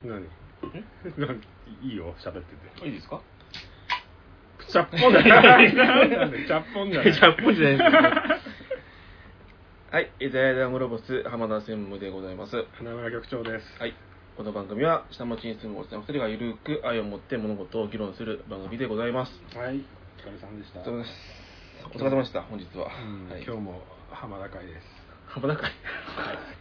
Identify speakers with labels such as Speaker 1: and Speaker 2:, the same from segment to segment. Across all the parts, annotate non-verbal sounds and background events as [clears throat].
Speaker 1: 何なんいいよ喋ってて
Speaker 2: いいですか
Speaker 1: チャッポンじゃないなんでチャッポンじゃない
Speaker 3: チャッポンじゃないですはい、えー、ダイヤダムロボス浜田専務でございます。は
Speaker 1: 花村局長です
Speaker 3: い、この番組は下町に住むおっさん2人がゆるく愛を持って物事を議論する番組でございます。
Speaker 1: はい、お疲れさんでした
Speaker 3: お疲れ様ですお疲れ様でした、本日は。
Speaker 1: うん
Speaker 3: はい、
Speaker 1: 今日も浜田会です
Speaker 3: 浜田会。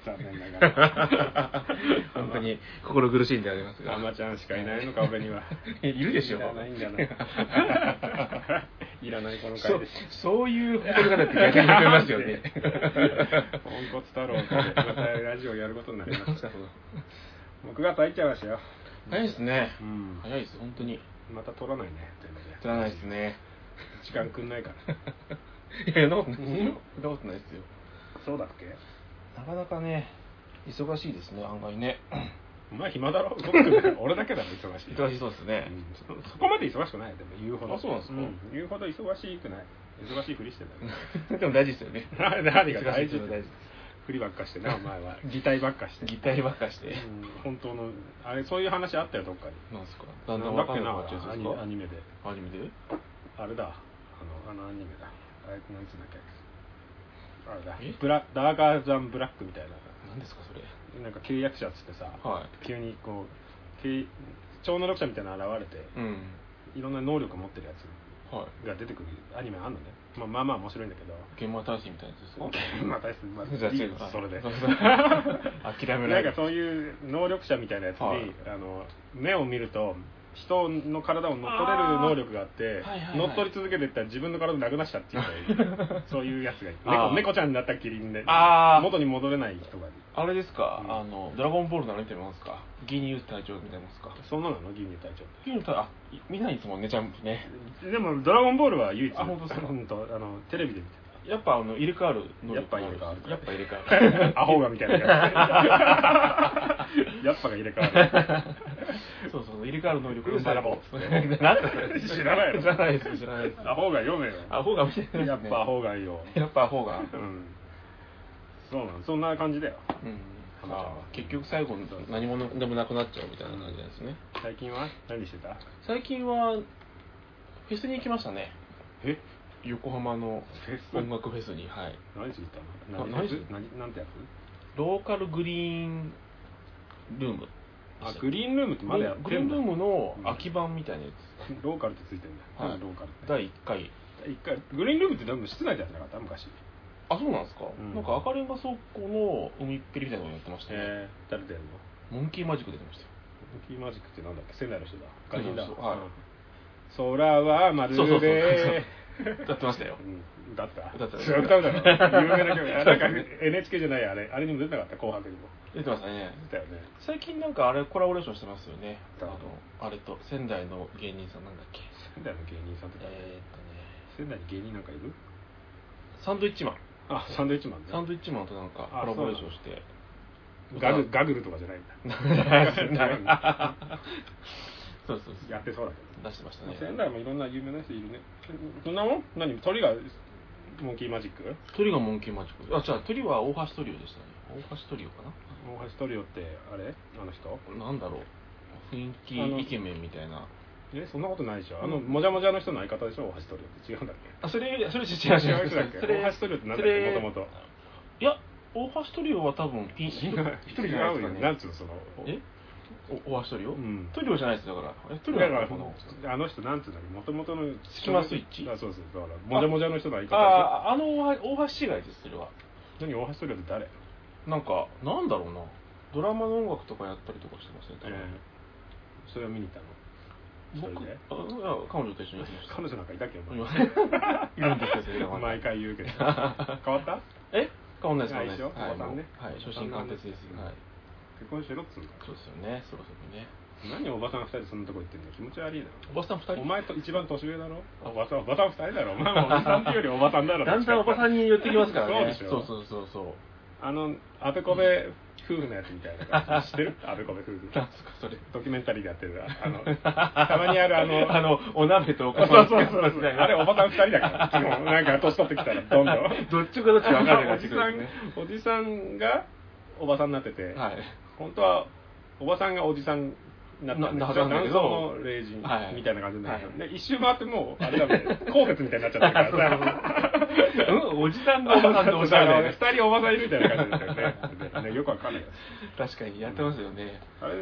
Speaker 1: 残念ながら
Speaker 3: [laughs] 本当に心苦しいんでありますが。
Speaker 1: 浜ちゃんしかいないのか俺には
Speaker 3: いるでしょ
Speaker 1: いらないんじゃないいらないこの
Speaker 3: そ
Speaker 1: 回
Speaker 3: う
Speaker 1: でし
Speaker 3: そういう誇り方って逆に思いますよね。
Speaker 1: ょポンコツ太郎とまたラジオやることになりました僕が咲いちゃいましたよ
Speaker 3: [laughs] 早いですね。
Speaker 1: うん
Speaker 3: 早いです、本 [laughs] 当に。
Speaker 1: また取らないね全然
Speaker 3: 取らないですね。
Speaker 1: 時間くんないから
Speaker 3: [laughs] いや、そんなことないですよ。そんなことないですよ。
Speaker 1: そうだっけ
Speaker 3: なかなかね、忙しいですね、案外ね。
Speaker 1: お前暇だろ動くんだから俺だけだろ忙しい
Speaker 3: [clears throat] 忙しそうですね。
Speaker 1: うんそそこまで忙しくないでも言うほど
Speaker 3: あそうなんですか
Speaker 1: 言うほど忙しくない忙しいふりしてんだけ
Speaker 3: でも大事ですよね。
Speaker 1: ど [laughs] 何が大
Speaker 3: 忙しい
Speaker 1: 事
Speaker 3: のは大事で
Speaker 1: ふりばっかしてなお前
Speaker 3: [laughs]
Speaker 1: は擬態ばっかして
Speaker 3: す。ギターばっかして。
Speaker 1: うん本当のあれそういう話あったよどっかに
Speaker 3: なんですか
Speaker 1: な
Speaker 3: だ
Speaker 1: ん
Speaker 3: ん
Speaker 1: だ
Speaker 3: だ
Speaker 1: っ
Speaker 3: ん
Speaker 1: け
Speaker 3: 分かんな
Speaker 1: な
Speaker 3: くなっちゃうん
Speaker 1: ア
Speaker 3: です
Speaker 1: ニ
Speaker 3: か
Speaker 1: アニメで
Speaker 3: アニメで
Speaker 1: あれだあのあのアニメだあれなんつうんだっけあれだ
Speaker 3: え
Speaker 1: ブラダーガーザンブラックみたいな
Speaker 3: 何ですかそれ。
Speaker 1: なんか契約者っつってさ、
Speaker 3: はい
Speaker 1: 急にこう契超能力者みたいなの現れて、
Speaker 3: うん。
Speaker 1: いろんな能力を持ってるや
Speaker 3: は
Speaker 1: つが出てくるアニメあんのね、まあ、まあまあ面白いんだけど
Speaker 3: い。現場大使みたいなやつですか
Speaker 1: まあ大してまあいい
Speaker 3: じゃあ違う
Speaker 1: それで
Speaker 3: [laughs] そうそう諦めない
Speaker 1: んかそういう能力者みたいなやつに、
Speaker 3: はい
Speaker 1: あの目を見ると人の体を乗っ取れる能力があって
Speaker 3: あーはいはいはい
Speaker 1: 乗っ取り続けていったら自分の体なくなっ
Speaker 3: [laughs]
Speaker 1: ちゃうっていうそういうやつがいる
Speaker 3: あ
Speaker 1: 猫
Speaker 3: ー
Speaker 1: 猫ちゃんになったキリンで
Speaker 3: あー
Speaker 1: 元に戻れない人がいる
Speaker 3: あれですか、
Speaker 1: うん
Speaker 3: あの、ドラゴンボールのあれ見てますかギニュース隊長見てますか
Speaker 1: そんなのなの牛乳隊長って
Speaker 3: ギニュース隊長、あ、見ないですもんね、ジャンプね。
Speaker 1: でも「ドラゴンボール」は唯一
Speaker 3: あ本当ですか
Speaker 1: 本当あ
Speaker 3: [laughs]
Speaker 1: のテレビで見て
Speaker 3: やっぱあの、入れ替わる能
Speaker 1: やっぱ
Speaker 3: 力が
Speaker 1: 入
Speaker 3: あ
Speaker 1: れ
Speaker 3: る
Speaker 1: 替わる
Speaker 3: やっぱ入れ替わる。 [laughs]
Speaker 1: たアホがみたいなやつやっぱが入れ替わる
Speaker 3: そうそう、入れ替わる能力
Speaker 1: うんさら
Speaker 3: [laughs]
Speaker 1: ぼっつって
Speaker 3: なんだそれ
Speaker 1: 知らないの
Speaker 3: 知らないです、知らないです。
Speaker 1: アホが読めよ
Speaker 3: アホが見てる、
Speaker 1: やっぱアホがいいよ
Speaker 3: やっぱアホが。
Speaker 1: う
Speaker 3: うん
Speaker 1: そうなんそんな感じだよ
Speaker 3: ん。あー結局最後の何者でもなくなっちゃうみたいな感じなんですね。
Speaker 1: 最近は何してた
Speaker 3: 最近は、フェスに行きましたね。
Speaker 1: え
Speaker 3: 横浜の
Speaker 1: フェス
Speaker 3: 音楽フェスに、はい。
Speaker 1: 何しに行った
Speaker 3: あ
Speaker 1: の
Speaker 3: 何
Speaker 1: 何
Speaker 3: し
Speaker 1: 何なんてやつ
Speaker 3: ローカルグリーンルーム。
Speaker 1: あグリーンルームってまだやって
Speaker 3: グリー
Speaker 1: ん
Speaker 3: ン
Speaker 1: だ
Speaker 3: ルームの空き版みたいなやつ。
Speaker 1: ローカルってついてんだ
Speaker 3: は
Speaker 1: ないんだローカルって
Speaker 3: 第1回。
Speaker 1: 一回グリーンルームって多分室内でやってなかった昔
Speaker 3: あ、そうなんですか、
Speaker 1: うん
Speaker 3: なんか赤レンガ倉庫の海っぺりみたいなのやってましたね。
Speaker 1: えー誰出るの
Speaker 3: モンキーマジック出てましたよ。
Speaker 1: キーマジックってなんだっけ仙台の人だ外人だ、
Speaker 3: そうそうはい
Speaker 1: うん空はまるで
Speaker 3: そうそう
Speaker 1: [laughs]
Speaker 3: そう。歌ってましたよ。
Speaker 1: うん歌った
Speaker 3: 歌った
Speaker 1: それ歌うだ [laughs] ろ有名な曲あなんか NHK じゃないあれあれにも出てなかった紅白にも
Speaker 3: 出てましたね。
Speaker 1: 出たよね
Speaker 3: 最近なんかあれコラボレーションしてますよね。あ
Speaker 1: 誰と
Speaker 3: の、あれと、仙台の芸人さんなんだっけ。
Speaker 1: 仙台の芸人さんって誰、
Speaker 3: えーっとね、
Speaker 1: 仙台に芸人なんかいる
Speaker 3: サンドイッチマン。
Speaker 1: あサンドイッチマンね
Speaker 3: サンドイッチマンとなんか
Speaker 1: あ
Speaker 3: コラボレーションして。
Speaker 1: ガグガグルとかじゃないんだ [laughs]
Speaker 3: そうそうそ
Speaker 1: やってそうだけ
Speaker 3: う。出してました
Speaker 1: ど仙
Speaker 3: ね。
Speaker 1: 台もいろんな有名な人いるねそんなもん何鳥がモンキーマジック
Speaker 3: 鳥がモンキーマジック。あ、じゃあ鳥は大橋トリオでしたね。大橋トリオか
Speaker 1: 大橋トリオってあれあの人
Speaker 3: ななんだろう。雰囲
Speaker 1: あの
Speaker 3: 気イケメンみたいな。
Speaker 1: えそんなことないでしょあのもじゃもじゃの人の相方でしょ大橋トリオって違うんだっけ
Speaker 3: あ、それ、それ違う
Speaker 1: 違
Speaker 3: 違う
Speaker 1: う人だ [laughs] っけ
Speaker 3: それ
Speaker 1: 大橋トリオってなんだっ
Speaker 3: それ
Speaker 1: けもともと
Speaker 3: いや、大橋トリオは多分ピン、一
Speaker 1: 違う
Speaker 3: 人じゃないです
Speaker 1: よ
Speaker 3: かね。
Speaker 1: なんつうのその
Speaker 3: えお大橋トリオ、
Speaker 1: うん
Speaker 3: トリオじゃないですだから。え、ト
Speaker 1: だ
Speaker 3: リオ
Speaker 1: か
Speaker 3: なの
Speaker 1: ら
Speaker 3: かな
Speaker 1: あの人なんつうんだっけもともとの
Speaker 3: スキマスイッチ
Speaker 1: あそうそうだからもじゃもじゃの人の相方
Speaker 3: ああ、あの大橋大橋以外です、それは。
Speaker 1: でしょ何大橋トリオって誰
Speaker 3: なんか、なんだろうな。ドラマの音楽とかやったりとかしてますね、多分
Speaker 1: ええそれを見に行ったの一人
Speaker 3: 僕
Speaker 1: で
Speaker 3: あいや彼女と一緒にやってました。
Speaker 1: 彼女なんかいたっけお
Speaker 3: い
Speaker 1: 前
Speaker 3: ませんいるんですよ、それがまた
Speaker 1: 毎回 [laughs] 言うけど変わった
Speaker 3: え変わんないです、変わんな
Speaker 1: ないで
Speaker 3: いです
Speaker 1: しょ
Speaker 3: はい、
Speaker 1: おばさんね
Speaker 3: もうはい、初心貫徹です。
Speaker 1: おばさんなん
Speaker 3: はい
Speaker 1: で。結婚しろっつうんだ
Speaker 3: そうですよね、そろそろね。
Speaker 1: 何おばさん二人でそんなとこ行ってんの気持ち悪いな
Speaker 3: おばさん二人
Speaker 1: お前と一番年上だろ
Speaker 3: あ
Speaker 1: おばさんおばさん二人だろお前もおばさんっていうよりおばさんだろ
Speaker 3: だんだんおばさんに寄ってきますからね。
Speaker 1: そうでしょ
Speaker 3: そうそうそうそう。
Speaker 1: あのあべこべ夫婦のやつみたいな
Speaker 3: [laughs]
Speaker 1: 感じ知ってるあべこべ夫婦
Speaker 3: なんすかそれ。
Speaker 1: ドキュメンタリーでやってるあ
Speaker 3: [laughs]
Speaker 1: のたまにあるあの
Speaker 3: あの、お鍋とお
Speaker 1: そう
Speaker 3: か
Speaker 1: そうそう
Speaker 3: み
Speaker 1: そう
Speaker 3: たいな
Speaker 1: あれおばさん二人だから基本なんか年取ってきたら
Speaker 3: [laughs]
Speaker 1: どんどん
Speaker 3: どっちかどっちか分かんな
Speaker 1: お
Speaker 3: い
Speaker 1: じさんおじさんがおばさんになってて、
Speaker 3: はい。
Speaker 1: 本当はおばさんがおじさんになったんで
Speaker 3: なな
Speaker 1: す
Speaker 3: はずなん
Speaker 1: 男
Speaker 3: だけ
Speaker 1: 装
Speaker 3: ど
Speaker 1: の霊人
Speaker 3: はい
Speaker 1: みたいな感じになる、
Speaker 3: はい
Speaker 1: で一周回ってもうあれだも
Speaker 3: [laughs]
Speaker 1: ん後節みたいになっちゃってるからさ
Speaker 3: うん、おじさんのおばさんのおしゃ
Speaker 1: [laughs]
Speaker 3: れね
Speaker 1: 2人おばさんいるみたいな感じですよね
Speaker 3: [laughs]
Speaker 1: ねよくわかんない
Speaker 3: 確かにやってますよね
Speaker 1: あれ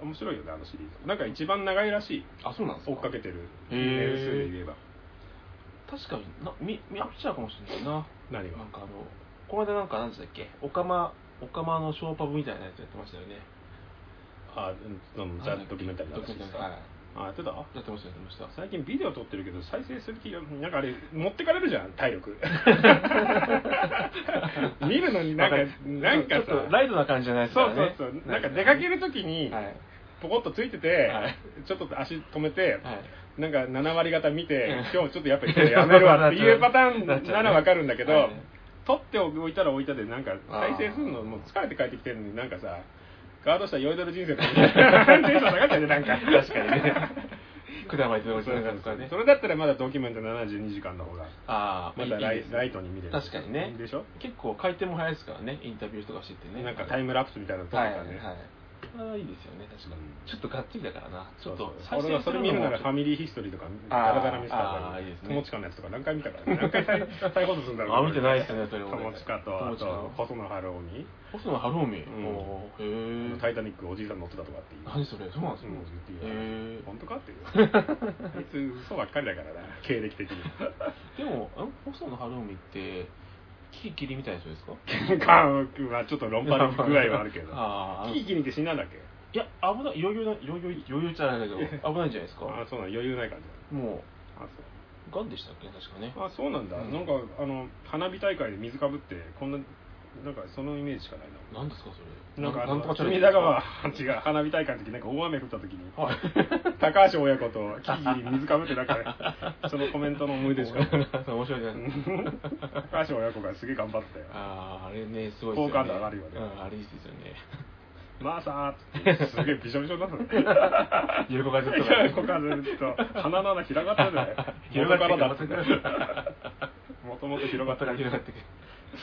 Speaker 1: 面白いよねあのシリーズなんか一番長いらしい
Speaker 3: あそうなんですか
Speaker 1: 追っかけてる
Speaker 3: へ
Speaker 1: 年
Speaker 3: ー
Speaker 1: 数で言えば
Speaker 3: 確かになみ見飽きちゃうかもしれないな
Speaker 1: 何が
Speaker 3: なんかあのこの間なんか何でしたっけオカマオカマのショーパブみたいなやつやってましたよね
Speaker 1: あそのじゃあドキュメンタリーの
Speaker 3: ド
Speaker 1: 話
Speaker 3: キュ
Speaker 1: で
Speaker 3: メン
Speaker 1: す
Speaker 3: タリーはい
Speaker 1: かあやってた
Speaker 3: やってましたやってました
Speaker 1: 最近ビデオ撮ってるけど再生する気がなんかあれ持ってかれるじゃん体
Speaker 3: [laughs]
Speaker 1: 力見るのになんかなんか
Speaker 3: ちょっと
Speaker 1: さ
Speaker 3: ライトな感じじゃないです
Speaker 1: そ
Speaker 3: か
Speaker 1: う
Speaker 3: らね
Speaker 1: そうそうなんか出かける時に
Speaker 3: はい
Speaker 1: ポコッとついてて、
Speaker 3: はい
Speaker 1: ちょっと足止めて、
Speaker 3: はい
Speaker 1: なんか7割方見て、
Speaker 3: うん
Speaker 1: 今日ちょっとやっぱりやめるわっていうパターン
Speaker 3: [laughs] なっちゃうね
Speaker 1: ならわかるんだけど、
Speaker 3: はい
Speaker 1: 取っておいたら置いたで、なんか
Speaker 3: あー
Speaker 1: 再生するの、もう疲れて帰ってきてるのに、なんかさ、ガードした酔いどる人生とか、テンション下がっちゃうね、なんか。
Speaker 3: 確かにね [laughs] 管巻いてるおじ
Speaker 1: そう
Speaker 3: さん
Speaker 1: そう
Speaker 3: と
Speaker 1: そ
Speaker 3: か
Speaker 1: う
Speaker 3: ね
Speaker 1: それだったらまだドキュメント72時間の方が、
Speaker 3: ああ
Speaker 1: まだライ
Speaker 3: いいですね
Speaker 1: ライトに見れる。
Speaker 3: 確かにね
Speaker 1: でしょ
Speaker 3: 結構回転も早いですからねインタビューとかしててね
Speaker 1: なんかタイムラプスみたいなの撮っ
Speaker 3: は
Speaker 1: て
Speaker 3: い
Speaker 1: た
Speaker 3: はい
Speaker 1: ね。
Speaker 3: ああいいですよね確かに、
Speaker 1: うん
Speaker 3: ちょっとがっつりだからなち
Speaker 1: そ
Speaker 3: ょ
Speaker 1: う
Speaker 3: っ
Speaker 1: そう
Speaker 3: と
Speaker 1: 俺はそれ見るならファミリーヒストリーとかダラダラ見せた方
Speaker 3: あ
Speaker 1: が
Speaker 3: ー
Speaker 1: いい
Speaker 3: いいですね
Speaker 1: 友近のやつとか何回見たから、ね、何回再再放送するんだろう
Speaker 3: あ見てないですねそれもね
Speaker 1: 友近とあ
Speaker 3: 友近
Speaker 1: と細野晴臣
Speaker 3: 細野晴臣、
Speaker 1: うん
Speaker 3: お
Speaker 1: あ
Speaker 3: ーへ
Speaker 1: の
Speaker 3: え
Speaker 1: タイタニックおじいさん乗ってたとかっていう
Speaker 3: 何それそうなんですか
Speaker 1: うん言っていいよ
Speaker 3: へえ
Speaker 1: 本当かっていうあいつ嘘ばっかりだからな経歴的
Speaker 3: [laughs]
Speaker 1: に
Speaker 3: でもあ細野晴臣ってキリキリみたいな人ですか
Speaker 1: 感はちょっと論破の具合はあるけど
Speaker 3: [laughs] あー
Speaker 1: キーキリって死んだんだっけ
Speaker 3: いや危ない余裕な余裕余裕じゃないけど危ないんじゃないですか
Speaker 1: あそうなん余裕ない感じ
Speaker 3: も
Speaker 1: あそう
Speaker 3: うがんでしたっけ確かね
Speaker 1: あそうなんだ、
Speaker 3: うん
Speaker 1: なんかあの花火大会で水かぶってこんななんかそのイメージしかないな
Speaker 3: 何ですかそれ
Speaker 1: なんかあ
Speaker 3: なんと
Speaker 1: の
Speaker 3: かチャレン
Speaker 1: 隅田
Speaker 3: ジ
Speaker 1: 川違う花火大会の時なんか大雨降った時に
Speaker 3: はい
Speaker 1: 高橋親子と木々に水かぶってなんか
Speaker 3: [laughs]
Speaker 1: そのコメントの [laughs] 思い出しか
Speaker 3: 面白いじゃないですか
Speaker 1: 高橋親子がすげえ頑張ってたよ
Speaker 3: あああれねすごいですよ
Speaker 1: 好
Speaker 3: ね
Speaker 1: 感度上がるよね
Speaker 3: うんあれいいですよね
Speaker 1: 「まあさ」ってすげえびしょびしょになったの
Speaker 3: 横風とか
Speaker 1: 横風ずっと鼻の穴広がったじゃない
Speaker 3: [laughs] 広がって
Speaker 1: 元からだってもともと広が
Speaker 3: ま
Speaker 1: った
Speaker 3: た
Speaker 1: から
Speaker 3: 広がってくる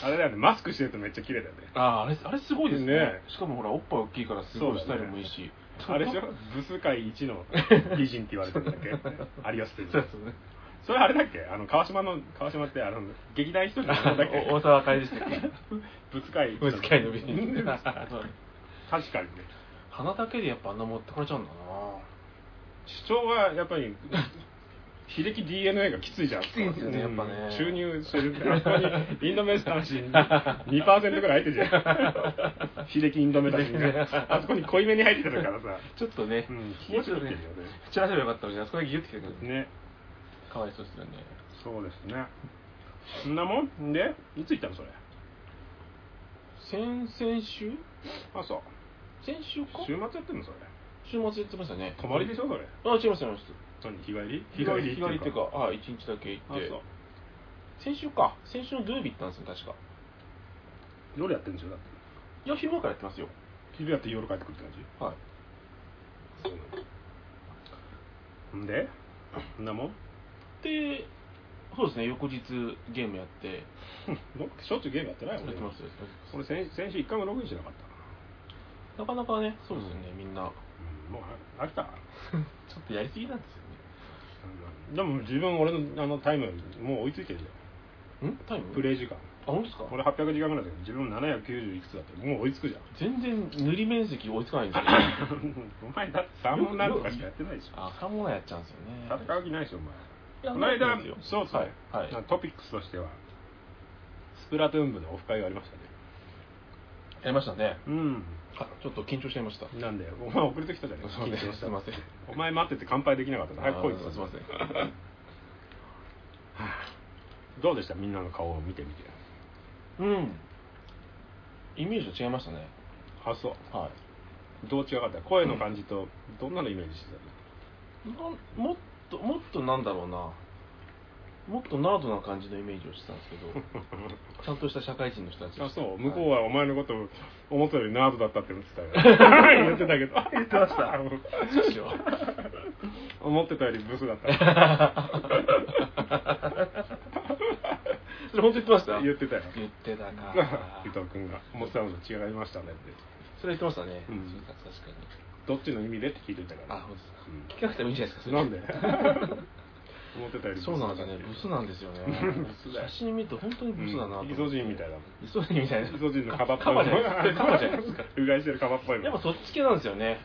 Speaker 1: あれだよねマスクしてるとめっちゃ綺麗だよね
Speaker 3: あああれあれすごいですね
Speaker 1: ね
Speaker 3: しかもほらおっぱい大きいからすごいスタイルもいいし、
Speaker 1: あれでしょ部数界一の美人って言われてるんだっけ有吉って
Speaker 3: そうですね
Speaker 1: それあれだっけあの川島の川島ってあの劇団一人の名前だっけ
Speaker 3: お大沢あかりでしたっけ
Speaker 1: ぶつかい
Speaker 3: ぶつかりの美人そう
Speaker 1: 確かにね
Speaker 3: 鼻だけでやっぱあんな持ってかれちゃうんだな
Speaker 1: 主張はやっぱり秀樹 DNA がきついじゃん
Speaker 3: きついんですよねやっぱね
Speaker 1: うん注入してるあそこにインドメス男子2%ぐらい入ってるじゃん秀樹インドメ男子があそこに濃いめに入ってたからさ
Speaker 3: ちょっとね、
Speaker 1: うん
Speaker 3: もうちょっ
Speaker 1: 切れ
Speaker 3: とね
Speaker 1: てるよね
Speaker 3: 散らせばよかったのにあそこだけギュッてきてくる
Speaker 1: ね
Speaker 3: かわいそうですよね
Speaker 1: そうですねそんなもんでいつ行ったのそれ
Speaker 3: 先々週
Speaker 1: あそう
Speaker 3: 先週か
Speaker 1: 週末やってんのそれ
Speaker 3: 週末言ってましたね
Speaker 1: 泊まりでしょそれ
Speaker 3: あ違います違います
Speaker 1: 何日帰り
Speaker 3: 日帰り日帰りっていうか
Speaker 1: あ
Speaker 3: はい一日だけ行
Speaker 1: そ
Speaker 3: っ
Speaker 1: う
Speaker 3: て先週か先週の土曜日行ったんですよ確か
Speaker 1: 夜やってるんでしょだって
Speaker 3: いや昼間からやってますよ
Speaker 1: 昼やって夜帰ってくるって感じ
Speaker 3: はい
Speaker 1: そうなんでそんなもん
Speaker 3: [laughs] でそうですね翌日ゲームやって
Speaker 1: 僕しょっちゅうゲームやってない
Speaker 3: やっ
Speaker 1: もん
Speaker 3: てます
Speaker 1: 俺先先週一回もログインしなかったな
Speaker 3: なかなかねそうですよねみんな
Speaker 1: うんもうあ飽きた
Speaker 3: [laughs] ちょっとやりすぎなんですよね
Speaker 1: でも自分俺のあのタイムよりもう追いついてるよ
Speaker 3: んタイム
Speaker 1: プレイ時間
Speaker 3: あ本当ですか
Speaker 1: 俺800時間ぐらいだけど自分790いくつだったらもう追いつくじゃん [laughs]
Speaker 3: 全然塗り面積追いつかないんですよね
Speaker 1: お前だって3問なんとかしかやってないでしょ
Speaker 3: あかもなやっちゃうんですよね
Speaker 1: 戦う気ないでしょお前
Speaker 3: いや
Speaker 1: この間
Speaker 3: そうです
Speaker 1: そ
Speaker 3: よ
Speaker 1: うですね、
Speaker 3: はいはい
Speaker 1: なトピックスとしてはスプラトゥーン部のオフ会がありましたね
Speaker 3: やりましたね
Speaker 1: うん
Speaker 3: あちょっと緊張しちゃいました
Speaker 1: なんでお前遅れてきたじゃない
Speaker 3: そうね
Speaker 1: 緊張し
Speaker 3: すいません
Speaker 1: お前待ってて乾杯できなかったから早く来いって
Speaker 3: あーすいません
Speaker 1: どうでしたみんなの顔を見てみて
Speaker 3: うんイメージと違いましたね
Speaker 1: あそう
Speaker 3: はい
Speaker 1: どう違かった声の感じとどんなのイメージして
Speaker 3: なんもっともっとなんだろうなもっとナードな感じのイメージをしてたんです
Speaker 1: [laughs]
Speaker 3: けどちゃんとした社会人の人たち
Speaker 1: た
Speaker 3: で
Speaker 1: の
Speaker 3: した
Speaker 1: 向こう
Speaker 3: は
Speaker 1: はお前のことを思ったよりナードだったって言ってた
Speaker 3: [laughs]
Speaker 1: よ言ってたけど言ってました
Speaker 3: いそうでしょ
Speaker 1: [laughs] 思ってたよりブスだった
Speaker 3: [laughs] それ本当言ってました
Speaker 1: 言ってたよ
Speaker 3: 言ってたか
Speaker 1: [laughs] 伊藤君が思ってたのと違いましたねって
Speaker 3: それ言ってましたね、
Speaker 1: うん
Speaker 3: そうか確かに
Speaker 1: どっちの意味でって聞いてたから
Speaker 3: あそうです聞かなくてもいいんじゃないですか
Speaker 1: うん、なん
Speaker 3: それ
Speaker 1: で [laughs] 思ってたより
Speaker 3: そうなんですよねブスなんですよね
Speaker 1: ブスだよ
Speaker 3: 写真見ると本当にブスだなと思って
Speaker 1: イソジンみたいだもん
Speaker 3: イソジンみたいな
Speaker 1: イソジンのカバっぽい
Speaker 3: カバじゃないですかカバじゃないですか
Speaker 1: [laughs] うがいしてるカバっぽいもん
Speaker 3: やっぱそっち系なんですよね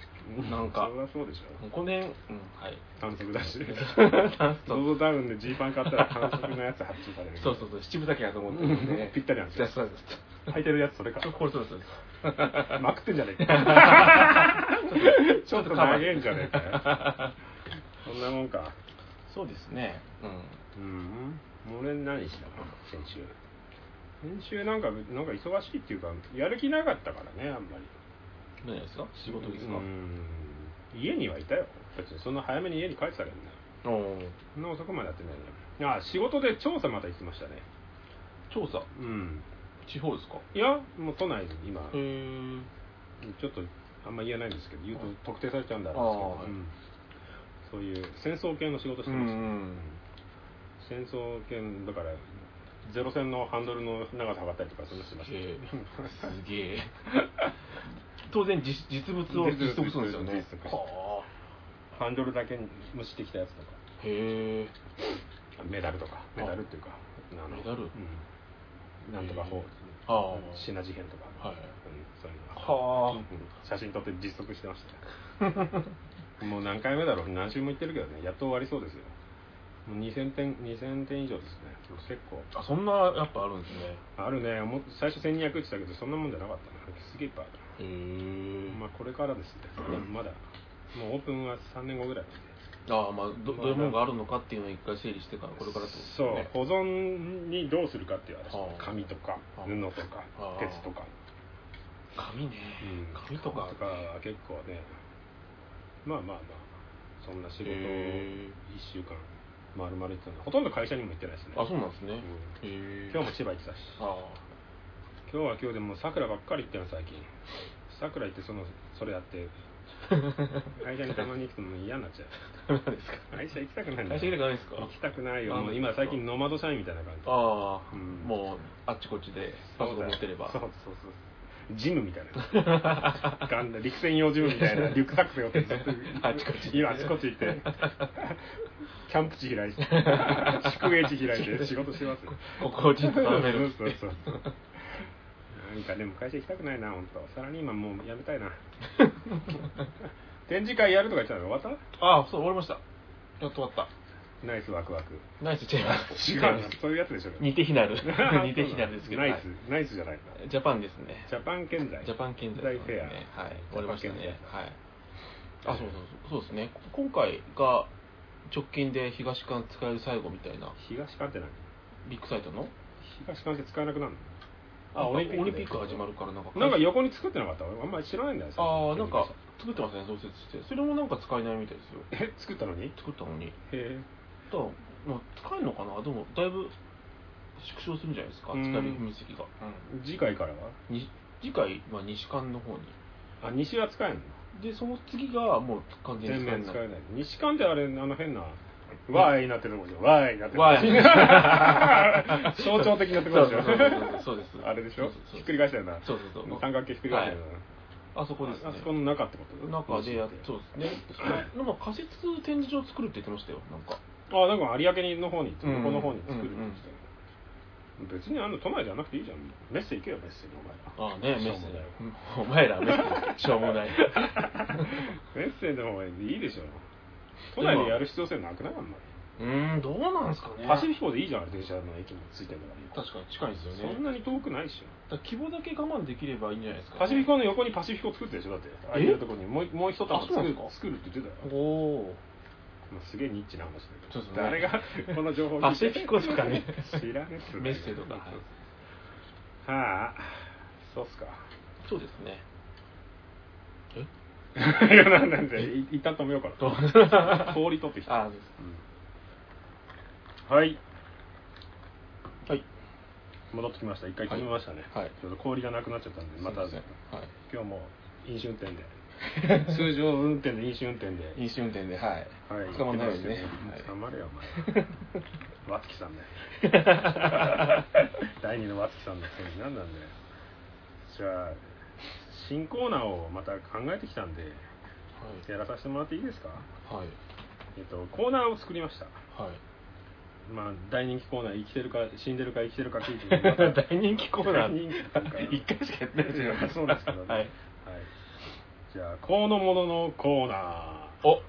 Speaker 3: なんか
Speaker 1: そりゃそうでしょ
Speaker 3: もうこの辺うんはい
Speaker 1: 短足だ
Speaker 3: [laughs]
Speaker 1: し
Speaker 3: 炭
Speaker 1: ロ
Speaker 3: 素
Speaker 1: ードダウンでジーパン買ったら短足のやつ発注される
Speaker 3: そうそうそう七分丈だと思ってるんでね
Speaker 1: [laughs] ぴったりなんですよ
Speaker 3: じゃあそうです
Speaker 1: 履いてるやつそ [laughs] れか
Speaker 3: ちょこれそうですそうです
Speaker 1: まくってんじゃねえか [laughs] ちょっと長えんじゃねえかよそんなもんか
Speaker 3: そうですねうん
Speaker 1: うん俺何したかな先週先週なんかなんか忙しいっていうかやる気なかったからねあんまり
Speaker 3: 何ですか仕事ですか
Speaker 1: うん家にはいたよ別にそんな早めに家に帰ってたけどね
Speaker 3: おお
Speaker 1: そんな遅くまでやってないねあ仕事で調査また行きましたね
Speaker 3: 調査
Speaker 1: うん
Speaker 3: 地方ですか
Speaker 1: いやもう都内に今
Speaker 3: へえ
Speaker 1: ちょっとあんま言えないんですけど言うと特定されちゃうんだ
Speaker 3: あ
Speaker 1: ろ
Speaker 3: あは
Speaker 1: う
Speaker 3: い
Speaker 1: んそういう戦争系の仕事して
Speaker 3: う
Speaker 1: ました、
Speaker 3: ん
Speaker 1: 戦争系のだからゼロ戦のハンドルの長さ測ったりとかそんなしてました
Speaker 3: へーすげえ当然実実物を
Speaker 1: 実物
Speaker 3: 実測するんですよね
Speaker 1: 実測
Speaker 3: は
Speaker 1: [laughs] ハンドルだけ蒸してきたやつとか
Speaker 3: あへえ
Speaker 1: メダルとかメダルっていうかあの
Speaker 3: メダル
Speaker 1: うんなんとか法
Speaker 3: ああ
Speaker 1: シナ事変とか、
Speaker 3: はい
Speaker 1: うんそういうの
Speaker 3: は
Speaker 1: うん写真撮って実測してましたよ [laughs] もう何回目だろう何週も行ってるけどねやっと終わりそうですよもう2000点2000点以上ですねもう結構
Speaker 3: ああそんなやっぱあるんですね
Speaker 1: あるねもう最初1200って言ってたけどそんなもんじゃなかったなすげえいっぱいある
Speaker 3: へえ
Speaker 1: まあこれからですね、まだ、もうオープンは3年後ぐらいですね、
Speaker 3: ああまあどどういうものがあるのかっていうのを一回整理してからこれからってことです
Speaker 1: そう
Speaker 3: よね、
Speaker 1: 保存にどうするかっていう話、
Speaker 3: はあ
Speaker 1: 紙とか、
Speaker 3: はあ
Speaker 1: 布とか
Speaker 3: は、あ
Speaker 1: 鉄とか、
Speaker 3: 紙ね、紙とか
Speaker 1: とかは結構ね、まあまあまあ、そんな仕事を
Speaker 3: へ
Speaker 1: 1
Speaker 3: え
Speaker 1: 週間、まるまるってのはほとんど会社にも行ってないですね、
Speaker 3: あそうなんですね、
Speaker 1: うん
Speaker 3: へえ
Speaker 1: 今日も千葉行ってたし、
Speaker 3: あ [laughs]
Speaker 1: 今日は今日でもう桜ばっかり行ってるの、最近、桜行ってその、それや
Speaker 3: [laughs]
Speaker 1: って、会社にたまに行くともう嫌になっちゃう。
Speaker 3: あダメなんですか
Speaker 1: 会社行きたくないんだ
Speaker 3: 会社行きたくないですか
Speaker 1: 行きたくないよ
Speaker 3: あ
Speaker 1: もう今最近ノマド社員みたいな感じ
Speaker 3: ああ、
Speaker 1: うん
Speaker 3: もうあっちこっちでパソコン持ってれば
Speaker 1: そうそうそうそうジムみたい
Speaker 3: [laughs]
Speaker 1: なガンダ陸戦用ジムみたいなリュックサック背負ってずっと
Speaker 3: あっちこっち
Speaker 1: 今あちこち行って [laughs] キャンプ地
Speaker 3: [laughs]
Speaker 1: 開いて宿営地開いて仕事してますよ
Speaker 3: ここをちょっと食べる
Speaker 1: そうそうそうなんかでも会社行きたくないな本当サラリーマンもうやめたいな展示会やるとか言ってたの終わっ
Speaker 3: ああそう終わりましたやっと終わった
Speaker 1: たナイスワクワク
Speaker 3: ナイスチェイます
Speaker 1: 違うなそういうやつでしょ
Speaker 3: 似て非 [laughs] なる
Speaker 1: あ
Speaker 3: 似て非なるですけど
Speaker 1: ナイ
Speaker 3: は
Speaker 1: ス、ナイスじゃないか。
Speaker 3: いジャパンですね
Speaker 1: ジャパン建材。
Speaker 3: ジャパン建材
Speaker 1: 大フェア。
Speaker 3: はい終わりましたね
Speaker 1: ジャパン
Speaker 3: はいあそうそうそうそうですね今回が直近で東館使える最後みたいな
Speaker 1: 建材東館って何
Speaker 3: ビッグサイトの
Speaker 1: 東館って使えなくなるの
Speaker 3: なんか
Speaker 1: で
Speaker 3: オリンピックが始まるからなんか
Speaker 1: なんか横に作ってなかった俺あんまり知らないんだよ。
Speaker 3: ああなんか作ってますね創設してそれもなんか使えないみたいですよ
Speaker 1: え、作ったのにへ
Speaker 3: 作ったのに
Speaker 1: え。
Speaker 3: だからまあ使えるのかなでもだいぶ縮小するんじゃないですか
Speaker 1: うん
Speaker 3: 使える面積が、
Speaker 1: 次回からは
Speaker 3: に次回は西館の方に
Speaker 1: あ、西は使えんの
Speaker 3: でその次がもう完全に
Speaker 1: 全面
Speaker 3: 使えな
Speaker 1: 使
Speaker 3: い
Speaker 1: えない。西館ってあれ、あの変な、わーいになってるとこじゃん。わーいになってるとこ
Speaker 3: わ
Speaker 1: [laughs] 象徴的なところでしょ。
Speaker 3: そう
Speaker 1: [laughs]
Speaker 3: そうそうそうそうです
Speaker 1: あれでしょ
Speaker 3: そうそうそう
Speaker 1: ひっくり返したよな。
Speaker 3: そうそうそう
Speaker 1: 三角形ひっくり返したよ
Speaker 3: はい
Speaker 1: な。
Speaker 3: あそこですね
Speaker 1: ああそこの中ってこと
Speaker 3: 中でやっそうですねそのなんか仮設展示場作るって言ってましたよなんか
Speaker 1: あなんか有明の方に
Speaker 3: うん
Speaker 1: この方に作るんですけど別にあの都内じゃなくていいじゃんメッセ行けよメッセにお前
Speaker 3: ああねメッセ
Speaker 1: しょうもない
Speaker 3: うんお前らメッセしょうもない
Speaker 1: メッセの方がいいでしょ都内でやる必要性なくないあんま
Speaker 3: うーんどうなんですか
Speaker 1: り
Speaker 3: ね
Speaker 1: パシフィコでいいじゃんあれ電車の駅もついてるから
Speaker 3: 確かに近いですよね
Speaker 1: そんなに遠くないっしょ
Speaker 3: だから規模だけ我慢できればいいんじゃないですか、
Speaker 1: パシフィコの横にパシフィコ作ってるでしょだって空いてるとこにもうもう一玉
Speaker 3: あそう
Speaker 1: 作
Speaker 3: なんで
Speaker 1: る
Speaker 3: すか
Speaker 1: 作るって言ってたよ
Speaker 3: おお
Speaker 1: まあすげえニッチな話だけ
Speaker 3: そう
Speaker 1: ど
Speaker 3: ですね
Speaker 1: 誰
Speaker 3: [laughs]
Speaker 1: がこの情報
Speaker 3: パシフィコとかね
Speaker 1: 知らねえっすね
Speaker 3: メッセとかはい
Speaker 1: はあそうっ
Speaker 3: [laughs]
Speaker 1: すか
Speaker 3: そうですねえ
Speaker 1: いや、なんなんで、い一旦止めようか
Speaker 3: どう
Speaker 1: な。
Speaker 3: [laughs]
Speaker 1: 通り取ってきた。
Speaker 3: あです
Speaker 1: うんはい。
Speaker 3: はい
Speaker 1: 戻ってきました。一回止めましたね。
Speaker 3: はいはい
Speaker 1: ちょっと氷がなくなっちゃったんで、また、
Speaker 3: すい
Speaker 1: 今
Speaker 3: ませんは
Speaker 1: 日も飲酒運
Speaker 3: [laughs]
Speaker 1: 転で。通常運転で飲酒運転で。
Speaker 3: い飲酒運転ではい、
Speaker 1: はい。
Speaker 3: 捕まらないようにね、
Speaker 1: 捕まれよ、お前。わつきさんね。
Speaker 3: [laughs]
Speaker 1: 第二のわつきさんのせいになんなんだよ。じゃあ、新コーナーをまた考えてきたんでやらさせてもらっていいですか、
Speaker 3: はい
Speaker 1: えっと、コーナーを作りました、
Speaker 3: はい
Speaker 1: まあ、大人気コーナー生きてるか死んでるか生きてるか聞いて
Speaker 3: [laughs] 大人気コーナ
Speaker 1: 大人
Speaker 3: ー
Speaker 1: 気というか
Speaker 3: 一回しかやってないじゃん
Speaker 1: そうですけどね、
Speaker 3: はい、
Speaker 1: じゃあ「このもののコーナー」
Speaker 3: お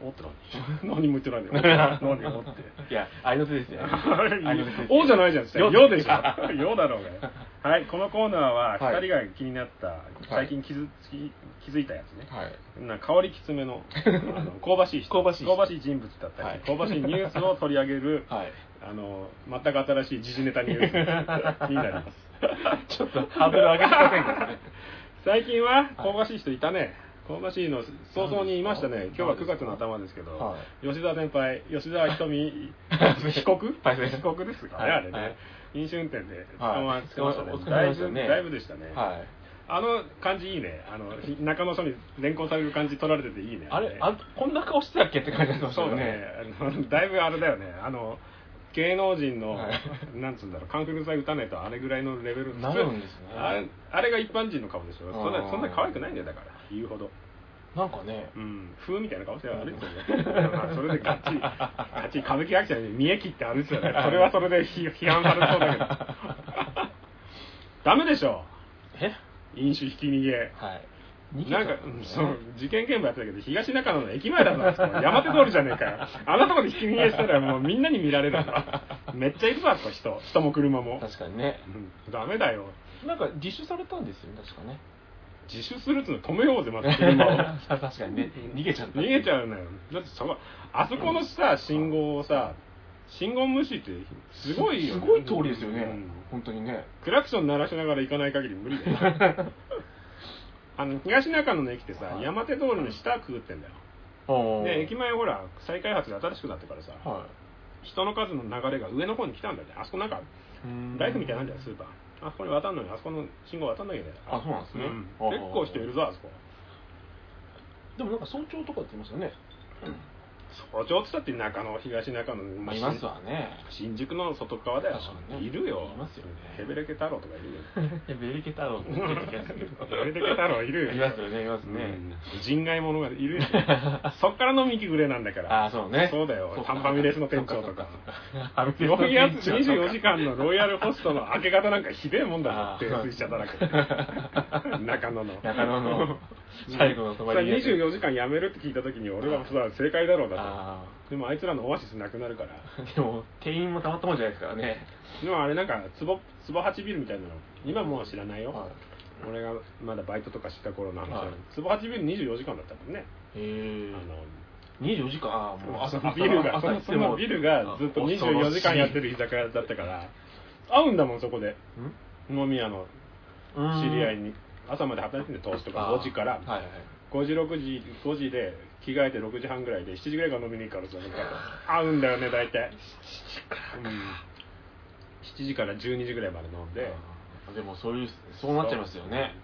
Speaker 1: おって
Speaker 3: [laughs]
Speaker 1: 何何も言ってないんだよ何おって
Speaker 3: いや愛の手ですね愛の手です
Speaker 1: おじゃないじゃん
Speaker 3: よ
Speaker 1: よでしょよだろうがはいこのコーナーは
Speaker 3: はい
Speaker 1: 2人が気になった、最近気づき気づいたやつね、
Speaker 3: はい
Speaker 1: な香りきつめ
Speaker 3: [laughs]
Speaker 1: のあの香ばしい人
Speaker 3: 香ばしい人
Speaker 1: 人物だったり、
Speaker 3: はい
Speaker 1: 香ばしいニュースを取り上げ
Speaker 3: [laughs]
Speaker 1: る、
Speaker 3: はい
Speaker 1: あの全く新しい時事ネタニュースになります
Speaker 3: ちょっとハードル上げてませんか
Speaker 1: 最近は香ばしい人いたね、香ばしいの早々にいましたね
Speaker 3: 何です
Speaker 1: 今
Speaker 3: か
Speaker 1: 日は9月の頭ですけど、
Speaker 3: は
Speaker 1: 吉田先輩吉田ひと
Speaker 3: [laughs]
Speaker 1: み被告
Speaker 3: はいそうです
Speaker 1: 被告ですかね、
Speaker 3: はい
Speaker 1: あれね、
Speaker 3: はい
Speaker 1: 飲酒運転で捕
Speaker 3: は
Speaker 1: ま
Speaker 3: い
Speaker 1: 捕まってま
Speaker 3: お
Speaker 1: したね,、
Speaker 3: 疲
Speaker 1: だい
Speaker 3: れ様でした
Speaker 1: ぶ
Speaker 3: ね
Speaker 1: だいぶでしたね、
Speaker 3: はい
Speaker 1: あの感じいいねあのひ中野署に連行される感じ取られてていいね
Speaker 3: あれあこんな顔してたっけって感じだったんです
Speaker 1: そう
Speaker 3: よ
Speaker 1: だね
Speaker 3: ね
Speaker 1: あの [laughs] だいぶあれだよねあの芸能人の、
Speaker 3: はい
Speaker 1: なんつうんだろう韓国剤打たないとあれぐらいのレベル
Speaker 3: なるんですね
Speaker 1: あれあれが一般人の顔でしょそん
Speaker 3: あ
Speaker 1: な
Speaker 3: ー
Speaker 1: そんな可愛くないんだよだから言うほど
Speaker 3: なんかね
Speaker 1: うん風みたいな顔して歩いてる
Speaker 3: [laughs]
Speaker 1: よまあそれでガッチリガッチリ歌舞伎役者に見え切って歩いてた
Speaker 3: [laughs]
Speaker 1: ねそれはそれで批批判されそうだけどダメでしょ
Speaker 3: [laughs] え
Speaker 1: 飲酒ひき逃げ
Speaker 3: はい
Speaker 1: なんか、うんそう、事件現場やってたけど、東中野の駅前だぞ、あそこ [laughs] 山手通りじゃねえかよ。あんなとこでひき逃げしたら、もうみんなに見られるんだ。めっちゃいるぞ、あそこ人。人も車も。
Speaker 3: 確かにね
Speaker 1: うんダメだよ。
Speaker 3: なんか自首されたんですよね確かね
Speaker 1: 自首するっての止めようぜ、まず車を。 [laughs]
Speaker 3: [laughs] 確かにね逃げちゃった
Speaker 1: 逃げちゃうのよ。だってそこ、あそこのさ、信号をさ、信号無視ってすごいよ
Speaker 3: す
Speaker 1: ね、
Speaker 3: ごい通りですよね、
Speaker 1: うん
Speaker 3: 本当に
Speaker 1: [laughs]
Speaker 3: ね
Speaker 1: クラクション鳴らしながら行かない限り無理だ
Speaker 3: [laughs]
Speaker 1: よ。あの、東中野の駅ってさ、
Speaker 3: はい
Speaker 1: 山手通りの下くぐってんだよ。で駅前ほら再開発で新しくなってからさ、
Speaker 3: は
Speaker 1: 人の数の流れが上の方に来たんだよねあそこなんか
Speaker 3: い
Speaker 1: ライフみたいなんじゃ
Speaker 3: で
Speaker 1: んス
Speaker 3: す
Speaker 1: ーパーあそこに渡んのにあそこの信号渡んなきゃいけない
Speaker 3: あそうなんですね
Speaker 1: ん
Speaker 3: ああ
Speaker 1: 結構人いるぞあそこ
Speaker 3: でもなんか早朝とかって言いましたよね
Speaker 1: 早朝っつったって中野東中野
Speaker 3: まあいますわ [laughs] ね
Speaker 1: 新宿の外側だよ
Speaker 3: 確かにね
Speaker 1: いるよ
Speaker 3: いますよね
Speaker 1: ヘベレケ太郎とかいるよ
Speaker 3: ベリケ太郎って言ってきましたけ
Speaker 1: ヘ
Speaker 3: ど
Speaker 1: [laughs] ベレケ太郎いるよ
Speaker 3: いますよねいますね
Speaker 1: うん人外者がい
Speaker 3: [laughs]
Speaker 1: るよそっからのミキグレなんだから
Speaker 3: あーそうね
Speaker 1: そうだよ
Speaker 3: そう
Speaker 1: タ
Speaker 3: か
Speaker 1: ンパミレスの店長とか
Speaker 3: アミレス
Speaker 1: ロ
Speaker 3: の
Speaker 1: イヤル
Speaker 3: 店長とか
Speaker 1: 24時間のロイヤルホストの明け方なんかひでえもんだ
Speaker 3: あ
Speaker 1: ぞ
Speaker 3: ー
Speaker 1: って、水車だら
Speaker 3: [laughs]
Speaker 1: け。中野の。
Speaker 3: 中野の最後の泊まり
Speaker 1: さ24時間やめるって聞いた時に俺はさ、正解だろうだ
Speaker 3: あ
Speaker 1: と。でもあいつらのオアシスなくなるから。
Speaker 3: ーでも店員もたまったもんじゃないですからね
Speaker 1: でもあれなんか、つぼ、つぼ八ビルみたいなの、今もう知らないよ。
Speaker 3: は
Speaker 1: 俺がまだバイトとかしてた頃の話だ
Speaker 3: はい
Speaker 1: つぼ八ビル24時間だったもんね。
Speaker 3: いへ
Speaker 1: あの、
Speaker 3: え24時間あーもう朝
Speaker 1: その [laughs] ビルが、
Speaker 3: 朝
Speaker 1: そ
Speaker 3: 朝行
Speaker 1: の
Speaker 3: っ
Speaker 1: そ
Speaker 3: ても
Speaker 1: のビルがずっと24時間やってる居酒屋だったから、合うんだもんそこで。
Speaker 3: ん
Speaker 1: 飲み屋の
Speaker 3: うん
Speaker 1: 知り合いに朝まで働いてるんで投資とか
Speaker 3: あー
Speaker 1: 5時から
Speaker 3: はいはい
Speaker 1: 5時6時5時で着替えて6時半ぐらいで7時ぐらいから飲みに行くからさなんか合うんだよね大体うん、7時から12時ぐらいまで飲んで
Speaker 3: あーでもそういうそうなっちゃいますよね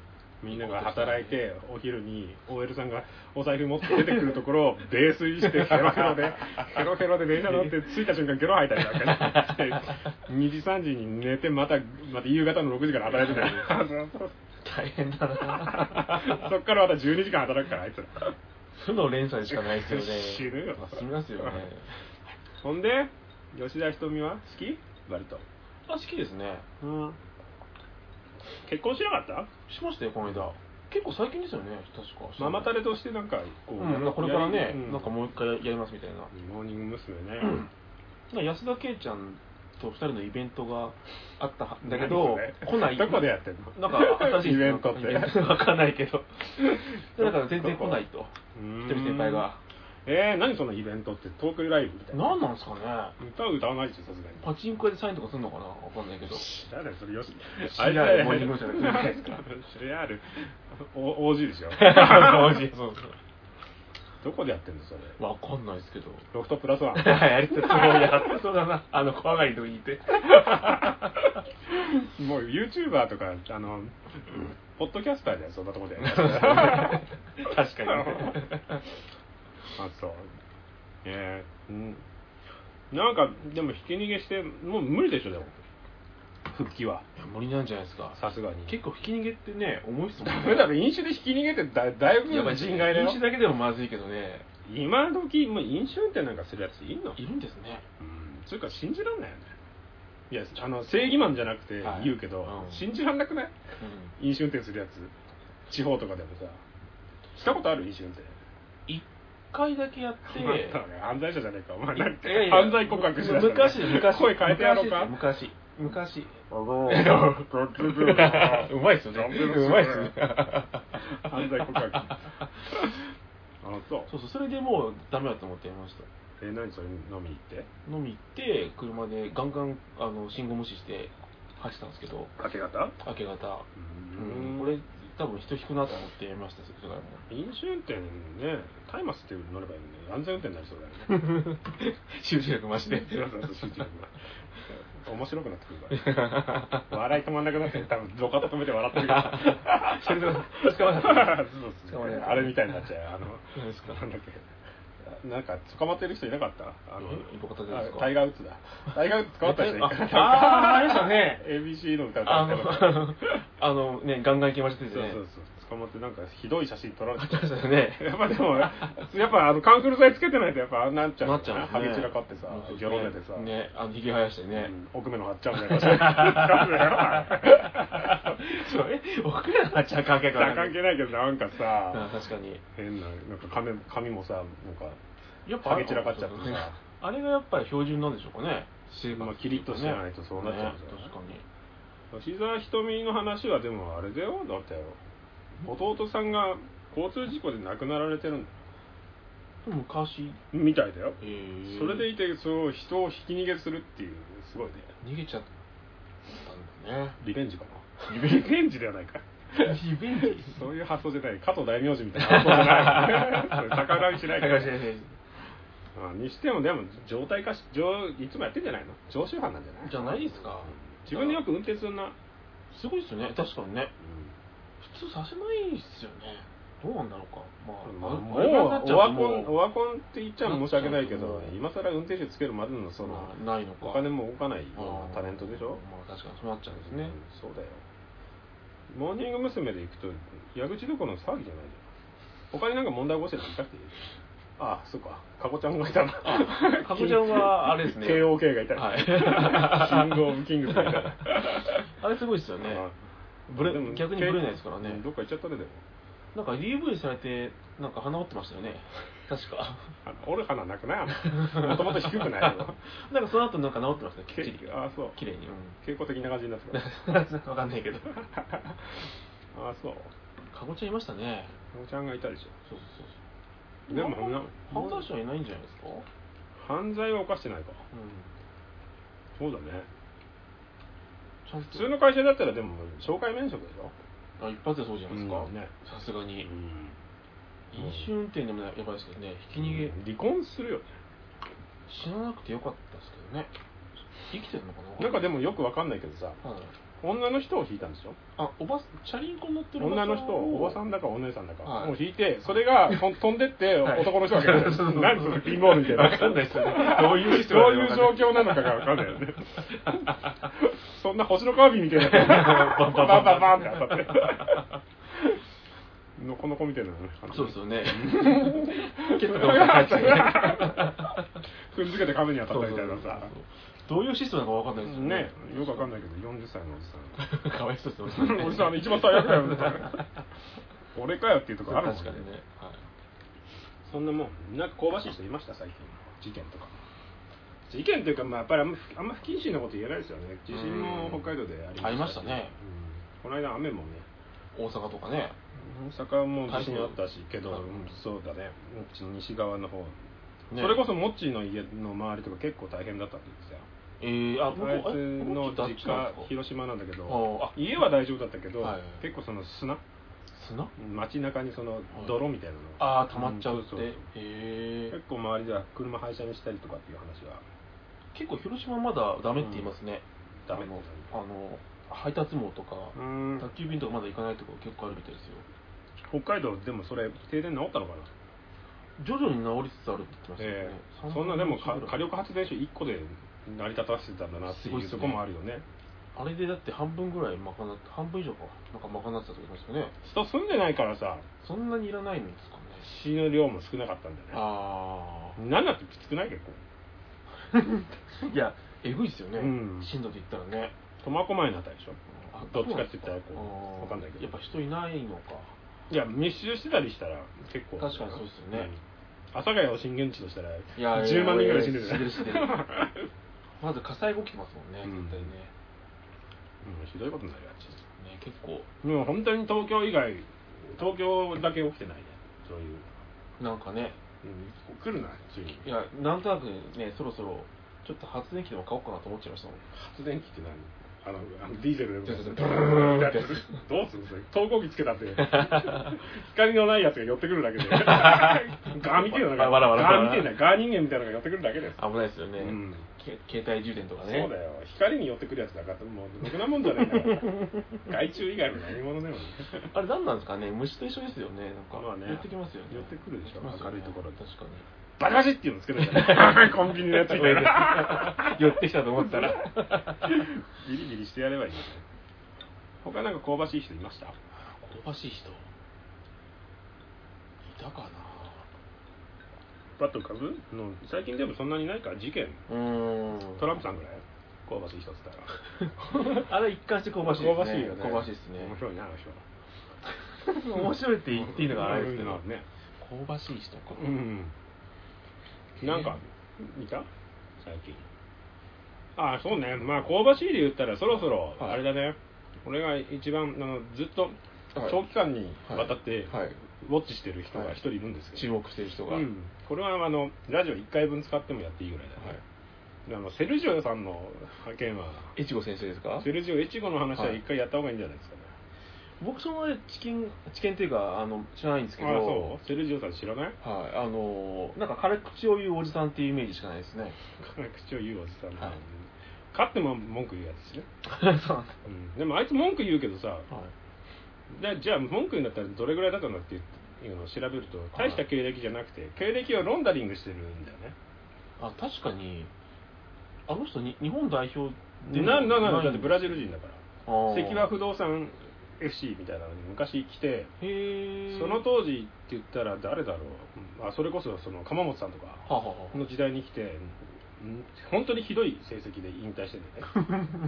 Speaker 1: みんなが働いてお昼に OL さんがお財布持って出てくるとこ
Speaker 3: [laughs]
Speaker 1: ろを泥酔してヘロヘロでヘロヘロで電車乗って着いた瞬間ゲロ吐いたりなんか
Speaker 3: [laughs]
Speaker 1: して2時3時に寝てまたまた夕方の6時から働いて
Speaker 3: [laughs]
Speaker 1: たり
Speaker 3: 大変だな
Speaker 1: [laughs] そっからまた12時間働くからあいつら
Speaker 3: 負の連鎖しかないですよね
Speaker 1: 死ぬよ
Speaker 3: 死にますよね
Speaker 1: ほんで吉田ひとみは好き割と
Speaker 3: あ好きですね
Speaker 1: うん結婚しなかっ
Speaker 3: しましたよこの間結構最近ですよね確
Speaker 1: た
Speaker 3: か
Speaker 1: ママタレとしてなんかこ
Speaker 3: う
Speaker 1: う、
Speaker 3: んなんかこれから
Speaker 1: や
Speaker 3: ね
Speaker 1: りう
Speaker 3: なんかもう一回やりますみたいななん
Speaker 1: モーニング娘。ね、
Speaker 3: か安田圭ちゃんと二人のイベントがあったはだけ
Speaker 1: [laughs] 何
Speaker 3: ど
Speaker 1: それ
Speaker 3: 来ない
Speaker 1: どこでやってんの
Speaker 3: なんか新しい
Speaker 1: イベントって
Speaker 3: イベントわかんないけど [laughs] だから全然来ないと
Speaker 1: うーん
Speaker 3: 一人先輩が
Speaker 1: えー、何そのイベントってトークライブみたいな
Speaker 3: 何なんですかね
Speaker 1: 歌は歌わないでしょさすがに
Speaker 3: パチンコ屋でサインとかするのかなわかんない [laughs] けど
Speaker 1: 誰それよし。
Speaker 3: CR
Speaker 1: あれだよ
Speaker 3: モーニング娘じゃないですか
Speaker 1: CR お OG
Speaker 3: [laughs]
Speaker 1: でしょ
Speaker 3: そうそう
Speaker 1: どこでやってんのそれ
Speaker 3: わかんないですけど。
Speaker 1: ロフトプラスワン
Speaker 3: [laughs] やりそう、やってそうだな。あの、怖がりのとこにいて。 [laughs]
Speaker 1: もう YouTuber とか、あの、ポッドキャスターじゃん、そんなとこ
Speaker 3: [laughs]
Speaker 1: で。
Speaker 3: 確かに。
Speaker 1: あ、そう。ええうん。なんか、でも、ひき逃げして、もう無理でしょ、でも。復帰は
Speaker 3: や無理なんじゃないですか
Speaker 1: さすがに
Speaker 3: 結構ひき逃げってね重いっすもん
Speaker 1: ダ
Speaker 3: ね
Speaker 1: メだろ飲酒で引き逃げてだだいぶ
Speaker 3: やばい
Speaker 1: 人外だよ
Speaker 3: 飲酒だけでもまずいけどね
Speaker 1: 今時もう飲酒運転なんかするやついんの
Speaker 3: いるんですね
Speaker 1: うんそれから信じらんないよねいやあの正義マンじゃなくて
Speaker 3: はい
Speaker 1: 言うけど、
Speaker 3: うん
Speaker 1: 信じらんなくない飲酒運転するやつ地方とかでもさしたことある飲酒運転
Speaker 3: 一、回だけやって [laughs]
Speaker 1: まあ犯罪者じゃねえかお前なんか
Speaker 3: いやいや
Speaker 1: 犯罪告白しだした
Speaker 3: 昔昔
Speaker 1: [laughs] 声変えてやろうか
Speaker 3: 昔昔
Speaker 1: う
Speaker 3: うまいっすよねうまいっすね
Speaker 1: 犯罪告白あそう
Speaker 3: そうそうそれでもうダメだと思ってやりました
Speaker 1: え何それ飲みに行って
Speaker 3: 飲み行って車でガンガンあの信号無視して走ったんですけど
Speaker 1: 明け方
Speaker 3: 明け方
Speaker 1: う
Speaker 3: うん
Speaker 1: ん
Speaker 3: これ多分人引くなと思ってやりましたそれからも
Speaker 1: 飲酒運転ね松明っていうの乗ればいいのに安全運転になりそうだよね [laughs]
Speaker 3: 集中力増して
Speaker 1: そうそうそう集中力が [laughs] 面白くなってくるから笑い止まんなくなって多分どかと止めて笑ってる
Speaker 3: [laughs]
Speaker 1: から
Speaker 3: それで捕まらな
Speaker 1: そうっすね
Speaker 3: 捕まらない
Speaker 1: あれみたいになっちゃうあの
Speaker 3: 何ですか
Speaker 1: なんだっけなんか捕まってる人いなかったあの
Speaker 3: えどこ立てですか
Speaker 1: あタイガー・ウッズだタイガー・ウッズ捕まった人いなかった
Speaker 3: ああーあれ
Speaker 1: [laughs]
Speaker 3: でしたね
Speaker 1: ABC の歌歌
Speaker 3: あ
Speaker 1: ってなかった
Speaker 3: の、 [laughs] あのね、ガンガン行きました
Speaker 1: そう
Speaker 3: よ
Speaker 1: そう
Speaker 3: ね。
Speaker 1: そう捕まってなんかひどい写真撮られて
Speaker 3: ありましたよ
Speaker 1: [laughs]
Speaker 3: ね。
Speaker 1: やっぱでも、やっぱあのカンフル剤つけてないと、やっぱああなっちゃう
Speaker 3: な
Speaker 1: よ
Speaker 3: っちゃうんです
Speaker 1: ハ
Speaker 3: ね。
Speaker 1: ゲ散らかってさ
Speaker 3: そうそう、
Speaker 1: ギョロ出てさ、
Speaker 3: ね、あの、ひげ生やしてね。
Speaker 1: うん奥目の張っちゃうんだよ。関
Speaker 3: [laughs] それ、僕らのちゃ関係から
Speaker 1: 係ないけど、なんか
Speaker 3: あ
Speaker 1: さ、
Speaker 3: 確かに。
Speaker 1: 変な、なんか髪髪もさ、なんか、
Speaker 3: やっ
Speaker 1: ハゲ散らかっちゃってさ
Speaker 3: あれがやっぱり標準なんでしょうかね。
Speaker 1: まあキリッとしてないとそうなっちゃうん
Speaker 3: ね
Speaker 1: じゃない
Speaker 3: 確かに。
Speaker 1: 吉沢瞳の話はでもあれだよ、だってよ、弟さんが交通事故で亡くなられてるんだよ
Speaker 3: でも昔、
Speaker 1: みたいだよ。
Speaker 3: えー
Speaker 1: それでいて、そう、人をひき逃げするっていう、すごいね。
Speaker 3: 逃げちゃったんだね。
Speaker 1: [laughs] リベンジかな。リベンジではないか。
Speaker 3: リベンジ
Speaker 1: そういう発想じゃない。加藤大名字みたいな発想じゃない。 [laughs] それ逆恨みしない
Speaker 3: [laughs]
Speaker 1: から。
Speaker 3: 逆恨みしない
Speaker 1: あにしても、でも、状態化し、常いつもやってんじゃないの常習犯なんじゃない
Speaker 3: じゃないですか。
Speaker 1: 自分でよく運転するな。
Speaker 3: すごいっすよね。確かにね。普通させないっすよねどうなんだろうかまあ、
Speaker 1: まあもう、
Speaker 3: あれ
Speaker 1: オワ
Speaker 3: がなっちゃ
Speaker 1: コ
Speaker 3: うと
Speaker 1: ン、オ
Speaker 3: もう
Speaker 1: ワコンって言っちゃ申し訳ないけ
Speaker 3: なっ
Speaker 1: ど
Speaker 3: ちゃうと、思う
Speaker 1: 今更運転手つけるまでの、その、
Speaker 3: まあないのか
Speaker 1: お金も置かないよ
Speaker 3: あー
Speaker 1: うなタレントでしょ
Speaker 3: まあ確かにそうなっちゃうんですね、
Speaker 1: うんそうだよ。モーニング娘。で行くと、矢口どころの騒ぎじゃないじゃん。他になんか問題起こしてる人いたっけああ、そっか。かこちゃんがいたな。
Speaker 3: かこちゃんはあれ
Speaker 1: [laughs]
Speaker 3: ですね
Speaker 1: KOK がいたり、
Speaker 3: はい [laughs]
Speaker 1: キングオブキングズがいたり
Speaker 3: あれすごいっすよねブレ
Speaker 1: でも
Speaker 3: 逆にブレないですからね
Speaker 1: どっか行っちゃったねでも
Speaker 3: なんか DV されてなんか鼻折ってましたよね確か
Speaker 1: あの折る花なくないもともと低くないよ
Speaker 3: なんかその後なんか治ってました [laughs] ねきっちり
Speaker 1: けああそう
Speaker 3: 綺麗に、うん、
Speaker 1: 傾向的な感じになってた
Speaker 3: なん [laughs] かわかんないけど
Speaker 1: ああそう
Speaker 3: かこちゃんいましたね
Speaker 1: かこちゃんがいたでし
Speaker 3: そうそうそう
Speaker 1: ょでもな
Speaker 3: 犯罪者はいないんじゃないですか、うん、
Speaker 1: 犯罪は犯してないかそうだね
Speaker 3: ちゃん
Speaker 1: 普
Speaker 3: と
Speaker 1: 通の会社だったらでも紹介免職でしょ
Speaker 3: あ一発でそうじゃないですか、
Speaker 1: うんね
Speaker 3: さすがに、
Speaker 1: ん
Speaker 3: 飲酒運転でもやばいですけどね、ひき逃げ、
Speaker 1: 離婚するよね
Speaker 3: 死ななくてよかったですけどね、生きてるのかな、
Speaker 1: なんかでもよくわかんないけどさ
Speaker 3: はい、
Speaker 1: 女の人を引いたんでしょ
Speaker 3: あおばチャリンコ乗ってる
Speaker 1: 女の人、おばさん
Speaker 3: だ、
Speaker 1: だかお姉さんだか、
Speaker 3: はい
Speaker 1: もう引いて、それがとん飛んでって、
Speaker 3: はい
Speaker 1: 男の人が
Speaker 3: [laughs]
Speaker 1: 来る、
Speaker 3: そうそう
Speaker 1: 何それ、ピンボールみたいな。
Speaker 3: わかんないっすよねどういうシステム
Speaker 1: ど
Speaker 3: な
Speaker 1: うい
Speaker 3: の
Speaker 1: う
Speaker 3: か
Speaker 1: 状況なのかがわかんないよね。 [laughs] そんな星のカービィみたいな。バンバンバンバンバンって当たって。 [laughs] のこのこみたいなのね。
Speaker 3: そうですよ
Speaker 1: [laughs]
Speaker 3: ね、
Speaker 1: 結 [laughs] 構踏んづけて壁に当たったみたいなさ。
Speaker 3: どういうシステムなのかわかんないですよ
Speaker 1: ね
Speaker 3: ね、
Speaker 1: よくわかんないけど、40歳のおじさん。
Speaker 3: かわいそうですよ
Speaker 1: おじさん一 [laughs] 番最悪だよ
Speaker 3: [laughs]
Speaker 1: みたいな俺かよっていうとこあるもん
Speaker 3: 確かにね、はい、
Speaker 1: そんなもんなんか香ばしい人いました最近事件とか事件というか、まあ、やっぱりあんまあんま不謹慎なこと言えないですよね地震も北海道でありました
Speaker 3: ありましたね
Speaker 1: うんこの間雨もね
Speaker 3: 大阪とかね、
Speaker 1: 大阪も地震あったしけど、
Speaker 3: はい
Speaker 1: うんそうだねうん西側の方、
Speaker 3: ね
Speaker 1: それこそモッチーの家の周りとか結構大変だったって言ってたよ
Speaker 3: えー、あ、僕、
Speaker 1: あいつの
Speaker 3: あ
Speaker 1: 実家
Speaker 3: 広
Speaker 1: 広島なんだけど
Speaker 3: ああ
Speaker 1: 家は大丈夫だったけど、
Speaker 3: はい
Speaker 1: 結構その砂
Speaker 3: 砂
Speaker 1: 街中にその泥みたいなのが、
Speaker 3: ああ、溜まっちゃうっ
Speaker 1: そ
Speaker 3: て、
Speaker 1: そ
Speaker 3: へ
Speaker 1: そ
Speaker 3: え
Speaker 1: 結構周りでは車廃車にしたりとかっていう話は
Speaker 3: 結構広島まだダメって言いますね、
Speaker 1: ダメ
Speaker 3: あのあの配達網とか、
Speaker 1: うん
Speaker 3: 宅急便とかまだ行かないとこ結構あるみたいですよ
Speaker 1: 北海道でもそれ停電治ったのかな、
Speaker 3: 徐々に治りつつあるって言ってましたよね
Speaker 1: え、え
Speaker 3: 三
Speaker 1: そんなでもか
Speaker 3: 分の一ぐらい
Speaker 1: 火力発電所1個で成り立たせてたんだなって
Speaker 3: すごい
Speaker 1: い
Speaker 3: っ
Speaker 1: う
Speaker 3: すね
Speaker 1: とこもあるよね
Speaker 3: あれでだって半分ぐらい賄って半分以上かなんか賄ってたと言いましたよね
Speaker 1: 人住んでないからさ
Speaker 3: そんなにいらないんですかね
Speaker 1: 血の量も少なかったんだよ
Speaker 3: あ
Speaker 1: ねなんだってきつくない結構
Speaker 3: あ [laughs] いやえぐいっすよね、
Speaker 1: うん
Speaker 3: 震度で言ったらね
Speaker 1: 苫小牧のあたりでしょ
Speaker 3: あ
Speaker 1: どっちかって言ったらこう
Speaker 3: そうなんです
Speaker 1: わかんないけど
Speaker 3: やっぱ人いないのか
Speaker 1: いや密集してたりしたら結構
Speaker 3: 確かにそうですよね
Speaker 1: うん阿佐ヶ谷を震源地としたら
Speaker 3: いや
Speaker 1: 10万人ぐらい死んでる
Speaker 3: い
Speaker 1: じゃ
Speaker 3: やい
Speaker 1: んうん
Speaker 3: やいや死んでる死んでる
Speaker 1: [laughs]
Speaker 3: まず火災が起きてますもんね
Speaker 1: うん
Speaker 3: 絶対ね,、
Speaker 1: ひどいことになるよあっち
Speaker 3: ね結構
Speaker 1: もう本当に東京以外東京だけ起きてないねそういう、
Speaker 3: なんかね
Speaker 1: うん、来るなついに
Speaker 3: いやなんとなくねそろそろちょっと発電機でも買おうかなと思っちゃいましたもん
Speaker 1: 発電機って何あのあのディーゼルで
Speaker 3: そうそう
Speaker 1: ブーンってやつどうするそれ投光器つけたって光のないやつが寄ってくるだけでガーみてえなのが
Speaker 3: わらわらわら
Speaker 1: ガーみてえなガー人間みたいなのが寄ってくるだけです
Speaker 3: 危ないですよね、
Speaker 1: うん
Speaker 3: け携帯充電とか
Speaker 1: そう
Speaker 3: ね
Speaker 1: だよ光に寄ってくるやつなんかってもうろくなもんじゃないから害虫以外の何者でもね
Speaker 3: あれ何なんですかね虫と一緒ですよねなんか、
Speaker 1: まあね
Speaker 3: 寄ってきますよね
Speaker 1: 寄ってくるでしょ
Speaker 3: 寄ってきますよね
Speaker 1: 明るいところで
Speaker 3: 確かに
Speaker 1: バカジっていうのつけたじゃないコンビニのやつみたいな
Speaker 3: 寄ってきたと思ったら
Speaker 1: [laughs] ギリギリしてやればいいよね他なんか香ばしい人いました
Speaker 3: 香ばしい人いたか
Speaker 1: バット株の最近でもそんなにないから事件
Speaker 3: なうーん
Speaker 1: トランプさんぐらい香ばしい人っつったら
Speaker 3: あれ一貫して香ばしいです
Speaker 1: 香
Speaker 3: ね
Speaker 1: ばしいよね
Speaker 3: 香ばしいですね
Speaker 1: 面白いなあの人は
Speaker 3: [laughs] 面白いって言っていいのがあれですけど、
Speaker 1: ね
Speaker 3: 香ばしい人か、
Speaker 1: うんなんか見た最近ああそうねまあ香ばしいで言ったらそろそろ
Speaker 3: はい
Speaker 1: あれだね、俺が一番あのずっと
Speaker 3: はい
Speaker 1: 長期間にわたって
Speaker 3: はいはい
Speaker 1: ウォッチしてる人が一人いるんですけ
Speaker 3: 注
Speaker 1: ど、
Speaker 3: 目してる人が、
Speaker 1: うん、これはあのラジオ1回分使ってもやっていいぐらいだね、
Speaker 3: はい
Speaker 1: あのセルジオさんの派遣は
Speaker 3: 越後先生ですか
Speaker 1: セルジオ越後の話は一回やった方がいいんじゃないですかね、
Speaker 3: 僕その知見知見っていうかあの知らないんですけど
Speaker 1: ああそうセルジオさん知らない [laughs]
Speaker 3: はいあのなんか辛口を言うおじさんっていうイメージしかないですね
Speaker 1: 口を言うおじさんな
Speaker 3: はい
Speaker 1: 勝っても文句言うやつですね、
Speaker 3: そうなんですか、は
Speaker 1: うん、でもあいつ文句言うけどさでじゃあ文句言うんだったらどれぐらいだったんだっていうのを調べると大した経歴じゃなくて経歴をロンダリングしてるんだよね
Speaker 3: あ確かにあの人に日本代表でも
Speaker 1: なんなんなんだってブラ
Speaker 3: ジ
Speaker 1: ジル人だから
Speaker 3: ル
Speaker 1: 関和不動産 FC みたいなのに昔来て
Speaker 3: へえ
Speaker 1: その当時って言ったら誰だろうあそれこそその鎌本さんとか
Speaker 3: はあはあは
Speaker 1: この時代に来て、うん本当にひどい成績で引退しててね。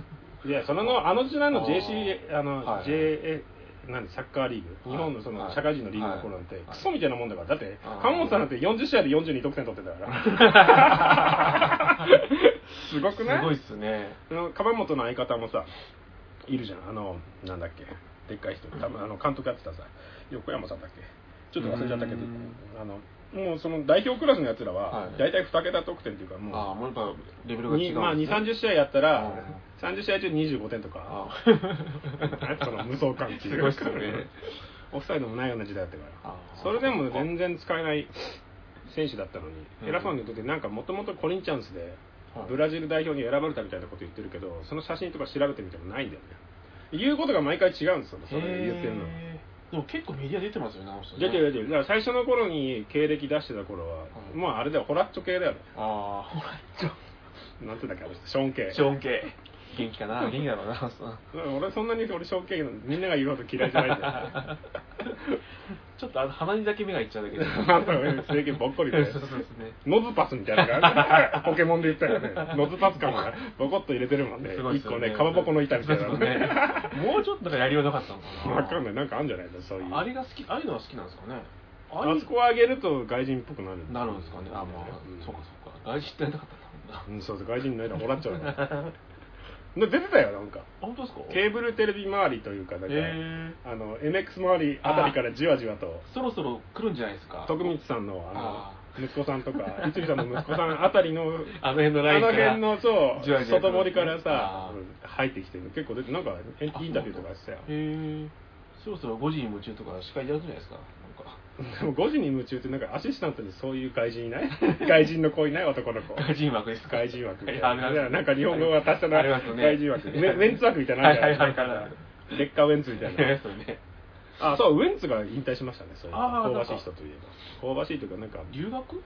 Speaker 3: [laughs]
Speaker 1: いや、そののあの時代の JC、あの、
Speaker 3: はいはい
Speaker 1: JA、何サッカーリーグ、
Speaker 3: はい
Speaker 1: 日本のその社会人のリーグの頃なんて、
Speaker 3: はい
Speaker 1: クソみたいなもんだから、だって
Speaker 3: あ、ー
Speaker 1: 川本さんなんて40試合で42得点取ってたから、
Speaker 3: [laughs]
Speaker 1: [laughs] すご
Speaker 3: あ
Speaker 1: く
Speaker 3: すご
Speaker 1: ないい
Speaker 3: っすね
Speaker 1: あの川本の相方もさ、いるじゃん、あの、なんだっけ、でっかい人、多分あの監督やってたさ、横山さんだっけ、ちょっと忘れちゃったけど
Speaker 3: うん、
Speaker 1: あのもうその代表クラスのやつら
Speaker 3: は
Speaker 1: は、
Speaker 3: い
Speaker 1: 大体2桁得点っていうか、もう。
Speaker 3: ああもうやっぱレベルが違うんです、
Speaker 1: に
Speaker 3: ね、
Speaker 1: まあ2 3 0試合やったら30試合中25点とか
Speaker 3: あ
Speaker 1: その無双感ってい
Speaker 3: す
Speaker 1: う
Speaker 3: ごいっすよね
Speaker 1: オフサイドもないような時代だったから
Speaker 3: あ
Speaker 1: [laughs]
Speaker 3: ー
Speaker 1: それでも全然使えない選手だったのに
Speaker 3: うん
Speaker 1: 偉そうに言っててなんかもともとコリンチャンスで
Speaker 3: はい
Speaker 1: ブラジル代表に選ばれたみたいなこと言ってるけどその写真とか調べてみてもないんだよね言うことが毎回違うんですよそれで言ってるの
Speaker 3: へーでも結構メディア出てますよねあの人ね
Speaker 1: 出てる出てるだから最初の頃に経歴出してた頃は
Speaker 3: うん
Speaker 1: まああれだよホラッチョ系だよね
Speaker 3: ああほらちょ
Speaker 1: なんていうんだっけあの人ショーン系
Speaker 3: ショーン系元気か [laughs] な元気だろうな
Speaker 1: 俺そんなに俺ショーン系のみんなが言うほど嫌いじゃないんだよね
Speaker 3: [laughs] ちょっとあの鼻にだけ目がいっちゃうだけで
Speaker 1: 最近ばっかりで
Speaker 3: そうそうですね
Speaker 1: ノズパスみたいなの
Speaker 3: [laughs]
Speaker 1: がポケモンで言ったよねノズパス感がボコッと入れてるもんね
Speaker 3: すごいっ
Speaker 1: 一
Speaker 3: す
Speaker 1: 個
Speaker 3: よ
Speaker 1: ねかまぼこの板みたいな
Speaker 3: そ
Speaker 1: の
Speaker 3: うです
Speaker 1: ね
Speaker 3: よねもうちょっとだからやりようなかったのかな
Speaker 1: わかんないなんかあるんじゃないのそういう
Speaker 3: あれが好きああいうのは好きなんですかねああい
Speaker 1: あ
Speaker 3: う
Speaker 1: そこを上げると外人っぽくなる
Speaker 3: なるんですかねあまあ、
Speaker 1: ん
Speaker 3: そうかそうか外人ってなかったんだもん
Speaker 1: う
Speaker 3: な
Speaker 1: んそうそう外人になりたらもらっちゃうから
Speaker 3: [laughs]
Speaker 1: で出てたよなんか
Speaker 3: 本当ですか
Speaker 1: ケーブルテレビ周りというかなんか、
Speaker 3: え
Speaker 1: あの MX 周りあたりからじわじわと
Speaker 3: そろそろ来るんじゃないですか
Speaker 1: 徳光さんのあ
Speaker 3: あ
Speaker 1: の息子さん
Speaker 3: [laughs]
Speaker 1: とか一木さんの息子さんあたりの
Speaker 3: あの辺のライ
Speaker 1: あ
Speaker 3: ンか
Speaker 1: の
Speaker 3: ら
Speaker 1: 辺のそう
Speaker 3: じわじわ
Speaker 1: 外堀から
Speaker 3: あ
Speaker 1: さ
Speaker 3: ー
Speaker 1: 入ってきてる結構出てなんかインインタビューとかしてたよ
Speaker 3: へえそろそろ5時に夢中とか司会やるんじゃないですかな
Speaker 1: でも5時に夢中ってなんかアシスタントにそういう外人いない
Speaker 3: [laughs]
Speaker 1: 外人の子いない男の子
Speaker 3: んか外人枠ですか
Speaker 1: 外人枠みたい
Speaker 3: [laughs] ありますね
Speaker 1: ななんか日本語が達者な
Speaker 3: ありますね
Speaker 1: 外人枠メメンツ枠みたいなのあるじゃん
Speaker 3: はいはいはいはい
Speaker 1: レッカーウェンツみたい
Speaker 3: [laughs]
Speaker 1: な
Speaker 3: そうね
Speaker 1: あそうウェンツが引退しましたねそういう
Speaker 3: あー
Speaker 1: 香ばしい人といえば香ばしいというかなんか
Speaker 3: 留学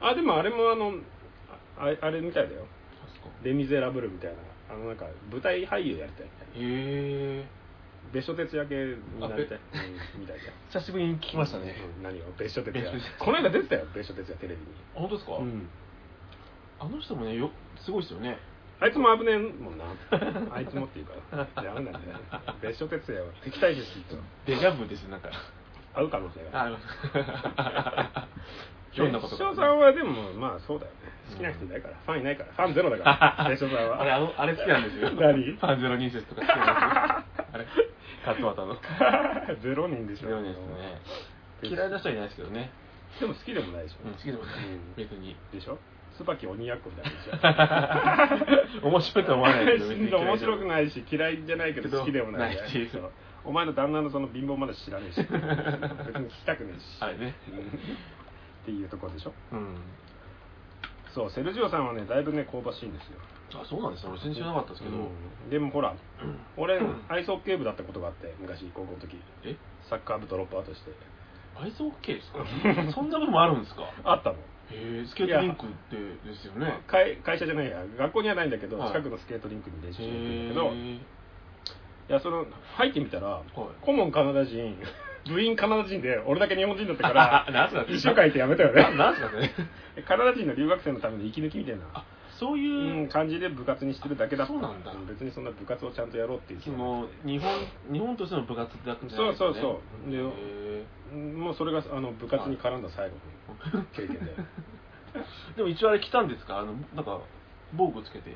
Speaker 1: あでもあれもあのああれみたいだよ
Speaker 3: あ
Speaker 1: レ・ミゼラブルみたいなああのなんか舞台俳優やりたい
Speaker 3: へえ
Speaker 1: 別所哲也系になりたい
Speaker 3: あべ
Speaker 1: うんみたいだよ
Speaker 3: 久しぶりに聞きましたね、
Speaker 1: うん何を別所哲也
Speaker 3: 別所哲也
Speaker 1: この間出てたよ別所哲也テレビに
Speaker 3: あ本当ですか、
Speaker 1: うん
Speaker 3: あの人もねよすごいですよね
Speaker 1: あいつも危ねえも
Speaker 3: [laughs]
Speaker 1: んなあいつもっていうからダメなんだよね別所哲也は敵対ですって言ったら
Speaker 3: デジャブですなんか
Speaker 1: 会う可能性がある
Speaker 3: あ [laughs] ひょんなこと
Speaker 1: 別
Speaker 3: から
Speaker 1: 所
Speaker 3: ね
Speaker 1: さんはでもまあそうだよね好きな人いないから、ファンいないからファンゼロだ
Speaker 3: [laughs]
Speaker 1: から別所さんは
Speaker 3: あれ、あのあれ好きなんですよ。
Speaker 1: 何
Speaker 3: ファンゼロ人説とか好きなんですよ。
Speaker 1: [laughs]
Speaker 3: あれ、勝俣の。
Speaker 1: [laughs] ゼロ人でしょ
Speaker 3: ゼロ人ですね。嫌いな人はいないですけどね。
Speaker 1: でも好きでもないでしょ、
Speaker 3: うん、好きでもない
Speaker 1: うん。
Speaker 3: 別に。
Speaker 1: でしょ椿鬼奴みたいな人じ
Speaker 3: 面白いとは思わないけ [laughs] ど、別に
Speaker 1: ゃん面白く
Speaker 3: い。
Speaker 1: ないし嫌いじゃないけど好きでもない
Speaker 3: ないっていう
Speaker 1: そうお前の旦那のその貧乏まだ知らねえ
Speaker 3: [laughs]
Speaker 1: し別に聞きたくねえし
Speaker 3: あれね。
Speaker 1: うんっていうとこでしょ
Speaker 3: うん。
Speaker 1: そうセルジオさんはねだいぶね香ばしいんですよ
Speaker 3: あ、そうなんですね。俺、全然知らなかったですけど。
Speaker 1: うんでもほら俺アイスホッケー部だったことがあって昔高校の時
Speaker 3: え
Speaker 1: サッカー部ドロップアウトして
Speaker 3: アイスホッケーですかそんな部分もあるん [laughs] ですか
Speaker 1: あったの
Speaker 3: へえ、スケートリンクってですよね。
Speaker 1: 会会社じゃないや学校にはないんだけど
Speaker 3: はい
Speaker 1: 近くのスケートリンクに練習して
Speaker 3: へ
Speaker 1: るんだけど
Speaker 3: え。
Speaker 1: いやその入ってみたら
Speaker 3: い
Speaker 1: 顧問カナダ
Speaker 3: [laughs]
Speaker 1: 人部員カナダ人で俺だけ日本人だったから
Speaker 3: なんすか
Speaker 1: 一緒書いてやめたよね
Speaker 3: ななんすか [laughs] ね。
Speaker 1: カナダ人の留学生のための息抜きみたいな
Speaker 3: あ、そういう。
Speaker 1: うん感じで部活にしてるだけだった
Speaker 3: そうなんだ
Speaker 1: 別にそんな部活をちゃんとやろうっていう気
Speaker 3: そ
Speaker 1: はな
Speaker 3: の
Speaker 1: くて
Speaker 3: 日本日本としての部活ってわけじゃないです
Speaker 1: そうそうそうで
Speaker 3: へえ
Speaker 1: もうそれがあの部活に絡んだ最後の経
Speaker 3: [laughs]
Speaker 1: 験で
Speaker 3: でも一応あれ来たんですかあのなんか防具つけて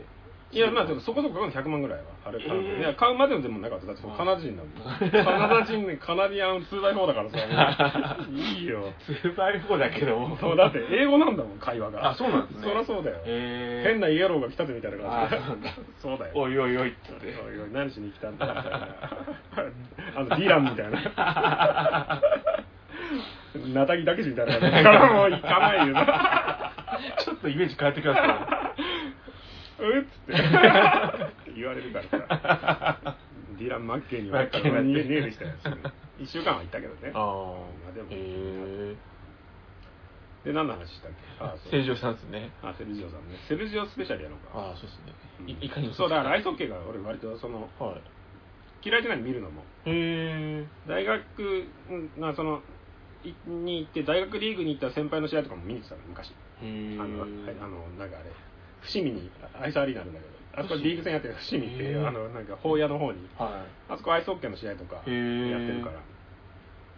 Speaker 1: いやまあでもそこそこかかる100万ぐらいはあれ絡んで、
Speaker 3: えー
Speaker 1: いや買うまでもでもなかっただってそのカナダ人なんだカナダ人でカナディアン 2x4 だから
Speaker 3: [laughs]
Speaker 1: さいいよ
Speaker 3: [laughs] スーパー方だけども
Speaker 1: そうだって英語なんだもん会話が
Speaker 3: あそうなんですね
Speaker 1: そりゃそうだ
Speaker 3: [laughs]
Speaker 1: よ、
Speaker 3: へえ
Speaker 1: 変なイエローが来たぜみたいな感じで
Speaker 3: あそう
Speaker 1: そ
Speaker 3: なんだ
Speaker 1: うだよ
Speaker 3: おいおいおいっつっ
Speaker 1: お
Speaker 3: て
Speaker 1: いおい何しに来たんだ
Speaker 3: [laughs]
Speaker 1: みたいなあのディランみたい
Speaker 3: [laughs]
Speaker 1: なナタギだけしみたいな感じで [laughs] もう行かないよな
Speaker 3: [laughs] ちょっとイメージ変えてくださ
Speaker 1: うっつって言われるからさディラン・マッケイには
Speaker 3: マッケイには
Speaker 1: ネイルしたやつ1週間は行ったけどね
Speaker 3: い [laughs] ああ
Speaker 1: まあでも
Speaker 3: へえ
Speaker 1: で何の話したっけあそう
Speaker 3: 正常さんですね
Speaker 1: あセルジオさんねセルジオスペシャルやろうか
Speaker 3: ああそうですね
Speaker 1: うん
Speaker 3: いいかにも
Speaker 1: そうだからアイスホッケーが俺割とその
Speaker 3: は
Speaker 1: 嫌いじゃない見るのも
Speaker 3: いへえ
Speaker 1: 大学うんなそのいに行って大学リーグに行った先輩の試合とかも見に行ってたの昔
Speaker 3: へ
Speaker 1: あ
Speaker 3: え
Speaker 1: のはいあのなんかあれ伏見にあアイスアリーナあるんだけどあそこリーグ戦やってる伏見ってい
Speaker 3: へ
Speaker 1: う
Speaker 3: ー
Speaker 1: あのなんか法屋の方に
Speaker 3: は
Speaker 1: あそこアイスホッケーの試合とかやって
Speaker 3: へー
Speaker 1: るから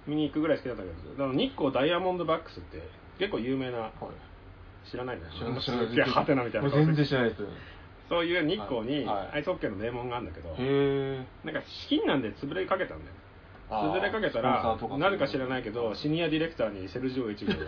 Speaker 1: 見に行くぐらい好きだったけどあの日光ダイヤモンドバックスって結構有名ない
Speaker 3: はい
Speaker 1: 知らないのよ
Speaker 3: 知らない
Speaker 1: すっげえハテナみたいな
Speaker 3: もう全然知らないですへ
Speaker 1: そういう日光に
Speaker 3: はいはい
Speaker 1: アイスホッケーの名門があるんだけど、
Speaker 3: え
Speaker 1: なんか資金なんで潰れかけたんだよ
Speaker 3: あー
Speaker 1: 潰れかけた
Speaker 3: スポン
Speaker 1: ら
Speaker 3: サーとか
Speaker 1: なぜか知らないけどシニアディレクターにセルジオ
Speaker 3: [laughs]
Speaker 1: 一号じ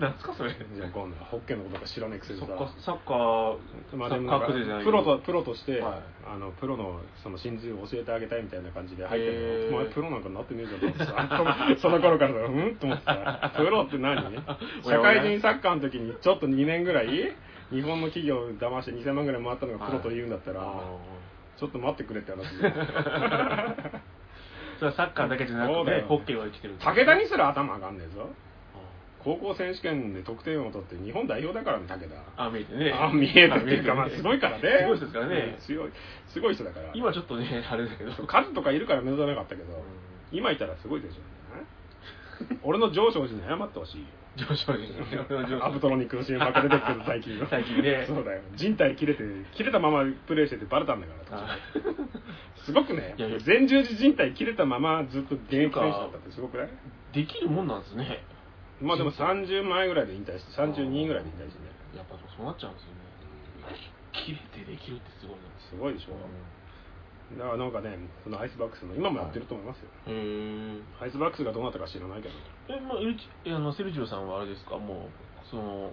Speaker 3: なんすかそれ
Speaker 1: ゃあ今度はホッケーのことか知らないくせに
Speaker 3: そ
Speaker 1: さ
Speaker 3: っかサッカー、
Speaker 1: まあ
Speaker 3: サ
Speaker 1: で
Speaker 3: ッ
Speaker 1: もなんか
Speaker 3: カークでじゃない
Speaker 1: プロとプロとして、
Speaker 3: はい
Speaker 1: あのプロのその真髄を教えてあげたいみたいな感じで入って
Speaker 3: へ
Speaker 1: る
Speaker 3: ー
Speaker 1: お前プロなんかなってねえじゃんと思って
Speaker 3: [laughs]
Speaker 1: さその頃からさうんと思ってさプロって何社会人サッカーの時にちょっと2年ぐらい日本の企業を騙して2000万ぐらい回ったのがプロと言うんだったら、
Speaker 3: あ
Speaker 1: ちょっと待ってくれって話じゃ
Speaker 3: [laughs]
Speaker 1: ん
Speaker 3: ーそれはサッカーだけじゃな
Speaker 1: そ
Speaker 3: く
Speaker 1: うだ
Speaker 3: て
Speaker 1: よ
Speaker 3: ホッケーが生きてる
Speaker 1: 武田にすら頭上がんねえぞ
Speaker 3: あ
Speaker 1: 高校選手権で得点王を取って日本代表だからね武田
Speaker 3: ーあ見えてね
Speaker 1: あ見えたっていうか、まあ、すごいからね。
Speaker 3: すごい人ですからね
Speaker 1: うん強い、すごい人だから。
Speaker 3: 今ちょっとねあれだ
Speaker 1: [laughs]
Speaker 3: けど
Speaker 1: 数とかいるから目立たなかったけど、今いたらすごいでしょ、ね。俺の上昇時に謝ってほしいよ。
Speaker 3: 上昇人
Speaker 1: アブトロに苦しみばっかり出てるけど、最近は。
Speaker 3: [laughs] 最近ね
Speaker 1: そうだよ。人体切れて、切れたままプレイしててバレたんだから、
Speaker 3: あ
Speaker 1: すごくね
Speaker 3: いやいや、
Speaker 1: 前十字人体切れたままずっと現役選手だったってすごくない
Speaker 3: ーできるもんなんですね
Speaker 1: まあでも30前ぐらいで引退して、32ぐらいで引退してね。
Speaker 3: やっぱそうなっちゃうんですよね切れてできるってすごいな
Speaker 1: すごいでしょ。だからなんかね、そのアイスバックスの、今もやってると思いますよ。
Speaker 3: へえ
Speaker 1: アイスバックスがどうなったか知らないけど、
Speaker 3: えまあうちあのセルジオさんはあれですかもうその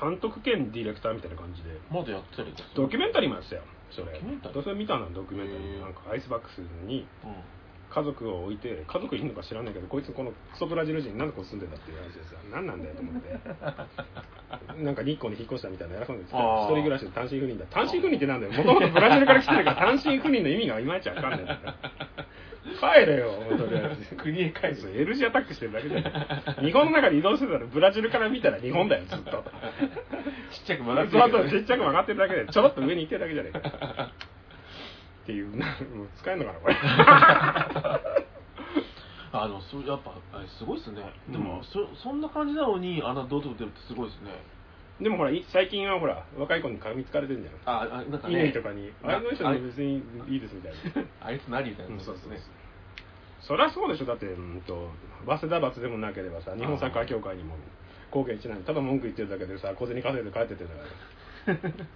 Speaker 1: 監督兼ディレクターみたいな感じで、
Speaker 3: まだやってたりとか
Speaker 1: ドキュメンタリーもやってたよ、そ
Speaker 3: ド
Speaker 1: れ
Speaker 3: キュメンタリ。ー
Speaker 1: それ見たの、ドキュメンタリ
Speaker 3: へ
Speaker 1: ー。
Speaker 3: ー
Speaker 1: なんかアイスバックスに
Speaker 3: うん
Speaker 1: 家族を置いて、家族いるのか知らないけど、こいつこのクソブラジル人になんでこう住んでんだっていう話でさ、何なんだよと思って、なんか日光に引っ越したみたいな偉そうに言ってた
Speaker 3: あ
Speaker 1: 一
Speaker 3: ー
Speaker 1: 人暮らしで単身赴任だ。単身赴任ってなんだよ、もともとブラジルから来てるから単身赴任の意味がいまいちわかんないんだよ。帰れよ、とりあえ
Speaker 3: [laughs]
Speaker 1: ず。
Speaker 3: 国へ帰る
Speaker 1: L 字アタックしてるだけじゃん。日本の中に移動してたら、ブラジルから見たら日本だよ、ずっと。
Speaker 3: ちっちゃく
Speaker 1: そ
Speaker 3: 曲
Speaker 1: う
Speaker 3: がってるけ
Speaker 1: そ
Speaker 3: ど
Speaker 1: う、
Speaker 3: ね
Speaker 1: ちっちゃく曲がってるだけで、ちょろっと上に行ってるだけじゃないか。っていう、なもう使えんのかな、こ
Speaker 3: [laughs]
Speaker 1: れ。
Speaker 3: あのそれやっぱあれすごいですねでも、
Speaker 1: うん
Speaker 3: そそんな感じなのにあんな堂々と出るってすごいですね
Speaker 1: でもほら、い最近はほら、若い子に噛みつかれてるんじゃない
Speaker 3: ああなんかね
Speaker 1: 乾とかに、あれの人
Speaker 3: あ
Speaker 1: も
Speaker 3: れ
Speaker 1: 別にいいですみたいな。
Speaker 3: あいつ何みたいな、
Speaker 1: そうそうそう。そりゃそうでしょ、だって、うんと、早稲田罰でもなければさ、日本サッカー協会にも貢献しない、ただ文句言ってるだけでさ、小銭稼いで帰ってってんだか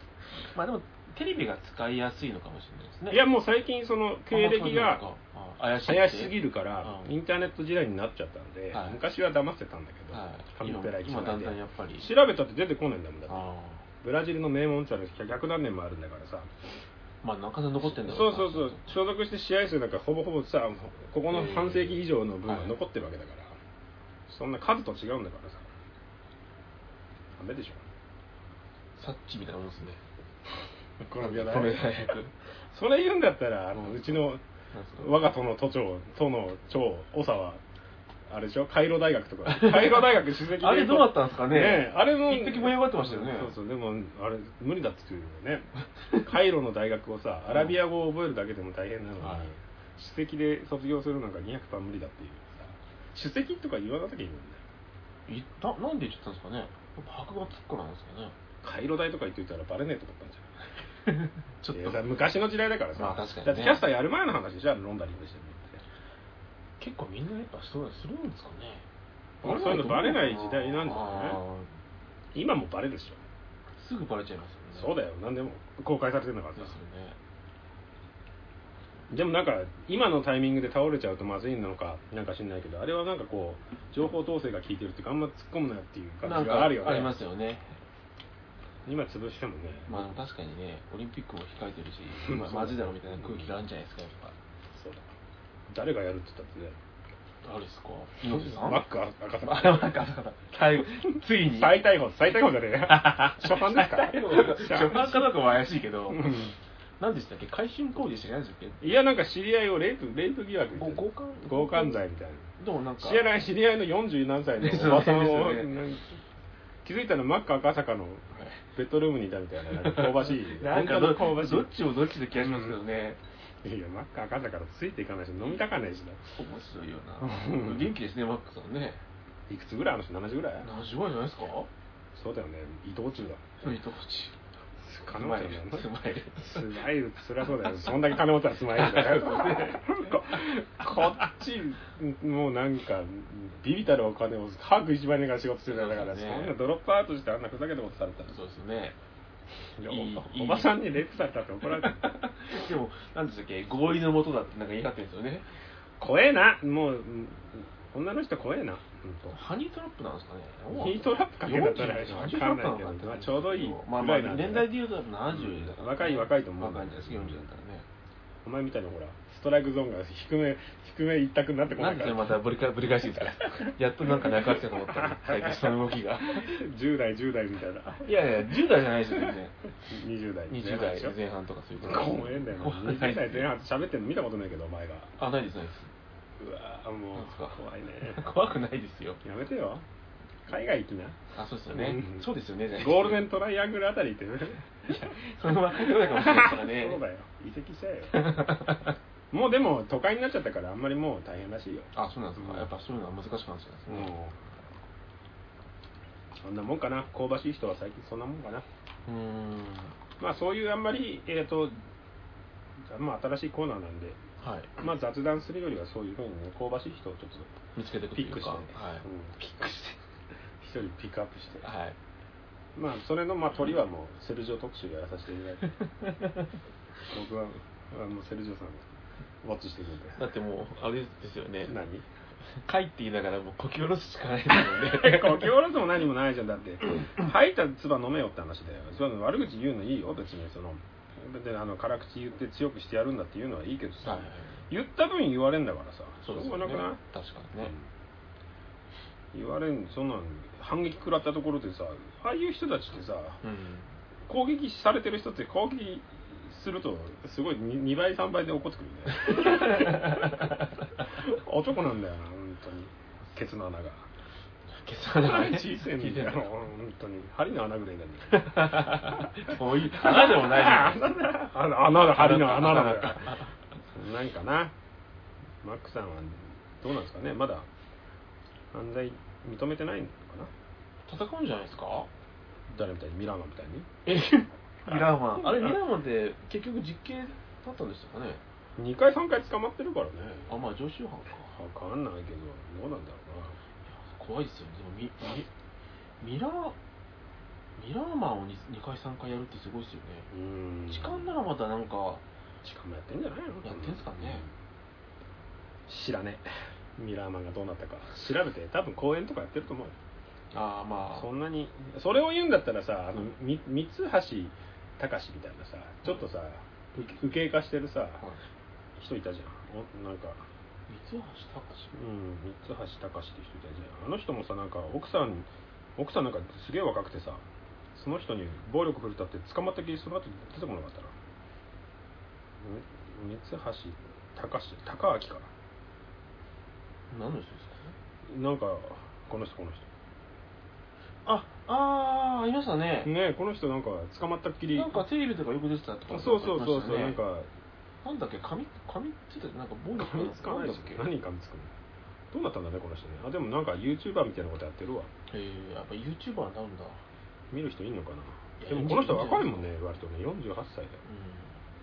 Speaker 3: まあでもテレビが使いやすいのかもしれないですね
Speaker 1: ら。いや、もう最近、その経歴が
Speaker 3: あそうなんですかあ怪しい
Speaker 1: 怪しすぎるから、
Speaker 3: うん
Speaker 1: インターネット時代になっちゃったんで
Speaker 3: はい、
Speaker 1: 昔は騙してたんだ
Speaker 3: はい
Speaker 1: けど、紙ペラ一
Speaker 3: 今今だ
Speaker 1: 枚
Speaker 3: ん
Speaker 1: で
Speaker 3: だんやっぱり
Speaker 1: 調べたって出てこないんだもんだって。
Speaker 3: あ
Speaker 1: ブラジルの名門チャレンジ100何年もあるんだからさ、
Speaker 3: ーまあなかなか残ってんだ
Speaker 1: そうそうそ
Speaker 3: な
Speaker 1: う所属して試合数なんかほぼほぼさここの半世紀以上の分
Speaker 3: え
Speaker 1: が
Speaker 3: え
Speaker 1: 残ってるわけだから、そんな数と違うんだからさダメでしょ
Speaker 3: サッチみたいなもんですね
Speaker 1: この
Speaker 3: ごめんなさい
Speaker 1: それ言うんだったらあのうちの
Speaker 3: なんですか
Speaker 1: 我が党の都庁都の長長はあれでしょカイロ大学とかカイロ大学首席で
Speaker 3: あれどうだったんですかね
Speaker 1: えあれも
Speaker 3: 一時盛り上がってましたよね
Speaker 1: そうそうでもあれ無理だっつって言うよねカイロの大学をさアラビア語を覚えるだけでも大変なのに、
Speaker 3: はい
Speaker 1: 首席で卒業するなんか200%無理だっていうさ首席とか言わなきゃいいのにね
Speaker 3: いななんで言ってたんですかねやっぱ白馬つっこなんですかね
Speaker 1: カイロ大とか言っといたらバレねえと思ったんじゃない [laughs]
Speaker 3: ちょっ
Speaker 1: い
Speaker 3: と
Speaker 1: やさ昔の時代だからさ、
Speaker 3: まあ確かにね
Speaker 1: だってキャスターやる前の話でしょあのロンダリングしてるのって
Speaker 3: 結構みんなやっぱそういうのするんですかね
Speaker 1: 俺そういうのバレない時代なんじゃない
Speaker 3: あ
Speaker 1: 今もバレるでしょ、
Speaker 3: ーすぐバレちゃいます
Speaker 1: そう
Speaker 3: よね
Speaker 1: だよ何でも公開されてるんだから
Speaker 3: ですよ
Speaker 1: さ
Speaker 3: ね
Speaker 1: でもなんか今のタイミングで倒れちゃうとまずいのかなんか知んないけどあれはなんかこう情報統制が効いてるっていうかあんま突っ込むなっていう
Speaker 3: な
Speaker 1: 感
Speaker 3: ん
Speaker 1: じ
Speaker 3: か
Speaker 1: があるよね
Speaker 3: ありますよね
Speaker 1: 今潰してもね、
Speaker 3: まあでも確かにねオリンピックも控えてるし、まあ、マジだろみたいな空気があるんじゃないですかやっ
Speaker 1: そうだ誰がやるって言ったってね
Speaker 3: ぱあれですか猪木さん
Speaker 1: マック赤
Speaker 3: あ
Speaker 1: 坂
Speaker 3: なんかなんか最後ついに
Speaker 1: 再逮捕再逮捕
Speaker 3: [laughs]
Speaker 1: じゃねえや初犯ですか
Speaker 3: 初版かどうかも怪しいけど
Speaker 1: うん
Speaker 3: 何でしたっけ改心工事してないんですっけ
Speaker 1: いやなんか知り合いをレイプレイプ疑惑みたいな
Speaker 3: 強姦
Speaker 1: 強姦罪みたいな
Speaker 3: でもなんか
Speaker 1: 知らない知り合いの40何歳のおばさんを、
Speaker 3: そうですよね
Speaker 1: 気づいたらマック赤坂のベッドルームにいたみたいな
Speaker 3: [laughs]
Speaker 1: なんか香ばしい
Speaker 3: なんか
Speaker 1: 本
Speaker 3: ど
Speaker 1: 当に香ばしい
Speaker 3: どっちもどっちで気がしますけどね、
Speaker 1: いや、マック赤坂からついていかないし、飲みたかないしな。
Speaker 3: 面白いよな
Speaker 1: うん
Speaker 3: 元気ですねマックさんね
Speaker 1: いくつぐらいあの人 ?70 ぐらい
Speaker 3: 何十万じゃないですか
Speaker 1: そうだよね。移動中だ。
Speaker 3: そういうとこ
Speaker 1: 金持ちだよね。
Speaker 3: スマイル
Speaker 1: スマイル、そりゃそうだよ。そんだけ金持ったらスマイルだ
Speaker 3: [laughs]
Speaker 1: よ。ここっち、もうなんか、ビビたるお金を歯食いしばりながら仕事してるんだから、
Speaker 3: そう
Speaker 1: そ
Speaker 3: ですね
Speaker 1: んなドロップアウトしてあんなふざけたことされたら
Speaker 3: そうですね
Speaker 1: いや
Speaker 3: いいいい
Speaker 1: おおばさんにレイプされたって怒られ
Speaker 3: [laughs]
Speaker 1: た。
Speaker 3: でも何でしたっけ合意のもとだってなんか言い張ってるんですよね
Speaker 1: 怖えな。もう、うん女の人怖えな。ほんと
Speaker 3: ハニートラップなんですかね
Speaker 1: ヒートラップかけたったら
Speaker 3: 40
Speaker 1: わかんないけど
Speaker 3: 40
Speaker 1: まあちょうどいい
Speaker 3: まあまあ年代で言うとやっぱ70だから、
Speaker 1: 若い若いと思う
Speaker 3: 若いんじゃないですか40だったらね
Speaker 1: お前みたいなほらストライクゾーンが低め低め一択になってこな
Speaker 3: ないん
Speaker 1: か
Speaker 3: で
Speaker 1: ら
Speaker 3: またぶりかぶり返してるんですかやっとなんかなくなってきたと
Speaker 1: [laughs]
Speaker 3: 思ったら最近その動きが
Speaker 1: 10代10代みたいない
Speaker 3: やいや10代じゃないですよ全然
Speaker 1: 20代
Speaker 3: 20代前半とかそういうこと
Speaker 1: 怖えんだよな20代前半喋ってるの見たことないけどお前が
Speaker 3: あないですないで
Speaker 1: うわぁも
Speaker 3: な
Speaker 1: うん
Speaker 3: すか
Speaker 1: 怖いね
Speaker 3: す [laughs] 怖くないですよ
Speaker 1: やめてよ海外
Speaker 3: [laughs]
Speaker 1: 行きな
Speaker 3: あそうですよね
Speaker 1: うん
Speaker 3: そうですよね
Speaker 1: ゴールデ
Speaker 3: ン
Speaker 1: ントライアングルあたり行ってね
Speaker 3: [laughs] そのまま帰ってこないかもしれないからね
Speaker 1: そうだよ移籍しちゃえよもうでも都会になっちゃったからあんまりもう大変らしいよ
Speaker 3: あそうなんですかやっぱそういうのは難しくなっちゃうんです
Speaker 1: う
Speaker 3: ね
Speaker 1: んそんなもんかな香ばしい人は最近そんなもんかな
Speaker 3: うーん
Speaker 1: まあそういうあんまり、えーとまあ、新しいコーナーなんで、
Speaker 3: はい
Speaker 1: まあ、雑談するよりはそういうふうに、ね、香ばしい人をちょっと
Speaker 3: 見つけていくと
Speaker 1: ピ
Speaker 3: い
Speaker 1: ック
Speaker 3: う
Speaker 1: して、
Speaker 3: か
Speaker 1: ね
Speaker 3: はい
Speaker 1: うんピックして一人ピックアップして、
Speaker 3: はい
Speaker 1: まあ、それの、まあ、鳥はもうセルジオ特集やらさせていただいて [laughs] 僕はあもうセルジオさんをウォッチしていくんで
Speaker 3: だってもうあれですよね
Speaker 1: 何
Speaker 3: 書いって言いながらもうこき下ろすしかないで [laughs]
Speaker 1: えこきおろすも何もないじゃんだって吐いた唾飲めよって話だよその悪口言うのいいよ別にその別にあの辛口言って強くしてやるんだっていうのはいいけど
Speaker 3: す
Speaker 1: さ、
Speaker 3: よね
Speaker 1: 言った分言われんだからさ
Speaker 3: そうですよ
Speaker 1: しょ
Speaker 3: ね
Speaker 1: うがなくない
Speaker 3: 確かにね
Speaker 1: うん言われんそんなん反撃食らったところでさああいう人たちってさ
Speaker 3: うん
Speaker 1: 攻撃されてる人って攻撃するとすごい 2, 2倍3倍で怒ってくるんだよ
Speaker 3: [laughs]
Speaker 1: おちょこなんだよな本当にケツの穴が
Speaker 3: 消さない
Speaker 1: 小さいんだよ本当に針の穴ぐらいなんだよ
Speaker 3: 遠い [laughs] 穴でもな
Speaker 1: [laughs]
Speaker 3: い [laughs] のに
Speaker 1: あの穴だ、針の穴な
Speaker 3: [laughs]
Speaker 1: のよ。なんかな、マックさんはどうなんですかね、まだ犯罪認めてないのかな、
Speaker 3: 叩くんじゃないですか
Speaker 1: 誰みたいに、ミラーマンみたいに。 [laughs]
Speaker 3: えミラーマンあれ
Speaker 1: うん
Speaker 3: ミラーマンって結局実刑だったんでしたかね
Speaker 1: 2回、3回捕まってるからね、
Speaker 3: あまあ常習犯か
Speaker 1: わかんないけど、どうなんだろ
Speaker 3: 怖いですよねでもみみミラーミラーマンを 2, 回3回やるってすごいですよね
Speaker 1: うな。うん
Speaker 3: 痴漢ならまだなんか
Speaker 1: 痴漢もやってんじゃないの
Speaker 3: やってんすかね
Speaker 1: 知らねえ。ミラーマンがどうなったか調べて多分公演とかやってると思うよ
Speaker 3: ああまあ
Speaker 1: そんなにそれを言うんだったらさあのみ三橋隆みたいなさちょっとさう右傾化してるさ
Speaker 3: はい
Speaker 1: 人いたじゃんおなんか
Speaker 3: 三橋
Speaker 1: うん三橋隆って人いたじゃんあの人もさなんか奥さん奥さんなんかすげえ若くてさその人に暴力振るったって捕まったきりその後出てこなかったなみ三橋隆高明か
Speaker 3: 隆何の人ですかね
Speaker 1: なんかこの人この人
Speaker 3: ああーありましたね
Speaker 1: ねえこの人なんか捕まったっきり
Speaker 3: なんかテレビとかよく出てたとか
Speaker 1: そうそうそうそう、
Speaker 3: あ
Speaker 1: なん
Speaker 3: りましたね
Speaker 1: か
Speaker 3: なんだっけ紙紙って言ってたなんかボン
Speaker 1: 噛みつかない
Speaker 3: だ
Speaker 1: でし
Speaker 3: っけ
Speaker 1: ょ何に噛みつくのどうなったんだねこの人ねあでもなんか YouTuber みたいなことやってるわ
Speaker 3: えー、やっぱ YouTuber になるんだ
Speaker 1: 見る人いんのかない
Speaker 3: や
Speaker 1: でもこの人若いもんね割とね48歳だよ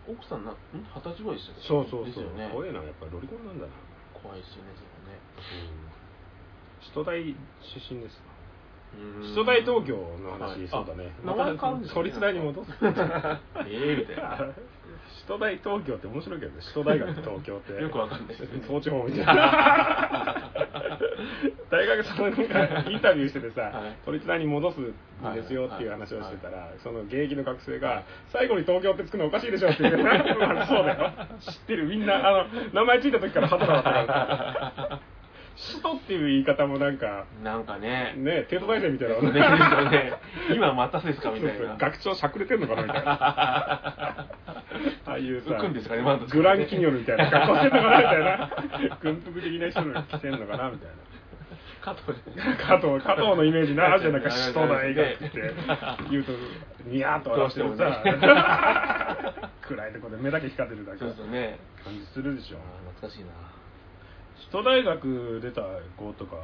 Speaker 3: うん奥さんなうん二十歳ぐらいでしたっけ
Speaker 1: そうそう
Speaker 3: です
Speaker 1: そう、
Speaker 3: よね
Speaker 1: 怖えなやっぱりロリコンなんだな、
Speaker 3: 怖いですよね
Speaker 1: 首都大出身です
Speaker 3: それはね
Speaker 1: 首都大東京の話、
Speaker 3: はい
Speaker 1: そうだね
Speaker 3: あ名前変わるんですね
Speaker 1: 都立大に戻す
Speaker 3: あ [laughs] ええみたいな
Speaker 1: [laughs] 首都大東京って面白いけどね首都大学東京って
Speaker 3: [laughs] よくわかんないですね
Speaker 1: 統治法みたい
Speaker 3: [laughs]
Speaker 1: な大学そのなんかインタビューしててさ、
Speaker 3: はい
Speaker 1: 都立大に戻すんですよっていう話をしてたら、
Speaker 3: はい
Speaker 1: その現役の学生が、
Speaker 3: はい
Speaker 1: 最後に東京ってつくのおかしいでしょって言うからまあそうだよ [laughs] 知ってるみんなあの名前ついた時からハトだったから首都っていう言い方もなんか
Speaker 3: なんかね
Speaker 1: ね帝都大生みたいな
Speaker 3: ね [laughs] ですよね今またですかみたい
Speaker 1: [laughs] そうそ
Speaker 3: な
Speaker 1: う学長しゃくれてんのかなみたいな
Speaker 3: [laughs]
Speaker 1: ああいうさ
Speaker 3: 浮くんですかねまだ
Speaker 1: グランキニョルみたいな格好してんのかなみたいな軍服的な人が着てんのかなみたいな
Speaker 3: 加藤で
Speaker 1: 加藤加藤のイメージなあるじゃんなんか首都大学って言うとニヤーっと笑ってるさ、暗いとこで目だけ光ってるだけ
Speaker 3: そうですよね
Speaker 1: 感じするでしょ
Speaker 3: あー懐かしいな
Speaker 1: 首都大学出た子とか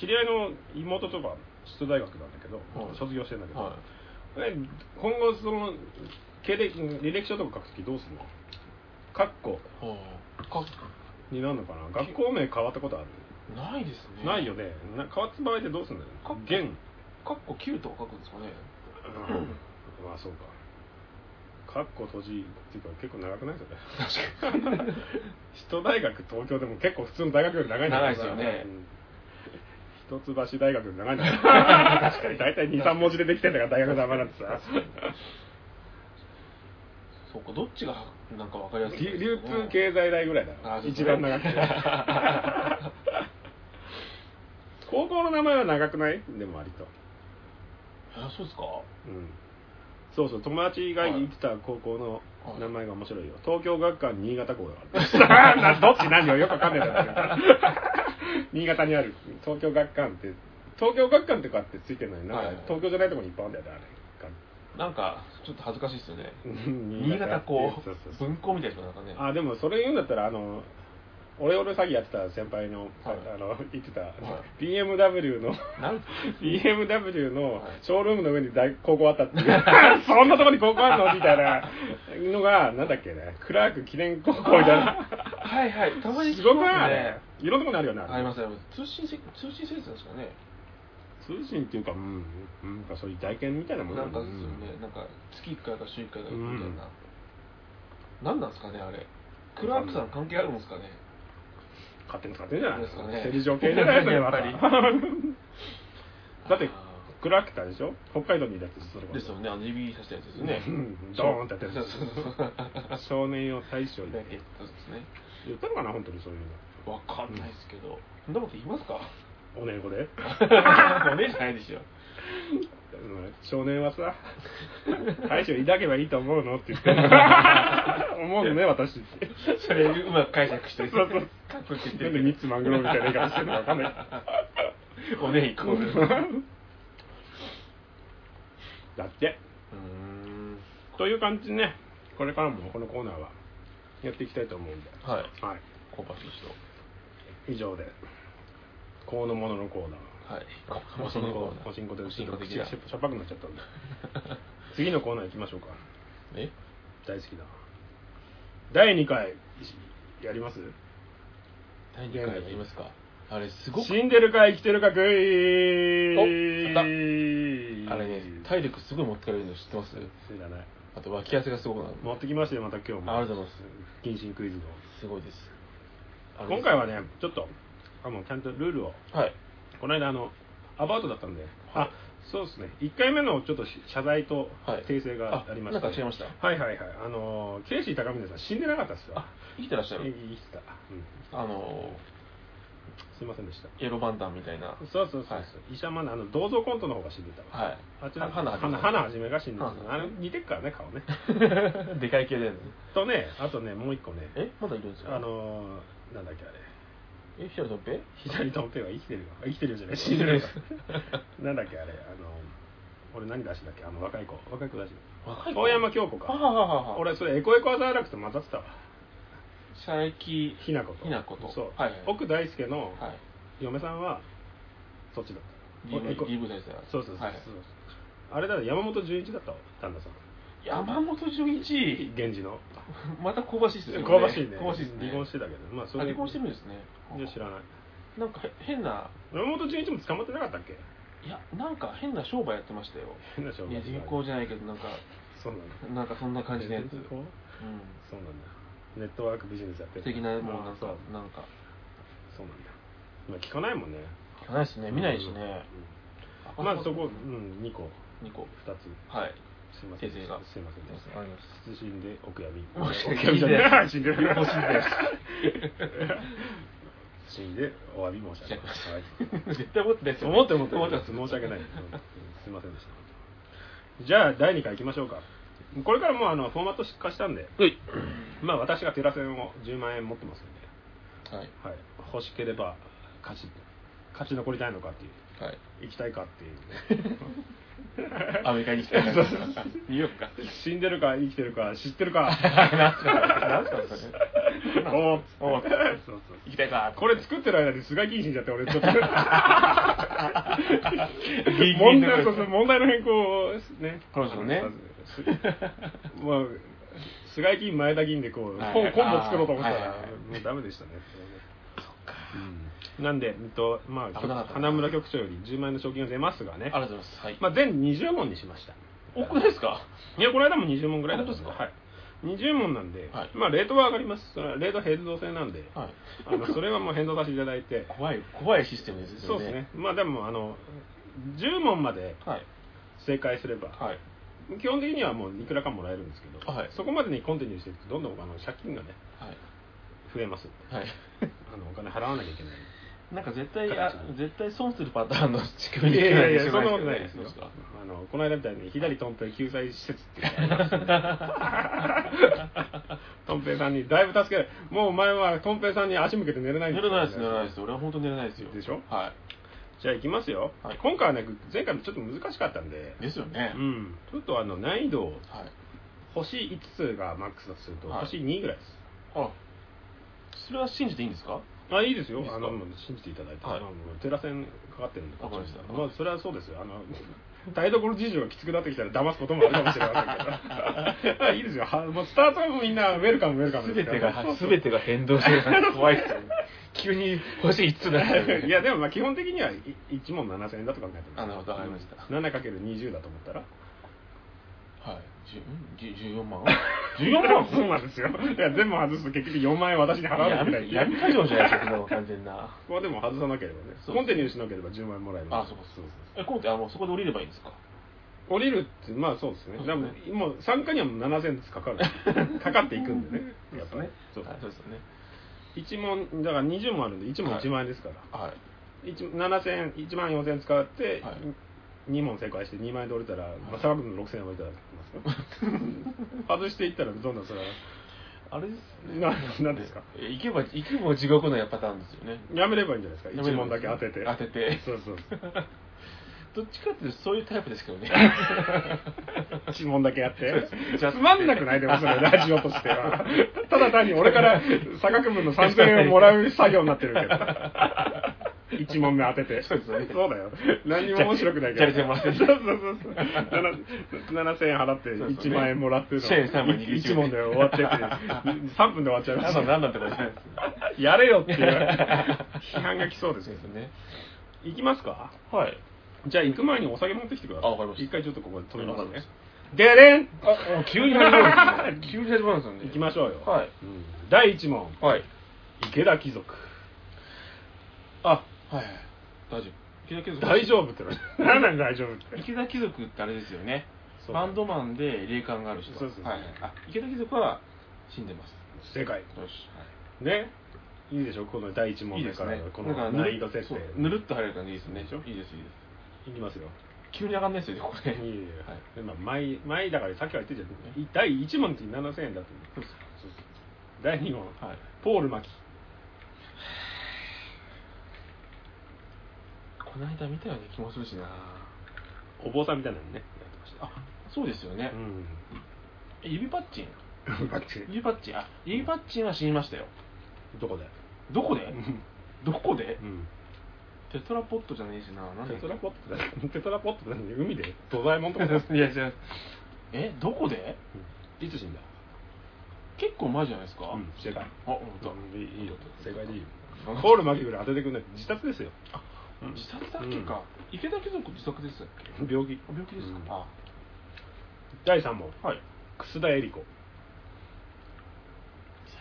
Speaker 1: 知り合いの妹とか首都大学なんだけど、
Speaker 3: はい
Speaker 1: 卒業してんだけど、
Speaker 3: は
Speaker 1: え今後その経歴履歴書とか書くときどうするのカッコ
Speaker 3: いは
Speaker 1: になるのかな学校名変わったことある、
Speaker 3: あないですね
Speaker 1: ないよねな変わった場合ってどうするんだよ
Speaker 3: 括
Speaker 1: 現
Speaker 3: 弧かっこ9とか書くんですかね
Speaker 1: まあそうか。カッコ閉じっていうか結構長くないですよね。 [laughs] 首都大学東京でも結構普通の大学より長いんだ
Speaker 3: 長いですよね
Speaker 1: うん一橋大学より長いん
Speaker 3: [laughs]
Speaker 1: だから。確かに大体2、3文字でできてんだから大学の名前なんてさ。
Speaker 3: そうかどっちがなんかわかりやすい
Speaker 1: 流流通経済大ぐらいだ
Speaker 3: あ
Speaker 1: ろ。
Speaker 3: そう
Speaker 1: 一番長く
Speaker 3: [laughs]
Speaker 1: て。高校の名前は長くないでも割と。
Speaker 3: あそうですか
Speaker 1: うんそうそう友達が行ってた高校の名前が面白いよ、東京学館新潟校だから [laughs] などっち何をよくわかんないんだけど [laughs] 新潟にある東京学館って東京学館ってかってついてるのになんか
Speaker 3: はいはい
Speaker 1: 東京じゃないところにいっぱいあるんだよね
Speaker 3: なんかちょっと恥ずかしいですよね
Speaker 1: あれが [laughs] 新
Speaker 3: 新潟校
Speaker 1: ってそうそうそう
Speaker 3: 文校みたいな人なんかね
Speaker 1: あでもそれ言うんだったらあの俺俺詐欺やってた先輩の、あの言ってた、BMW の
Speaker 3: なん
Speaker 1: BMW の
Speaker 3: はい
Speaker 1: ショールームの上に大高校あったっていう、 [laughs] そんなとこに高校あるのみたいなのが、なんだっけね、クラーク記念高校みたいな、
Speaker 3: [laughs] はいはいたまに聞
Speaker 1: す
Speaker 3: き
Speaker 1: ごく
Speaker 3: ま
Speaker 1: ない
Speaker 3: す
Speaker 1: あ
Speaker 3: ね
Speaker 1: れいろんなとこにあるよね、
Speaker 3: ありますあります通信制通信制ですかね
Speaker 1: 通信っていうか、うん、うんなんかそういう大研みたいなもん
Speaker 3: なんかです
Speaker 1: う
Speaker 3: よ
Speaker 1: ん
Speaker 3: ねなんか月1回か週1回か行くみたいななんなんですかねあれクラークさん関係あるんですかね
Speaker 1: 勝手に使ってんじゃない
Speaker 3: ですかね
Speaker 1: 政治上系じゃないですか、
Speaker 3: やっぱり
Speaker 1: まただって
Speaker 3: あー、
Speaker 1: クラークってあれでしょ北海道にいるやつ、それこそ
Speaker 3: ですよね、あの指さしたやつですよね
Speaker 1: う。んドーンってやってる
Speaker 3: そう [laughs] そう
Speaker 1: [laughs]
Speaker 3: そう。だ
Speaker 1: 少年用大賞に
Speaker 3: けですね。
Speaker 1: 言ったのかな、本当にそういうの。
Speaker 3: わかんないですけ [laughs] ど。そんなこと言いますか
Speaker 1: おねえこで。
Speaker 3: おねえじゃないでしょ。
Speaker 1: 少年は [laughs] さ大将抱けばいいと思うのって言って [laughs] 思うのね私って
Speaker 4: それうまく解釈してる
Speaker 1: そう
Speaker 3: [laughs]
Speaker 1: そう
Speaker 4: かっこよく言って
Speaker 1: な
Speaker 4: る
Speaker 1: んでミッツマングローブみたいな言い方してるのかわかんない
Speaker 4: おねイコールう
Speaker 1: だって
Speaker 4: ーん
Speaker 1: という感じでねこれからもこのコーナーはやっていきたいと思うんで
Speaker 3: はい
Speaker 1: はい
Speaker 3: コーパスの人
Speaker 1: 以上でこのもののコーナー
Speaker 3: はい
Speaker 1: おしんこおしんこで
Speaker 3: おしんこ的
Speaker 1: 口が
Speaker 3: な
Speaker 1: しょっぱくなっちゃったんで次のコーナー行きましょうか
Speaker 3: え
Speaker 1: 大好きだ第2回やります
Speaker 3: 第2回やりますかあれすごく
Speaker 1: 死んでるか生きてるかクイズ
Speaker 3: あれね体力すごい持ってかれるの知ってます
Speaker 1: 知らない
Speaker 3: あと脇汗がすごくなる
Speaker 1: 持ってきましたよまた今日も
Speaker 3: あありがとうござい
Speaker 1: す謹慎クイズの
Speaker 3: すごいですあれ
Speaker 1: 今回はねちょっとあのちゃんとルールを
Speaker 3: はい
Speaker 1: この間あのアバウトだったんで、あそうですね1回目のちょっと謝罪と
Speaker 3: はい
Speaker 1: 訂正がありました、
Speaker 3: あなんか違いました
Speaker 1: はいはいはいあのーケイシー高峰さん死んでなかったっすよ
Speaker 3: あ生きてらっしゃ
Speaker 1: え
Speaker 3: る
Speaker 1: 生きてた、うん、
Speaker 3: あの
Speaker 1: すいませんでした
Speaker 3: イエローバンダンみたいな
Speaker 1: そうそうそうそう、
Speaker 3: はい
Speaker 1: 医者マナーあの銅像コントの方が死んでたわ
Speaker 3: はい
Speaker 1: あっちの
Speaker 3: 花
Speaker 1: 花
Speaker 3: はじめ
Speaker 1: 花はじめが死んでた
Speaker 3: 花 [laughs]
Speaker 1: あの似てっからね顔ね [laughs]
Speaker 3: でかい系だよね
Speaker 1: とねあとねもう一個ね
Speaker 3: えまだいるんですか
Speaker 1: あのーなんだっけあれ
Speaker 3: えヒラトンペ
Speaker 1: 左ドンペイは生きてるよあ生きてるよじゃない死んでるよ [laughs] なんだっけあれあの俺何出しだっけあの若い子若い子出し
Speaker 3: 若い子
Speaker 1: 遠山京子
Speaker 3: はは
Speaker 1: か
Speaker 3: はは
Speaker 1: 俺それエコエコアザーラクと混ざってたわ
Speaker 3: シャイキ
Speaker 1: ひなこと
Speaker 3: ひなこと
Speaker 1: そう、
Speaker 3: はいはい
Speaker 1: 奥大輔の
Speaker 3: はい
Speaker 1: 嫁さんはそっちだった
Speaker 3: リ
Speaker 1: おエコ
Speaker 3: ブリブ先生
Speaker 1: そうそうそうそう、
Speaker 3: はい
Speaker 1: あれだね山本純一だったわ旦那さん
Speaker 3: 山本純一
Speaker 1: 源氏の
Speaker 3: また香ばしいですね
Speaker 1: 香ばしいね
Speaker 3: 香ばしいですね
Speaker 1: 離婚してたけどまあそ
Speaker 3: あ
Speaker 1: れ
Speaker 3: 離婚してるんですね
Speaker 1: いや知らない
Speaker 3: なんかへ変な
Speaker 1: 山本純一も捕まってなかったっけ
Speaker 3: いやなんか変な商売やってましたよ
Speaker 1: [laughs] 変な商売
Speaker 3: いや人工じゃないけどなんか
Speaker 1: そうなんだ
Speaker 3: なんかそんな感じのやつ、う
Speaker 1: 人
Speaker 3: ん、
Speaker 1: 工そうなんだネットワークビジネスやってる
Speaker 3: 的なもうなん
Speaker 1: あーそう
Speaker 3: かなんか
Speaker 1: そうなんだまあ聞かないもんね
Speaker 3: 聞かないですね見ないし
Speaker 1: うん
Speaker 3: ね、
Speaker 1: うんまずそこ、う
Speaker 3: うん
Speaker 1: ん、2個
Speaker 3: 二個
Speaker 1: 2つ
Speaker 3: はい
Speaker 1: すいません
Speaker 3: 訂正が
Speaker 1: すいませんでし
Speaker 3: あります
Speaker 1: た謹んでお悔やみ
Speaker 3: お悔やみ
Speaker 1: おじゃない死んで
Speaker 3: [laughs]
Speaker 1: る
Speaker 3: 両方死んでる
Speaker 1: [laughs] 死んでお詫び申し上げます、はい、
Speaker 3: 絶対思ってないですよね
Speaker 1: 思って思って
Speaker 3: 思ってます
Speaker 1: 申し訳ない、うんすいませんでしたじゃあ第2回いきましょうかこれからもうあのフォーマット化したんで
Speaker 3: はい
Speaker 1: まあ私がテラセンを10万円持ってますんで
Speaker 3: はい
Speaker 1: はい、欲しければ勝ち勝ち残りたいのかっていう
Speaker 3: はい
Speaker 1: 行きたいかっていう
Speaker 3: アメリカに来たから
Speaker 1: そう
Speaker 3: ニ
Speaker 1: そう
Speaker 3: ューヨークか
Speaker 1: [laughs] 死んでるか生きてるか知ってるか
Speaker 3: [laughs] なんすかなんすかそれなんすか
Speaker 1: おう
Speaker 3: おう
Speaker 1: そうそう
Speaker 3: 行きたいか
Speaker 1: これ作ってる間に菅井謹慎じゃって俺ちょっと
Speaker 3: ギリギリの
Speaker 1: 問題そうそう問題の変更をね
Speaker 3: この人のね
Speaker 1: すまあ菅井議員前田議員でこう、
Speaker 3: はい
Speaker 1: コンコンボ作ろうと思ったら、
Speaker 3: はいはいはい
Speaker 1: もうダメでしたねうんなんで、えっとまあ、
Speaker 3: 危なかったな
Speaker 1: 花村局長より10万円の賞金が出ますが
Speaker 3: あ
Speaker 1: ね
Speaker 3: り、がとうございますはい
Speaker 1: まあ、全20問にしました
Speaker 3: 多くないですか
Speaker 1: いや、この間も20問ぐらいだったん
Speaker 3: 本当ですか
Speaker 1: はい。20問なんで、
Speaker 3: はい
Speaker 1: まあ、レートは上がります。それはレートは変動制なんで、
Speaker 3: はい
Speaker 1: あのそれはもう変動させていただいて、
Speaker 3: 怖い怖いシステムですよね
Speaker 1: そうですね。まあ、でも、あの、10問まで
Speaker 3: はい
Speaker 1: 正解すれば、
Speaker 3: はい
Speaker 1: 基本的にはもういくらかもらえるんですけど、
Speaker 3: はい
Speaker 1: そこまでにコンティニューしていくと、どんどんあの借金がね、
Speaker 3: はい
Speaker 1: 増えますんで。
Speaker 3: [laughs] はい
Speaker 1: あのお金払わなきゃいけない。
Speaker 3: なんか絶対あ
Speaker 1: 形に
Speaker 3: 絶対損するパターンの仕組み
Speaker 1: い
Speaker 3: に
Speaker 1: やいやいや、
Speaker 3: し
Speaker 1: そ
Speaker 3: か
Speaker 1: んなことないです
Speaker 3: そう
Speaker 1: よ
Speaker 3: ですか。
Speaker 1: あのこの間みたいに左トンペイ救済施設っていうのがありますトンペイさんにだいぶ助けられもうお前はトンペイさんに足向けて寝れないん
Speaker 3: 寝
Speaker 1: だ
Speaker 3: れないです寝れないです俺は本当に寝れないですよ
Speaker 1: でしょ
Speaker 3: は
Speaker 1: じゃあ行きますよ、
Speaker 3: はい
Speaker 1: 今回はね前回もちょっと難しかったんで
Speaker 3: いですよね
Speaker 1: うんちょっとあの難易度を
Speaker 3: はい
Speaker 1: 星5つがマックスだとすると、
Speaker 3: はい
Speaker 1: 星2ぐらいです
Speaker 3: あそれは信じていいんですか
Speaker 1: あいいですよ
Speaker 3: いいです
Speaker 1: あ
Speaker 3: か
Speaker 1: のもう信じていただいて、
Speaker 3: はい
Speaker 1: あのもうテラ線かかってるんで
Speaker 3: わかりました
Speaker 1: まあ、それはそうですよあの [laughs] 台所事情がきつくなってきたら騙すこともあるかもしれませんけ
Speaker 3: [laughs]
Speaker 1: どいいですよはもうスタートはもうみんなウェルカムウェルカムです
Speaker 3: 全
Speaker 1: か
Speaker 3: て
Speaker 1: ら
Speaker 3: が全てが変動してる
Speaker 1: [laughs]
Speaker 3: から怖いですよね急に欲しいっつうな
Speaker 1: いやでもまあ基本的にはい1問7000円だと考えてます
Speaker 3: あなるほどわかりました
Speaker 1: 7×20 だと思ったら
Speaker 3: はいじゅんじゅ14万14万
Speaker 1: [laughs] そうなんですよいや全部外すと結局4万円私に払わなきゃいけない
Speaker 3: 闇闇カジノじゃないですかそんなの完全な
Speaker 1: まあでも外さなければね
Speaker 3: そう
Speaker 1: コンティニューしなければ10万円もらえる
Speaker 3: あそうかそうえコンテあもうそこで降りればいいんですか
Speaker 1: 降りるってまあそうですね
Speaker 3: そう
Speaker 1: で
Speaker 3: です
Speaker 1: も
Speaker 3: ね
Speaker 1: もう参加にはもう7000ずつか
Speaker 3: [laughs]
Speaker 1: かるかかっていくんでねやっぱり
Speaker 3: そ
Speaker 1: そう
Speaker 3: うですよね
Speaker 1: 1問だから20問あるんで1問1万円ですから、
Speaker 3: はい
Speaker 1: 一7000 1万4000使って、
Speaker 3: はい
Speaker 1: 2問正解して2万円で折れたら、まあ、差額の6000円はいただき
Speaker 3: [laughs]
Speaker 1: ますか外していったらどんどんそれは
Speaker 3: あれですね。
Speaker 1: ななんですか
Speaker 3: え行けば、行けば地獄のやっぱパターンですよね。
Speaker 1: やめればいいんじゃないですか
Speaker 3: やめ
Speaker 1: 1
Speaker 3: れば
Speaker 1: 問だけ当てて
Speaker 3: 当てて
Speaker 1: そうそうそう
Speaker 3: どっちかっていうとそういうタイプですけどね。
Speaker 1: 1問だけやって
Speaker 3: じゃあ
Speaker 1: つまんなくないでもそれラジオとしてはただ単に俺から差額分の3000円をもらう作業になってるけど1問目当てて
Speaker 3: そうですね
Speaker 1: そうだよ何にも面白くないけど
Speaker 3: チャリチャリもらってる
Speaker 1: そうそうそうそう7 7000円払って
Speaker 3: そうです
Speaker 1: 1
Speaker 3: ね
Speaker 1: 万円もらってるの
Speaker 3: チェーン三枚握りし
Speaker 1: 1
Speaker 3: めて
Speaker 1: 問で終わっちゃって3分で終わ
Speaker 3: [laughs]
Speaker 1: っちゃいま
Speaker 3: なん
Speaker 1: し
Speaker 3: だな
Speaker 1: た
Speaker 3: んだってことじゃないですよ。
Speaker 1: やれよっていう批判が来そうです
Speaker 3: そう
Speaker 1: けど
Speaker 3: ですね。
Speaker 1: 行きますか
Speaker 3: はい。
Speaker 1: じゃあ行く前にお酒持ってきてください
Speaker 3: あわかりました
Speaker 1: 一回ちょっとここで止めます
Speaker 3: わかりま
Speaker 1: ね
Speaker 3: し
Speaker 1: でれん
Speaker 3: あ、あ急に始まるんですね。 [laughs] 急に始まるんですよね。
Speaker 1: 行きましょうよ、
Speaker 3: はい
Speaker 1: うん第1問
Speaker 3: はい。
Speaker 1: 池田貴族
Speaker 3: あ、はいはい。大丈夫。池田貴族。
Speaker 1: 大丈夫って
Speaker 3: [laughs]
Speaker 1: のは何なん大丈夫って
Speaker 3: 池田貴族ってあれですよね。
Speaker 1: そう
Speaker 3: バンドマンで霊感がある人。
Speaker 1: そうそうそう
Speaker 3: はいはい。あ、池田貴族は死んでます。
Speaker 1: 正解
Speaker 3: よし。
Speaker 1: ねいいでしょこの第1
Speaker 3: は
Speaker 1: 問
Speaker 3: い、いい
Speaker 1: 目
Speaker 3: です
Speaker 1: から
Speaker 3: ね
Speaker 1: の。こ
Speaker 3: なんか
Speaker 1: の
Speaker 3: ぬる
Speaker 1: 難易度設
Speaker 3: そう
Speaker 1: 定
Speaker 3: ぬるっと入れる感じいいですね。いい
Speaker 1: でし
Speaker 3: です
Speaker 1: ょ
Speaker 3: いいです。
Speaker 1: いきますよ
Speaker 3: 急に上がんないですよね、こ
Speaker 1: い
Speaker 3: れ。
Speaker 1: いよ
Speaker 3: はい
Speaker 1: でまあ前前だからさっきから言ってるじゃん第1問の時7000円だって
Speaker 3: そうです
Speaker 1: そうそう第2問
Speaker 3: はい。
Speaker 1: ポール・マキ
Speaker 3: この間見たような気もするしな。
Speaker 1: お坊さんみたいなのねやってました
Speaker 3: あ、そうですよね。え指パッチン [laughs]
Speaker 1: うんマキ
Speaker 3: 指パッチンあ指パッチンは死にましたよ
Speaker 1: どこで
Speaker 3: どこで
Speaker 1: うん
Speaker 3: どこで
Speaker 1: うん
Speaker 3: テトラポットじゃねえしななんだ
Speaker 1: テ
Speaker 3: っ
Speaker 1: トラ
Speaker 3: け
Speaker 1: ポットってテトラポットって何海で土左衛門とか
Speaker 3: [laughs] いや違うえどこで
Speaker 1: いつ死んだ
Speaker 3: 結構前じゃないですか、
Speaker 1: うん正解
Speaker 3: あ本当だ
Speaker 1: いいいいよ正解でいいよ
Speaker 3: うん
Speaker 1: ポール・マキぐらい当ててくんない自殺ですようん
Speaker 3: 自殺だっけか、池田貴族自殺でしたっけ
Speaker 1: 病気
Speaker 3: 病気ですか、
Speaker 1: うん
Speaker 3: あ
Speaker 1: 第3問
Speaker 3: はい
Speaker 1: 楠田絵理子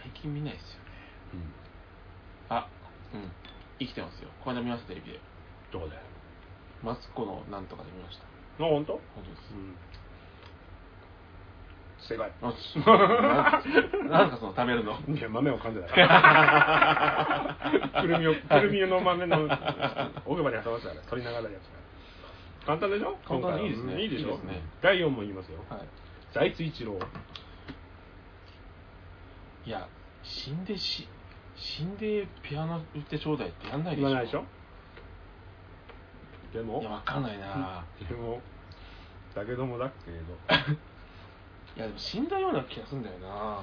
Speaker 3: 最近見ないですよねあうん生きてますよこの間見ましたテレビで
Speaker 1: どこであ
Speaker 3: マツコのなんとかで見ました
Speaker 1: 本当？
Speaker 3: 本当です
Speaker 1: うん正解
Speaker 3: あちなんかその食べる
Speaker 1: [laughs]
Speaker 3: の
Speaker 1: いや豆を噛
Speaker 3: [laughs]
Speaker 1: んでたから。くるみを、くるみの豆の奥歯に挟ませたから、取りながらやつ簡単でしょ
Speaker 3: 簡単でいいで
Speaker 1: 今回はいいでしょ
Speaker 3: すねいいですね
Speaker 1: 第4問いきますよ。
Speaker 3: はい
Speaker 1: 財津一郎。
Speaker 3: いや、死んでし、死んでピアノ売ってちょうだいってやんないでし
Speaker 1: 言
Speaker 3: ょ。
Speaker 1: わないでしょでも
Speaker 3: いや、、わかんないな。
Speaker 1: でも、だけどもだけど。
Speaker 3: [laughs] いや、でも死んだような気がするんだよな。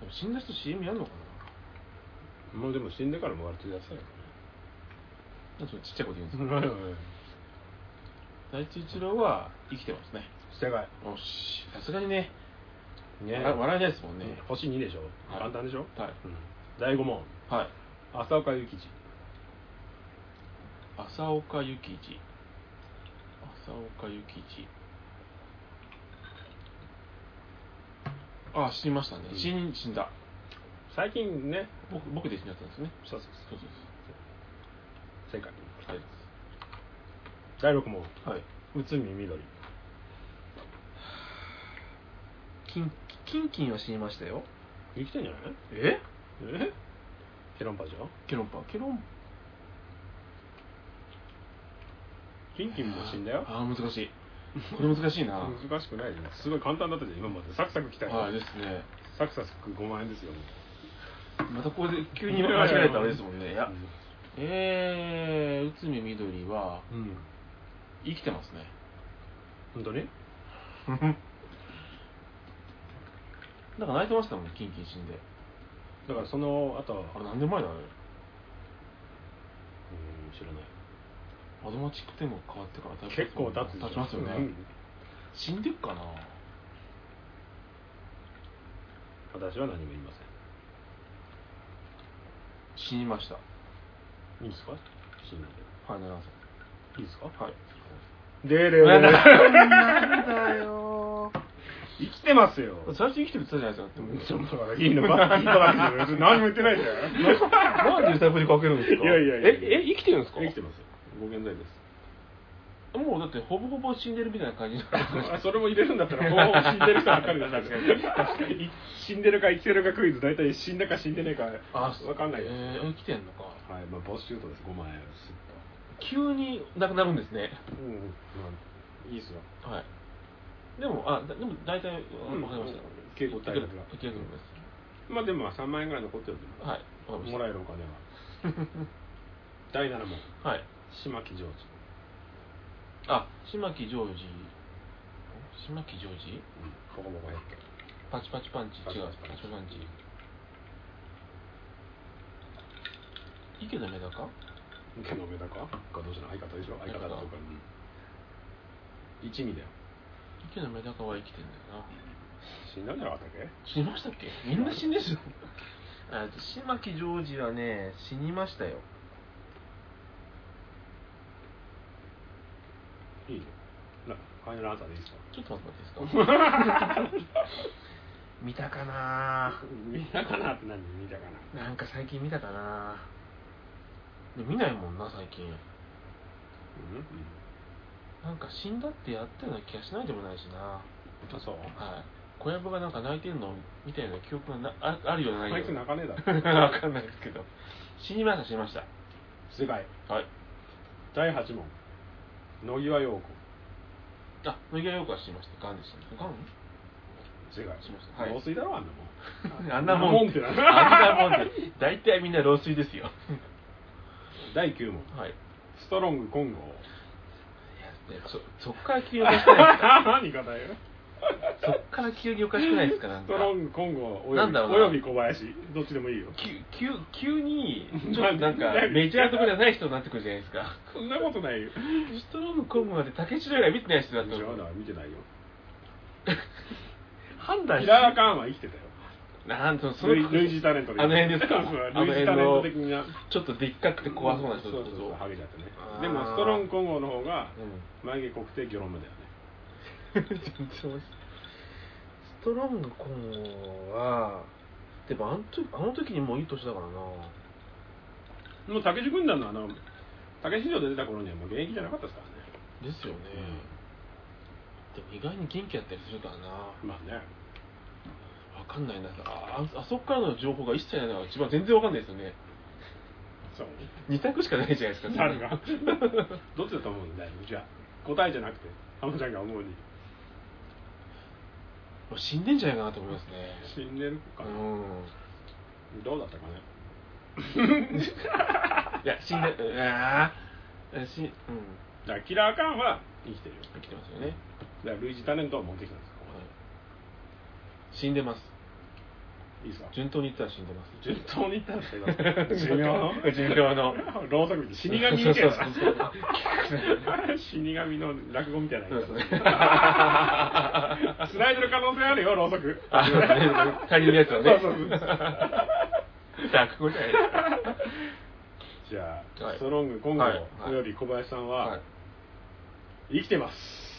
Speaker 3: でも死んだ人 CM やんのか
Speaker 1: もうでも死んでからも割ってくださいよ。
Speaker 3: な。なんかちっちゃいこと言うんですか。 [laughs] 大地一郎は生きてますね。
Speaker 1: 正解。
Speaker 3: よし、さすがにね、
Speaker 1: ね
Speaker 3: 笑笑えないですもんね。
Speaker 1: 星2でしょ
Speaker 3: はい
Speaker 1: 簡単でしょ
Speaker 3: はい
Speaker 1: うん第5問。
Speaker 3: はい。
Speaker 1: 浅岡幸一。
Speaker 3: 浅岡幸一。浅岡幸一。あ、死にましたね。
Speaker 1: うん
Speaker 3: 死に死んだ。
Speaker 1: 最近ね、
Speaker 3: 僕僕で死んじゃったんですね。
Speaker 1: そうそう
Speaker 3: そうそうそ
Speaker 1: そう正解。
Speaker 3: う。はい。
Speaker 1: 第6問。
Speaker 3: はい。
Speaker 1: 内海みどり。
Speaker 3: キンキンキンは死にましたよ。
Speaker 1: 生きてんじゃない
Speaker 3: え
Speaker 1: えケロンパじゃん
Speaker 3: ケロンパケロン
Speaker 1: キンキンも死んだよ。
Speaker 3: ああ、難
Speaker 1: [laughs]
Speaker 3: しい。これ難しいな。
Speaker 1: 難しくないよすごい簡単だったじゃん、今まで。サクサク来たよ
Speaker 3: ああ、ですね。
Speaker 1: サクサク5万円ですよ。
Speaker 3: またここで急に間違えたらあれですもんね。いや
Speaker 1: う、ん
Speaker 3: えー、内海みどりは
Speaker 1: うん。
Speaker 3: 生きてますね。
Speaker 1: 本当に
Speaker 3: なんか泣いてましたもん、キンキン死んで。
Speaker 1: だからその、あとは、
Speaker 3: あれ何年前だあれ。
Speaker 1: うん、知らない。
Speaker 3: アドマチックテーマが変わってからだいぶ
Speaker 1: 結構経つじゃん
Speaker 3: 経ちますよね。
Speaker 1: うん
Speaker 3: 死んでっかな
Speaker 1: 私は何も言いません。
Speaker 3: 死にました。
Speaker 1: いいですか死んで。
Speaker 3: はい、7歳。
Speaker 1: いいですか
Speaker 3: はい。
Speaker 1: でれ
Speaker 3: [laughs]
Speaker 1: れ
Speaker 3: なんだよ
Speaker 1: 生きてますよ。
Speaker 3: 最初生きてるって言ったじゃないですか。
Speaker 1: だからいいのかいいのか別に何も言ってないじゃん。
Speaker 3: なんでタイプにかけるんですか
Speaker 1: いやいやいやいや
Speaker 3: え、え、生きてるんですか
Speaker 1: 生きてますよ。ご現在です。
Speaker 3: もうだってほぼほぼ死んでるみたいな感じじゃないですか
Speaker 1: あそれも入れるんだったら、もう死んでる人ばっかりだ
Speaker 3: 確かに
Speaker 1: [laughs] い死んでるか生きてるかクイズ、大体死んだか死んでねえか、わかんない
Speaker 3: え
Speaker 1: です。
Speaker 3: ー生きてんのか。
Speaker 1: はい、まあ、ボスシュートです、5万円。
Speaker 3: 急になくなるんですね
Speaker 1: うん、まあ、いいっすよ。
Speaker 3: はいでもあだでも大体わ
Speaker 1: うん
Speaker 3: わかりました
Speaker 1: 結構大
Speaker 3: い
Speaker 1: 変
Speaker 3: け
Speaker 1: だ
Speaker 3: るいけると思います
Speaker 1: まあでも3万円ぐらい残ってるんで [laughs]
Speaker 3: はいわかりまし
Speaker 1: もらえるお金は。 [laughs] 第7問、
Speaker 3: たはい
Speaker 1: 島木ジョージ。
Speaker 3: あ島木ジョージ島木ジョージ
Speaker 1: ボコボコやっけ。
Speaker 3: パチパチパンチ
Speaker 1: パチ
Speaker 3: 違う
Speaker 1: パチパンチ
Speaker 3: パチパチパンチ池田メダカ
Speaker 1: 池のメダカがどうしたの相方でしょ相方とかに。一味だよ。
Speaker 3: 池田メダカは生きてんだよな
Speaker 1: 死んだんじゃなかったっけ
Speaker 3: 死にましたっけみんな死んでしょあ島木ジョージはね死にましたよ
Speaker 1: いいね。な、ファイナルアンサーでいいっすか
Speaker 3: ちょっと待って待っていい [laughs] ですか見たかな
Speaker 1: 見たかなって何見たかな。
Speaker 3: なんか最近見たかなで見ないもんな最近
Speaker 1: うんうん。
Speaker 3: なんか死んだってやったような気がしないでもないしな
Speaker 1: あ、そう
Speaker 3: はい小籔がなんか泣いてんのみたいな記憶がなああるようなない
Speaker 1: あい
Speaker 3: よ
Speaker 1: つ
Speaker 3: うな
Speaker 1: 泣かねえだろ。
Speaker 3: [laughs] わかんないですけど死にました死にました
Speaker 1: 世界。
Speaker 3: はい
Speaker 1: 第8問。野際陽子。
Speaker 3: あ乃木は陽子は死にましたがんでしたねがん
Speaker 1: 世界。
Speaker 3: しましたはい
Speaker 1: 老衰だろ、あんなもん。
Speaker 3: [laughs] あんなもんって、
Speaker 1: な
Speaker 3: あ
Speaker 1: ん
Speaker 3: ん
Speaker 1: [laughs] だもんって
Speaker 3: なもんって、大体みんな老衰ですよ。
Speaker 1: 第9問。
Speaker 3: はい。い
Speaker 1: ストロング混合。
Speaker 3: [laughs] や、そ、そっから急におかしく
Speaker 1: [laughs]
Speaker 3: ないで
Speaker 1: 何がだよ。
Speaker 3: すか。そっから急におかしくないですか、なん
Speaker 1: ス
Speaker 3: か
Speaker 1: ト。ロング混合およ
Speaker 3: な
Speaker 1: び
Speaker 3: んだろうな
Speaker 1: および小林。どっちでもいいよ。
Speaker 3: 急、急、急に、ちょっとなんか、メジャーとかじゃない人になってくるじゃないですか。
Speaker 1: そんなことないよ。
Speaker 3: ストロングコムまで竹城以外見てない人だと思う。
Speaker 1: 見てないよ。
Speaker 3: 判断
Speaker 1: キ
Speaker 3: し
Speaker 1: ラーカーンは生きてたよ。
Speaker 3: なんと、その
Speaker 1: 類、類似タレントで
Speaker 3: あの辺ですか。
Speaker 1: そうそう
Speaker 3: あの
Speaker 1: 類似
Speaker 3: 辺
Speaker 1: タレント
Speaker 3: の
Speaker 1: 的な。
Speaker 3: ちょっとでっかくて怖そうな人
Speaker 1: そう
Speaker 3: だ
Speaker 1: そう
Speaker 3: と
Speaker 1: そう、ハゲちゃってね
Speaker 3: あ。ー
Speaker 1: でも、ストロング混合の方が、
Speaker 3: うん。
Speaker 1: 眉毛濃くてギョロ目だよね。
Speaker 3: [laughs] 全然思いつストロングコンはでもあの時あの時にもういい年だからな
Speaker 1: もう、竹地軍団のあの、竹市場で出た頃にはもう現役じゃなかったですからね。
Speaker 3: ですよね、でも意外に元気やったりするからな
Speaker 1: まあね。
Speaker 3: わかんないなあああそこからの情報が一切ないのが一番全然わかんないですよね
Speaker 1: そう。
Speaker 3: 2択しかないじゃないですか
Speaker 1: 猿が。どっちだと思うんだよ、じゃあ。答えじゃなくて、浜ちゃんが思うに。
Speaker 3: もう死んでんじゃないかなと思いますね
Speaker 1: 死んでる
Speaker 3: う
Speaker 1: かな。
Speaker 3: ん
Speaker 1: どうだったかね。
Speaker 3: いや死んでうわーしうん
Speaker 1: だから、キラーカーンは生きてるよ。
Speaker 3: 生きてますよね、はい、
Speaker 1: だから、類似タレントは持ってきたんですよ。
Speaker 3: 死んでます
Speaker 1: いいっすか
Speaker 3: 順当に言ったら死んでます
Speaker 1: 順当に言ったんですけ [laughs] ど、寿命の
Speaker 3: 寿命の
Speaker 1: ろうそくに死神みたいな
Speaker 3: そうそうそ
Speaker 1: [laughs]
Speaker 3: う。
Speaker 1: 死神の落語みたいな
Speaker 3: そう
Speaker 1: 言い
Speaker 3: です
Speaker 1: 方。
Speaker 3: ね。
Speaker 1: 繋いでる可能性あるよ、ろうそく。
Speaker 3: あそうですね他人のやつは
Speaker 1: [laughs]
Speaker 3: ね。
Speaker 1: そうそうそう
Speaker 3: 落語じゃないです
Speaker 1: じゃあ、
Speaker 3: はい
Speaker 1: ストロング今後、
Speaker 3: はいはい
Speaker 1: および小林さん
Speaker 3: か。
Speaker 1: は、
Speaker 3: はい
Speaker 1: 生きてます。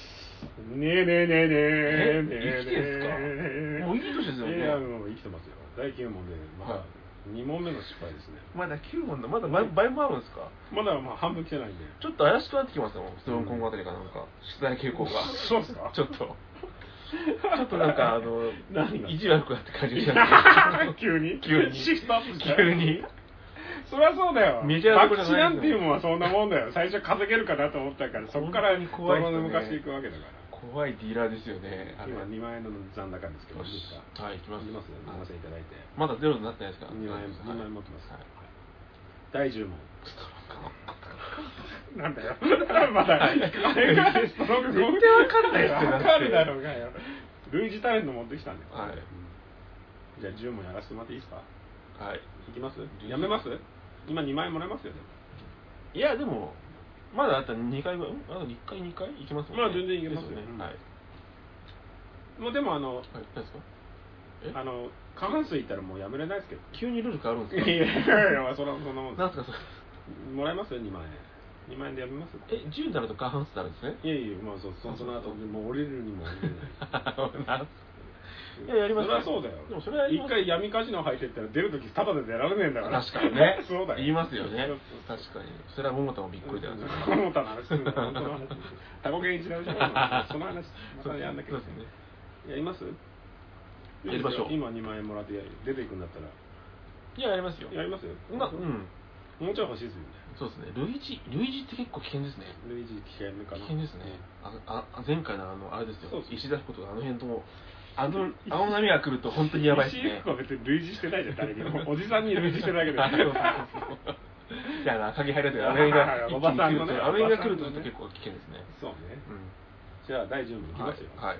Speaker 1: ねえねえねえねえねえ
Speaker 3: え生きてんすかもういい年ですよね
Speaker 1: いや、もう生きてますよ。第9問で、ま
Speaker 3: は
Speaker 1: あ、2問目の失敗ですね。
Speaker 3: まだ9問だ。まだ倍倍もあるんですか
Speaker 1: まだまあ半分来てないんで。
Speaker 3: ちょっと怪しくなってきましたもん。その今後あたりかなんか。出題傾向が。
Speaker 1: そうですか
Speaker 3: ちょっと。ちょっとなんか、あの
Speaker 1: 何が、
Speaker 3: 意地悪くなって感じがします
Speaker 1: 急に
Speaker 3: [laughs] 急に。
Speaker 1: シフトアップした
Speaker 3: 急に。
Speaker 1: そりゃそうだよ。
Speaker 3: メジャーどこ
Speaker 1: 博
Speaker 3: ろ
Speaker 1: 打
Speaker 3: じゃない
Speaker 1: なんていうもんはそんなもんだよ。最初稼げるかなと思ったから、そこから
Speaker 3: 本当に怖い人ね
Speaker 1: 泥沼化していくわけだから。
Speaker 3: 怖いディーラーですよね。あれ
Speaker 1: 今2万円の残高ですけど、いいですか
Speaker 3: はい、行きます。
Speaker 1: いきます7 0いただいて。
Speaker 3: まだゼロになってないですから。
Speaker 1: 2万円、
Speaker 3: はい
Speaker 1: 2万円持ってます。
Speaker 3: はい
Speaker 1: 第10問。
Speaker 3: ストロークの
Speaker 1: なんだよ。 [laughs] まだ、あれがストローク
Speaker 3: 絶対わかんないっすよだ
Speaker 1: わ
Speaker 3: って
Speaker 1: かるだろうがよ。類似タレント持ってきたんだよ。
Speaker 3: は
Speaker 1: う
Speaker 3: い
Speaker 1: んじゃあ10問やらせてもらっていいですか
Speaker 3: はい。
Speaker 1: いきますやめます今2万円もらえますよね。
Speaker 3: いや、でも、まだあと2回ぐらい、んあと1回、2回行きますもんね。
Speaker 1: まあ全然行けますよ
Speaker 3: で
Speaker 1: うん
Speaker 3: ね。はい。はい、
Speaker 1: もうでもあの、
Speaker 3: 何ですかえ
Speaker 1: あの、過半数いったらもうやめれないですけど。
Speaker 3: 急にルール変わるん [laughs]
Speaker 1: いやい
Speaker 3: です
Speaker 1: やいや、そらそんなもん
Speaker 3: かなんすか、それ。
Speaker 1: もらえますよ、2万円。2万円でやめます
Speaker 3: え、10になると過半数になるんですね。
Speaker 1: いやいや、まあそう、そその後、もう降りるにも降りれない。
Speaker 3: いや、やります
Speaker 1: それはそうだよ。
Speaker 3: でもそれはやりま
Speaker 1: 一
Speaker 3: す
Speaker 1: 回闇カジノ入ってったら出るときタダで出られねえんだから。。
Speaker 3: [laughs] 確かにね
Speaker 1: [laughs] そうだよ。
Speaker 3: 言いますよね
Speaker 1: そう。そう
Speaker 3: 確かに。それは桃田もびっくりだよね。
Speaker 1: そう思ったの話するの本当の話。タコゲン一覧でしょ。その話、またやんなきゃ
Speaker 3: そう
Speaker 1: いけ
Speaker 3: です
Speaker 1: ない
Speaker 3: ね。
Speaker 1: やります
Speaker 3: やりましょう
Speaker 1: 今2万円もらってやる出ていくんだったら。
Speaker 3: いや、やりますよ。
Speaker 1: やりますよ。
Speaker 3: まあ、うん。
Speaker 1: もうちょい欲しいですよね。
Speaker 3: そうですね類似類似って結構危険ですね
Speaker 1: 類似危険か
Speaker 3: 危
Speaker 1: な
Speaker 3: 険ですねああ前回のあのあれです
Speaker 1: そう
Speaker 3: よ
Speaker 1: そう
Speaker 3: 石田彦とかあの辺ともあの青波が来ると本当にやばいです
Speaker 1: 石井由
Speaker 3: ね
Speaker 1: 紀子は別に類似してないじゃん誰にもおじさんに類似してるだけで
Speaker 3: [laughs] じゃあな鍵入られてあの辺が
Speaker 1: おばさんのね
Speaker 3: 一気に来るとあの辺が来るとちょっと結構危険ですね
Speaker 1: そうね
Speaker 3: うん
Speaker 1: じゃあ第10問いきますよ、
Speaker 3: はい、はい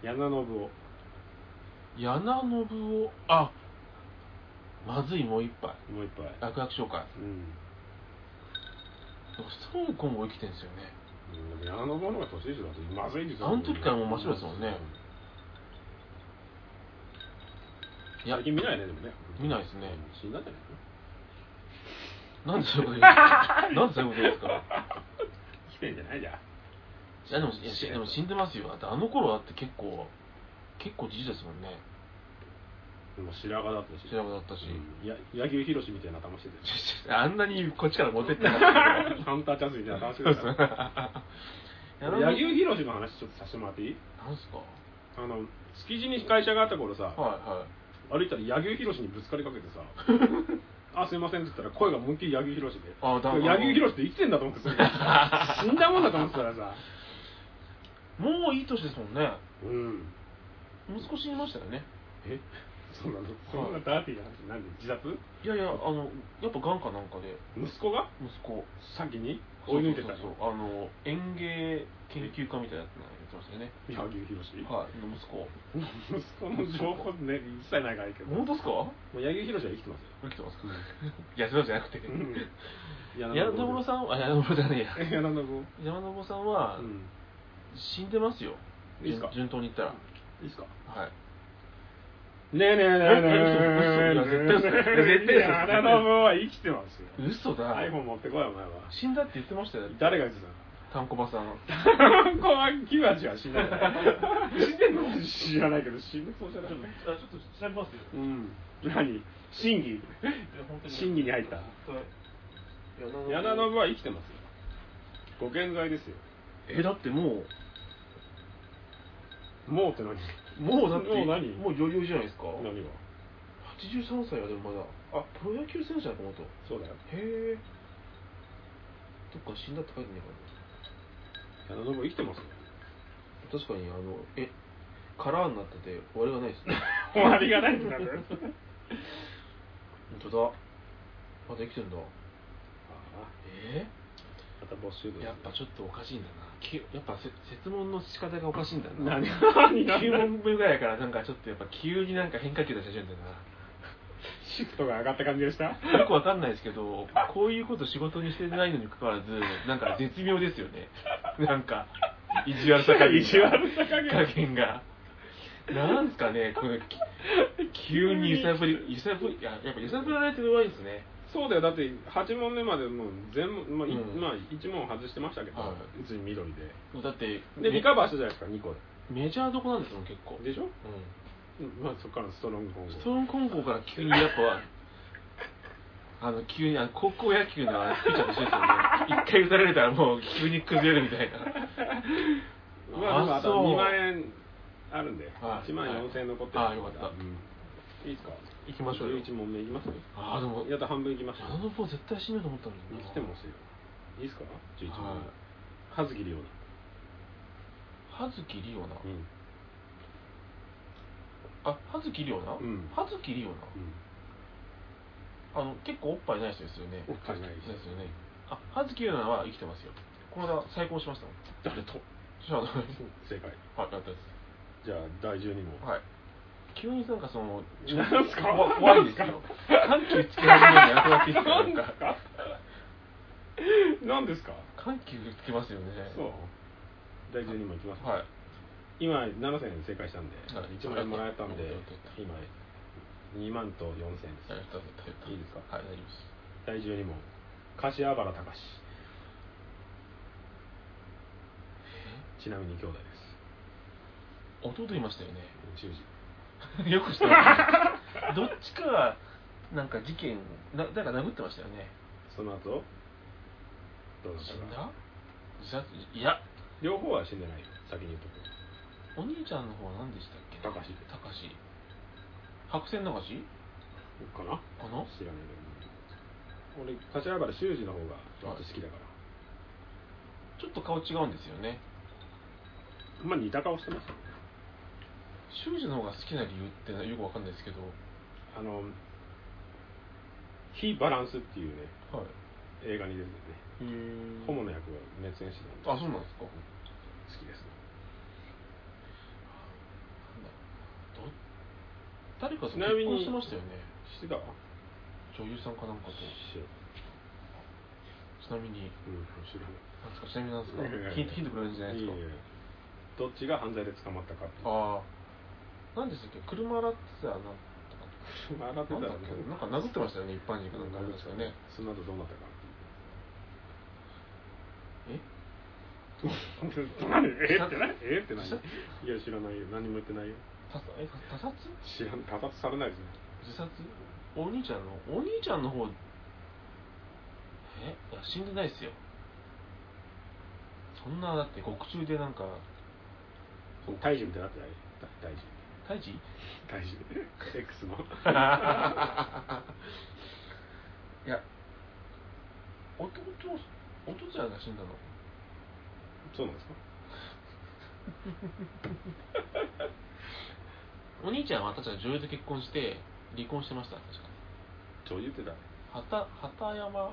Speaker 1: 矢野信夫
Speaker 3: 柳信をあまずいもう一杯
Speaker 1: もう一杯
Speaker 3: 楽々紹介
Speaker 1: うん
Speaker 3: でも孫悟も生きてんですよね
Speaker 1: うんでも矢野信夫の方が年上だとまずいですよ
Speaker 3: あの時からもう真っ白ですもんねいや
Speaker 1: 最近見ないねでもね
Speaker 3: 見ないですね
Speaker 1: 死んだんじゃないの
Speaker 3: なんでそういうこと言うんですか
Speaker 1: [laughs]
Speaker 3: なんでそういうこと言うんですか
Speaker 1: 生きてんじゃないじゃん
Speaker 3: いやでもいやしでも死んでますよだってあの頃だって結構結構じじいですもんね
Speaker 1: でも白髪だったし
Speaker 3: 白髪だったし
Speaker 1: うんや柳生博みたいな頭して
Speaker 3: [laughs]
Speaker 1: たし
Speaker 3: あんなにこっちから持ってってな
Speaker 1: [laughs]
Speaker 3: かった
Speaker 1: ハンターチャンスみたいな頭してた
Speaker 3: けど
Speaker 1: し
Speaker 3: そうそう
Speaker 1: 俺柳生博の話ちょっとさせてもらっていい
Speaker 3: なんすか
Speaker 1: あの築地に会社があった頃さ、
Speaker 3: はいはい
Speaker 1: 歩いたら柳生博にぶつかりかけて
Speaker 3: [laughs]
Speaker 1: さあすいませんって言ったら声が思いっきり柳生博で
Speaker 3: あだ
Speaker 1: 柳生博って生きてんだと思
Speaker 3: [laughs]
Speaker 1: ってさ死んだもんだと思ってたらさ
Speaker 3: もういい年ですもんね
Speaker 1: うん
Speaker 3: 息子死にましたよね
Speaker 1: えそうなのそんなダーティーな話なんで自殺
Speaker 3: いやいやあのやっぱ癌かなんかで
Speaker 1: 息子が
Speaker 3: 息子
Speaker 1: 先に追い抜いてたの
Speaker 3: そうそうそうあの園芸研究家みたいなやつなやってましたよね
Speaker 1: 柳生博
Speaker 3: はいの息子
Speaker 1: 息子の情報ね一切ないからいいけど
Speaker 3: 本当ですか
Speaker 1: もう柳生博は生きてますよ
Speaker 3: 生きてますかいやそうじゃなくて
Speaker 1: うん
Speaker 3: 山田信夫さんはあ山田信夫じゃねえや
Speaker 1: ん柳田信
Speaker 3: 山田信夫さんは
Speaker 1: 夫うん
Speaker 3: 死んでますよ
Speaker 1: いいっすか
Speaker 3: 順順当に言ったら
Speaker 1: いいっすか
Speaker 3: はい
Speaker 1: ねえねえねえねえねえ
Speaker 3: 嘘嘘嘘絶対嘘絶対嘘
Speaker 1: 矢田信夫は生きてますよ
Speaker 3: 嘘だ
Speaker 1: iPhone 持ってこいお前は
Speaker 3: 死んだって言ってましたよ
Speaker 1: 誰が言って
Speaker 3: タンコバさん
Speaker 1: たのこはキワキワ死んだから死んでんの知らないけど死んでそうじゃない
Speaker 5: あちょっと調べますよ。
Speaker 1: うん何審議
Speaker 5: 本当に。
Speaker 1: 審議に入った矢田信夫は生きてますよご健在ですよ
Speaker 3: えだっても
Speaker 1: もうって何
Speaker 3: うもうだって
Speaker 1: もう何
Speaker 3: もう余裕じゃないですか
Speaker 1: 何が
Speaker 3: 83歳はでもまだあプロ野球選手だと思うとへ
Speaker 1: そうだよ
Speaker 3: えどっか死んだって書いてね
Speaker 1: 矢田信夫生きてますよ
Speaker 3: えかな確かにあのえカラーになってて終わりがないですね
Speaker 1: [laughs] 終わりがないってなんだよ
Speaker 3: 本当だまだ生きてんだえ
Speaker 1: また没収
Speaker 3: え
Speaker 1: です
Speaker 3: やっぱちょっとおかしいんだなきやっぱせ説問の仕方がおかしいんだな
Speaker 1: 何
Speaker 3: 9
Speaker 1: 何
Speaker 3: 問目ぐらいからなんかちょっとやっぱ急になんか変化球出し始めてんだな
Speaker 1: シフトが上がった感じでした
Speaker 3: よくわかんないですけどこういうこと仕事にしてないのにかかわらずなんか絶妙ですよねなんか意地悪さ加減が
Speaker 1: 意地悪さ加減
Speaker 3: 加減がなんですかねこれき急に揺さぶり揺さぶりいややっぱ揺さぶられてるわいですね
Speaker 1: そうだよだって8問目までもう全部、まあい
Speaker 3: うん
Speaker 1: まあ、1問外してましたけど、
Speaker 3: は
Speaker 1: 別に緑で
Speaker 3: だって
Speaker 1: で
Speaker 3: メ
Speaker 1: リカバーしたじゃないですか2個
Speaker 3: メジャーどこなんですもん結構
Speaker 1: ででしょ、
Speaker 3: う
Speaker 1: うんまあ、そこからのストロングホー
Speaker 3: ん
Speaker 1: ル
Speaker 3: ストーン混合から急にやっぱあの急にあの高校野球のあのピッチャーと一緒ですよね一回打たれたらもう急に崩れるみたい
Speaker 1: [laughs]
Speaker 3: な
Speaker 1: うわでもあと
Speaker 3: あそう
Speaker 1: 2万円あるんで、
Speaker 3: はい
Speaker 1: 1万4000円残って
Speaker 3: はいあよかった
Speaker 1: うんいいですか
Speaker 3: 行きましょうよ
Speaker 1: 11問目いきます
Speaker 3: ああでも
Speaker 1: やった半分いきましょ
Speaker 3: あ
Speaker 1: う
Speaker 3: の棒絶対死ぬと思ったのに
Speaker 1: 生きてますよいいですか11問
Speaker 3: はい
Speaker 1: 目葉月リオナ
Speaker 3: 葉月リオナ
Speaker 1: うん
Speaker 3: あ葉月リオナ
Speaker 1: うん
Speaker 3: 葉月リオ
Speaker 1: うん
Speaker 3: ナあの結構おっぱいない人ですよね
Speaker 1: おっぱいない人
Speaker 3: ですよねあ葉月リオナは生きてますよこの間再婚しましたもん
Speaker 1: 誰と
Speaker 3: 知らない
Speaker 1: 正解
Speaker 3: はいやったです
Speaker 1: じゃあ第12問
Speaker 3: はい。急になんかその、
Speaker 1: なんすか
Speaker 3: 怖怖いんですよ。緩急つけられるようになくなってきて、
Speaker 1: な
Speaker 3: なん
Speaker 1: んす、か何
Speaker 3: か
Speaker 1: ですか
Speaker 3: 緩急つけますよね。
Speaker 1: そう第12問いきます、
Speaker 3: はい。
Speaker 1: 今7000円正解したんで、
Speaker 3: はい
Speaker 1: 1万円もらえたんで
Speaker 3: はい
Speaker 1: 今2万と4000円です、
Speaker 3: やったやったやった
Speaker 1: いいですか
Speaker 3: はい、大丈夫です。
Speaker 1: 第12問柏原隆ちなみに兄弟です
Speaker 3: 弟いましたよね。
Speaker 1: 修士
Speaker 3: [laughs] よく知っ
Speaker 1: [laughs]
Speaker 3: てますね。どっちかが、なんか事件、な誰か殴ってましたよね。
Speaker 1: その後どうなっ
Speaker 3: 死
Speaker 1: た
Speaker 3: ん
Speaker 1: か
Speaker 3: だ自殺いや、
Speaker 1: 両方は死んでないよ先に言っとく
Speaker 3: お兄ちゃんの方は何でしたっけ
Speaker 1: 高橋
Speaker 3: 高橋。白線流し
Speaker 1: かな
Speaker 3: かな
Speaker 1: 知らないけど俺柏原修二の方が私好きだから、
Speaker 3: ちょっと顔違うんですよね
Speaker 1: まあ似た顔してます
Speaker 3: 修二の方が好きな理由ってなよくわかんないですけど、
Speaker 1: あの「非バランス」っていうね
Speaker 3: はい、
Speaker 1: 映画に出ててねホモの役を熱演してた
Speaker 3: あ
Speaker 1: んで
Speaker 3: そうなんですか
Speaker 1: 好きです
Speaker 3: なんだど誰かと
Speaker 1: ちなみ
Speaker 3: 結
Speaker 1: に
Speaker 3: 婚してましたよね
Speaker 1: してた
Speaker 3: 女優さんかなんかと
Speaker 1: し
Speaker 3: ちなみに
Speaker 1: うん知らない
Speaker 3: なんですかちなみになんですか
Speaker 1: いやいやいや
Speaker 3: ヒントヒントくれるんじゃないですか
Speaker 1: いいねどっちが犯罪で捕まったかっていう
Speaker 3: ああ何でしたっけ車洗ってたらなんとか
Speaker 1: まあ洗ってた
Speaker 3: なん
Speaker 1: ら
Speaker 3: だ
Speaker 1: ね
Speaker 3: っけなんか殴ってましたよね一般人かなんかありましたよね
Speaker 1: その後どうなったか [laughs]
Speaker 3: え
Speaker 1: っていう何えって何えって何いや知らないよ何も言ってないよ
Speaker 3: 他殺え他殺
Speaker 1: 知らん他殺されないですね
Speaker 3: 自殺お兄ちゃんのお兄ちゃんの方えいや死んでないっすよそんなだって獄中でなんか
Speaker 1: 大臣ってなってない大臣
Speaker 3: 大 [laughs] 事
Speaker 1: 大臣 X
Speaker 3: [laughs]
Speaker 1: の
Speaker 3: いや弟お父ちゃんが死んだの
Speaker 1: そうなんですか
Speaker 3: お兄ちゃんは私は女優と結婚して離婚してました確か
Speaker 1: 女優って誰
Speaker 3: 畑畑山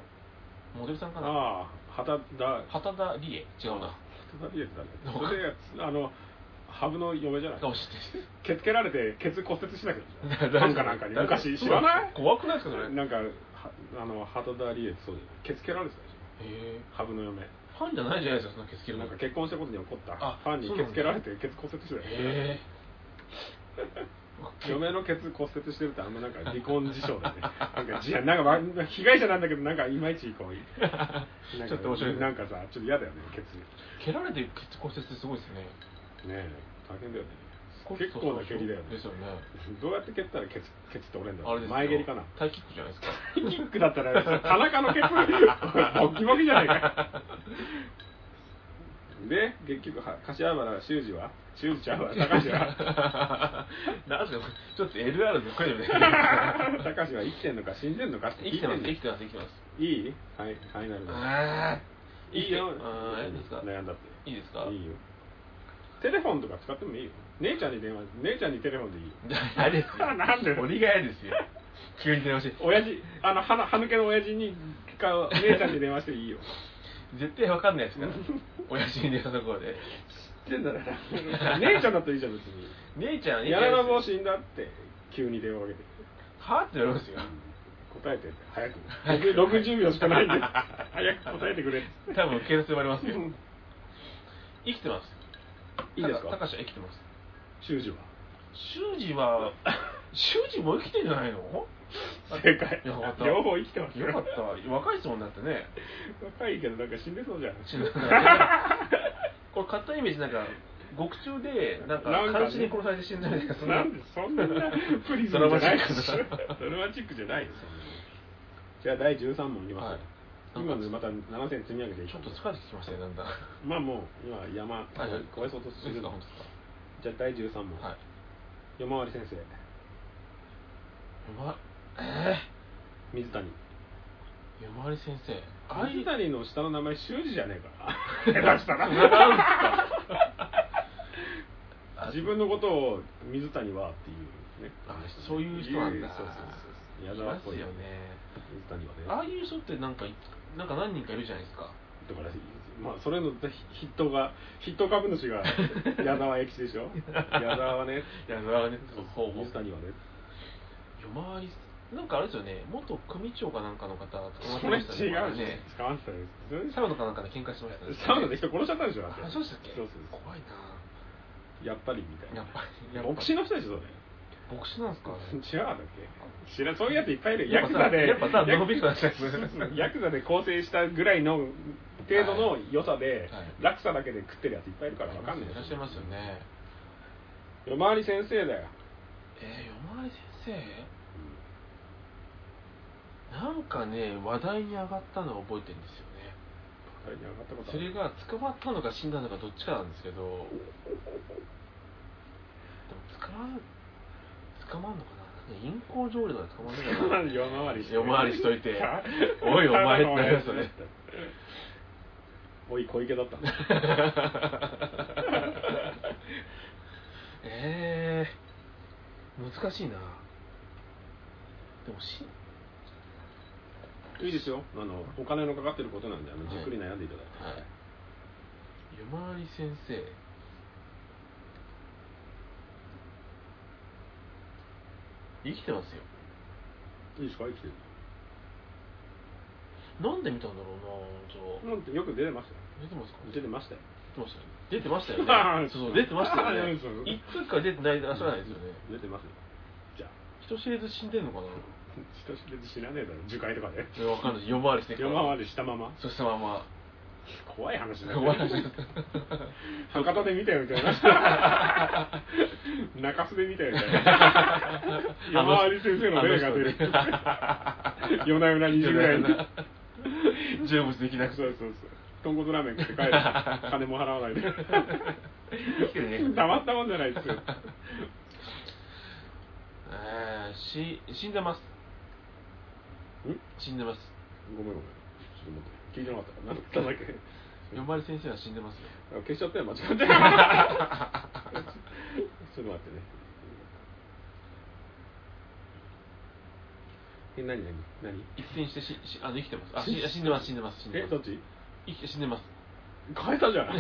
Speaker 3: モデルさんかな
Speaker 1: ああ畑田
Speaker 3: 畑田理恵違うな
Speaker 1: 畑田理恵って誰それであのハブの嫁じゃない
Speaker 3: かもしれないです
Speaker 1: 蹴つけられてケツ骨折しな
Speaker 3: [laughs]
Speaker 1: きゃ
Speaker 3: 誰
Speaker 1: なんかなんかに昔知らない
Speaker 3: 怖くないですかそれへ
Speaker 1: なんかはあの鳩田理恵ってそうじゃないケツ蹴られてたでしょ
Speaker 3: え
Speaker 1: ハブの嫁
Speaker 3: ファンじゃないじゃないですかそのケツ切るの
Speaker 1: なんか結婚したことに怒った
Speaker 3: あ
Speaker 1: ファンに
Speaker 3: そう
Speaker 1: ケ
Speaker 3: なんだ
Speaker 1: ツ蹴られてケツ骨折してたよ
Speaker 3: へえ
Speaker 1: 嫁のケツ骨折してるってあんまなんか離婚事象だねなんかじやなんかわ被害者なんだけどなんかいまいちこ
Speaker 3: [laughs]
Speaker 1: うなんか
Speaker 3: ちょっと面白いね
Speaker 1: なんかさちょっと嫌だよねケツ
Speaker 3: 蹴られてケツ骨折ってすごいですね
Speaker 1: ねえ大変だよね結構な距離だよね
Speaker 3: ですよね
Speaker 1: どうやって蹴ったらケツケツって折れんだ
Speaker 3: あ
Speaker 1: ろ
Speaker 3: れ
Speaker 1: う
Speaker 3: ですよ
Speaker 1: 前蹴りかな
Speaker 3: タイキックじゃないですか
Speaker 1: キックだったら田中のケ [laughs] ツボッキボキじゃないかで結局は柏原修二は修二ちゃんは高橋は [laughs]
Speaker 3: [laughs] なんすかちょっと LR の声で
Speaker 1: [laughs]
Speaker 3: ね
Speaker 1: 高橋は生きてんのか死んでんのかって
Speaker 3: 生きてます
Speaker 1: 聞
Speaker 3: 生
Speaker 1: い
Speaker 3: きてます生きてます
Speaker 1: んのいいはいファイナルだ
Speaker 3: あー
Speaker 1: いいよ
Speaker 3: あーいいですか
Speaker 1: 悩んだって
Speaker 3: いいですか
Speaker 1: いいよテレフォンとか使ってもいいよ姉ちゃんに電話姉ちゃんにテレフォンでいいよ
Speaker 3: 嫌です
Speaker 1: [laughs]
Speaker 3: よ
Speaker 1: なんで
Speaker 3: 鬼が嫌ですよ急に電話して
Speaker 1: 親父あの歯の歯抜けの親父にか姉ちゃんに電話していいよ
Speaker 3: 絶対わかんないですから親父に電話の声で
Speaker 1: 知ってんだから姉ちゃんだったらいいじゃん別に
Speaker 3: 姉ちゃん
Speaker 1: やらな
Speaker 3: 帽
Speaker 1: ぼう
Speaker 3: 子
Speaker 1: 死んだって急に電話かけて
Speaker 3: はって言われますよ
Speaker 1: 答えて早く僕60秒しかない
Speaker 3: [laughs]
Speaker 1: んで早く答えてくれって
Speaker 3: 多分警察呼ばれますよ
Speaker 1: うん
Speaker 3: 生きてます
Speaker 1: いいですか
Speaker 3: た高橋は生きてます
Speaker 1: 修二は
Speaker 3: 修二は修二も生きてんじゃないの
Speaker 1: 正解
Speaker 3: よかった
Speaker 1: 両方生きてます
Speaker 3: よかった若いですもんだってね
Speaker 1: 若いけどなんか死んでそうじゃん
Speaker 3: 死んだこれ勝手なイメージなんか獄中でなんか
Speaker 1: なんかね
Speaker 3: 監視に殺されて死んだみたいなそんな
Speaker 1: なんでそんなプリズムじゃないでしょ
Speaker 3: ドラマチックな
Speaker 1: ドラマチックじゃないよそんなのじゃあ第13問いきますよ、
Speaker 3: はい
Speaker 1: 今のでまた7000積み上げていき
Speaker 3: ちょ
Speaker 1: ま
Speaker 3: っ
Speaker 1: す
Speaker 3: と疲れてきましたねだんだん
Speaker 1: まあもう今山超えそうとして
Speaker 3: いいで
Speaker 1: る
Speaker 3: すか
Speaker 1: の
Speaker 3: 本当ですか
Speaker 1: じゃあ第13問、
Speaker 3: はい。
Speaker 1: 山割先生
Speaker 3: 夜回え
Speaker 1: 水谷
Speaker 3: ー、夜回り先生。
Speaker 1: 水
Speaker 3: い。
Speaker 1: 谷の下の名前修二じゃねえか [laughs] 下手したら [laughs] 自分のことを水谷はっていうね
Speaker 3: あ、そういう人なんだ。
Speaker 1: そうそうそう
Speaker 3: い
Speaker 1: 矢沢っぽい
Speaker 3: ますよね。
Speaker 1: 水谷はね
Speaker 3: ああいう人ってなんかい、なんか何人かいるじゃないですか。
Speaker 1: だから、まあ、それの筆頭が筆頭株主
Speaker 3: [laughs]
Speaker 1: が矢沢永吉でしょ矢沢はね
Speaker 3: 矢沢ね、そう、ほうほう。
Speaker 1: 水谷
Speaker 3: 夜
Speaker 1: はね
Speaker 3: 回り、なんかあれですよね、元組長かなんかの方と
Speaker 1: それ違うし
Speaker 3: よね。
Speaker 1: 使わんたよそれ
Speaker 3: サウナかなんかで喧嘩してましたね。
Speaker 1: サウナで人殺しちゃったでしょだって
Speaker 3: あ、そうでしたっけ
Speaker 1: そうそうそ
Speaker 3: 怖いな
Speaker 1: うやっぱりみたいな
Speaker 3: やっぱり。い [laughs] や
Speaker 1: 牧師の人でしょそれ
Speaker 3: 牧師なんですか
Speaker 1: 違うだっけ知らんそういうやついっぱいいる
Speaker 3: や
Speaker 1: ヤ
Speaker 3: っぱ
Speaker 1: クザ
Speaker 3: さ
Speaker 1: で
Speaker 3: やっぱさ
Speaker 1: ヤク
Speaker 3: のびるなっちゃう
Speaker 1: ヤクザで構成したぐらいの程度の良さで、
Speaker 3: はい
Speaker 1: 落差だけで食ってるやついっぱいいるから分かんない
Speaker 3: いらっしゃいますよね。
Speaker 1: 夜回り先生だよ
Speaker 3: えー、夜回り先生なんかね話題に上がったのを覚えてるんですよね
Speaker 1: あれに上がったことあ
Speaker 3: それ
Speaker 1: る
Speaker 3: が捕まったのか死んだのかどっちかなんですけどでも捕まる捕まんのかななん銀行条例とか捕まんねえか [laughs] な
Speaker 1: 夜回りして
Speaker 3: 夜回りしとい
Speaker 1: [laughs]
Speaker 3: ておいお前ってなりますよね
Speaker 1: おい小池だ
Speaker 3: [laughs]
Speaker 1: った
Speaker 3: えー、難しいなでもし
Speaker 1: いいですよあのお金のかかってることなんであのじっくり悩んでいただいて、
Speaker 3: はい夜回り先生生きてますよ
Speaker 1: い、いですか生きてる
Speaker 3: なんで見たんだろうなじゃあ
Speaker 1: なんてよく出てましたよ
Speaker 3: 出てますか
Speaker 1: 出てましたよ
Speaker 3: 出てましたよ
Speaker 1: [laughs]
Speaker 3: ねそうそう出てましたよね
Speaker 1: そうそう
Speaker 3: 一回から出てない出さないですよね
Speaker 1: 出てますよじゃあ
Speaker 3: 人知れず死んでんのかな
Speaker 1: 人知れず知らねえだろ樹海とかで
Speaker 3: いやわかんない夜回りして
Speaker 1: 夜回りしたまま
Speaker 3: そしたまま
Speaker 1: 怖い話だ
Speaker 3: 終わら
Speaker 1: よ
Speaker 3: せ
Speaker 1: ね
Speaker 3: て
Speaker 1: 博多で見たよみたいな [laughs] 中洲で見たよみたいな山あり先生の例が出る夜な夜な2時ぐらいに
Speaker 3: [laughs] 成仏できなく
Speaker 1: そ
Speaker 3: て
Speaker 1: うそうそう豚骨ラーメン食って帰る金も払わないで
Speaker 3: 生きてるね
Speaker 1: たまったもんじゃないですよ
Speaker 3: えーし死んでます死んでます
Speaker 1: ごめんごめんちょっと待って聞いてなかった何だったんだっけ
Speaker 3: 夜回り先生は死ん
Speaker 1: [laughs]
Speaker 3: でますよ
Speaker 1: あ消しちゃったよ間違ってちょっと待ってねえ何何何
Speaker 3: 一転してししあの生きてますあしあ死んでます死んでます死んで
Speaker 1: え
Speaker 3: ます
Speaker 1: どっち
Speaker 3: 生き死んでます
Speaker 1: 変えたじゃん変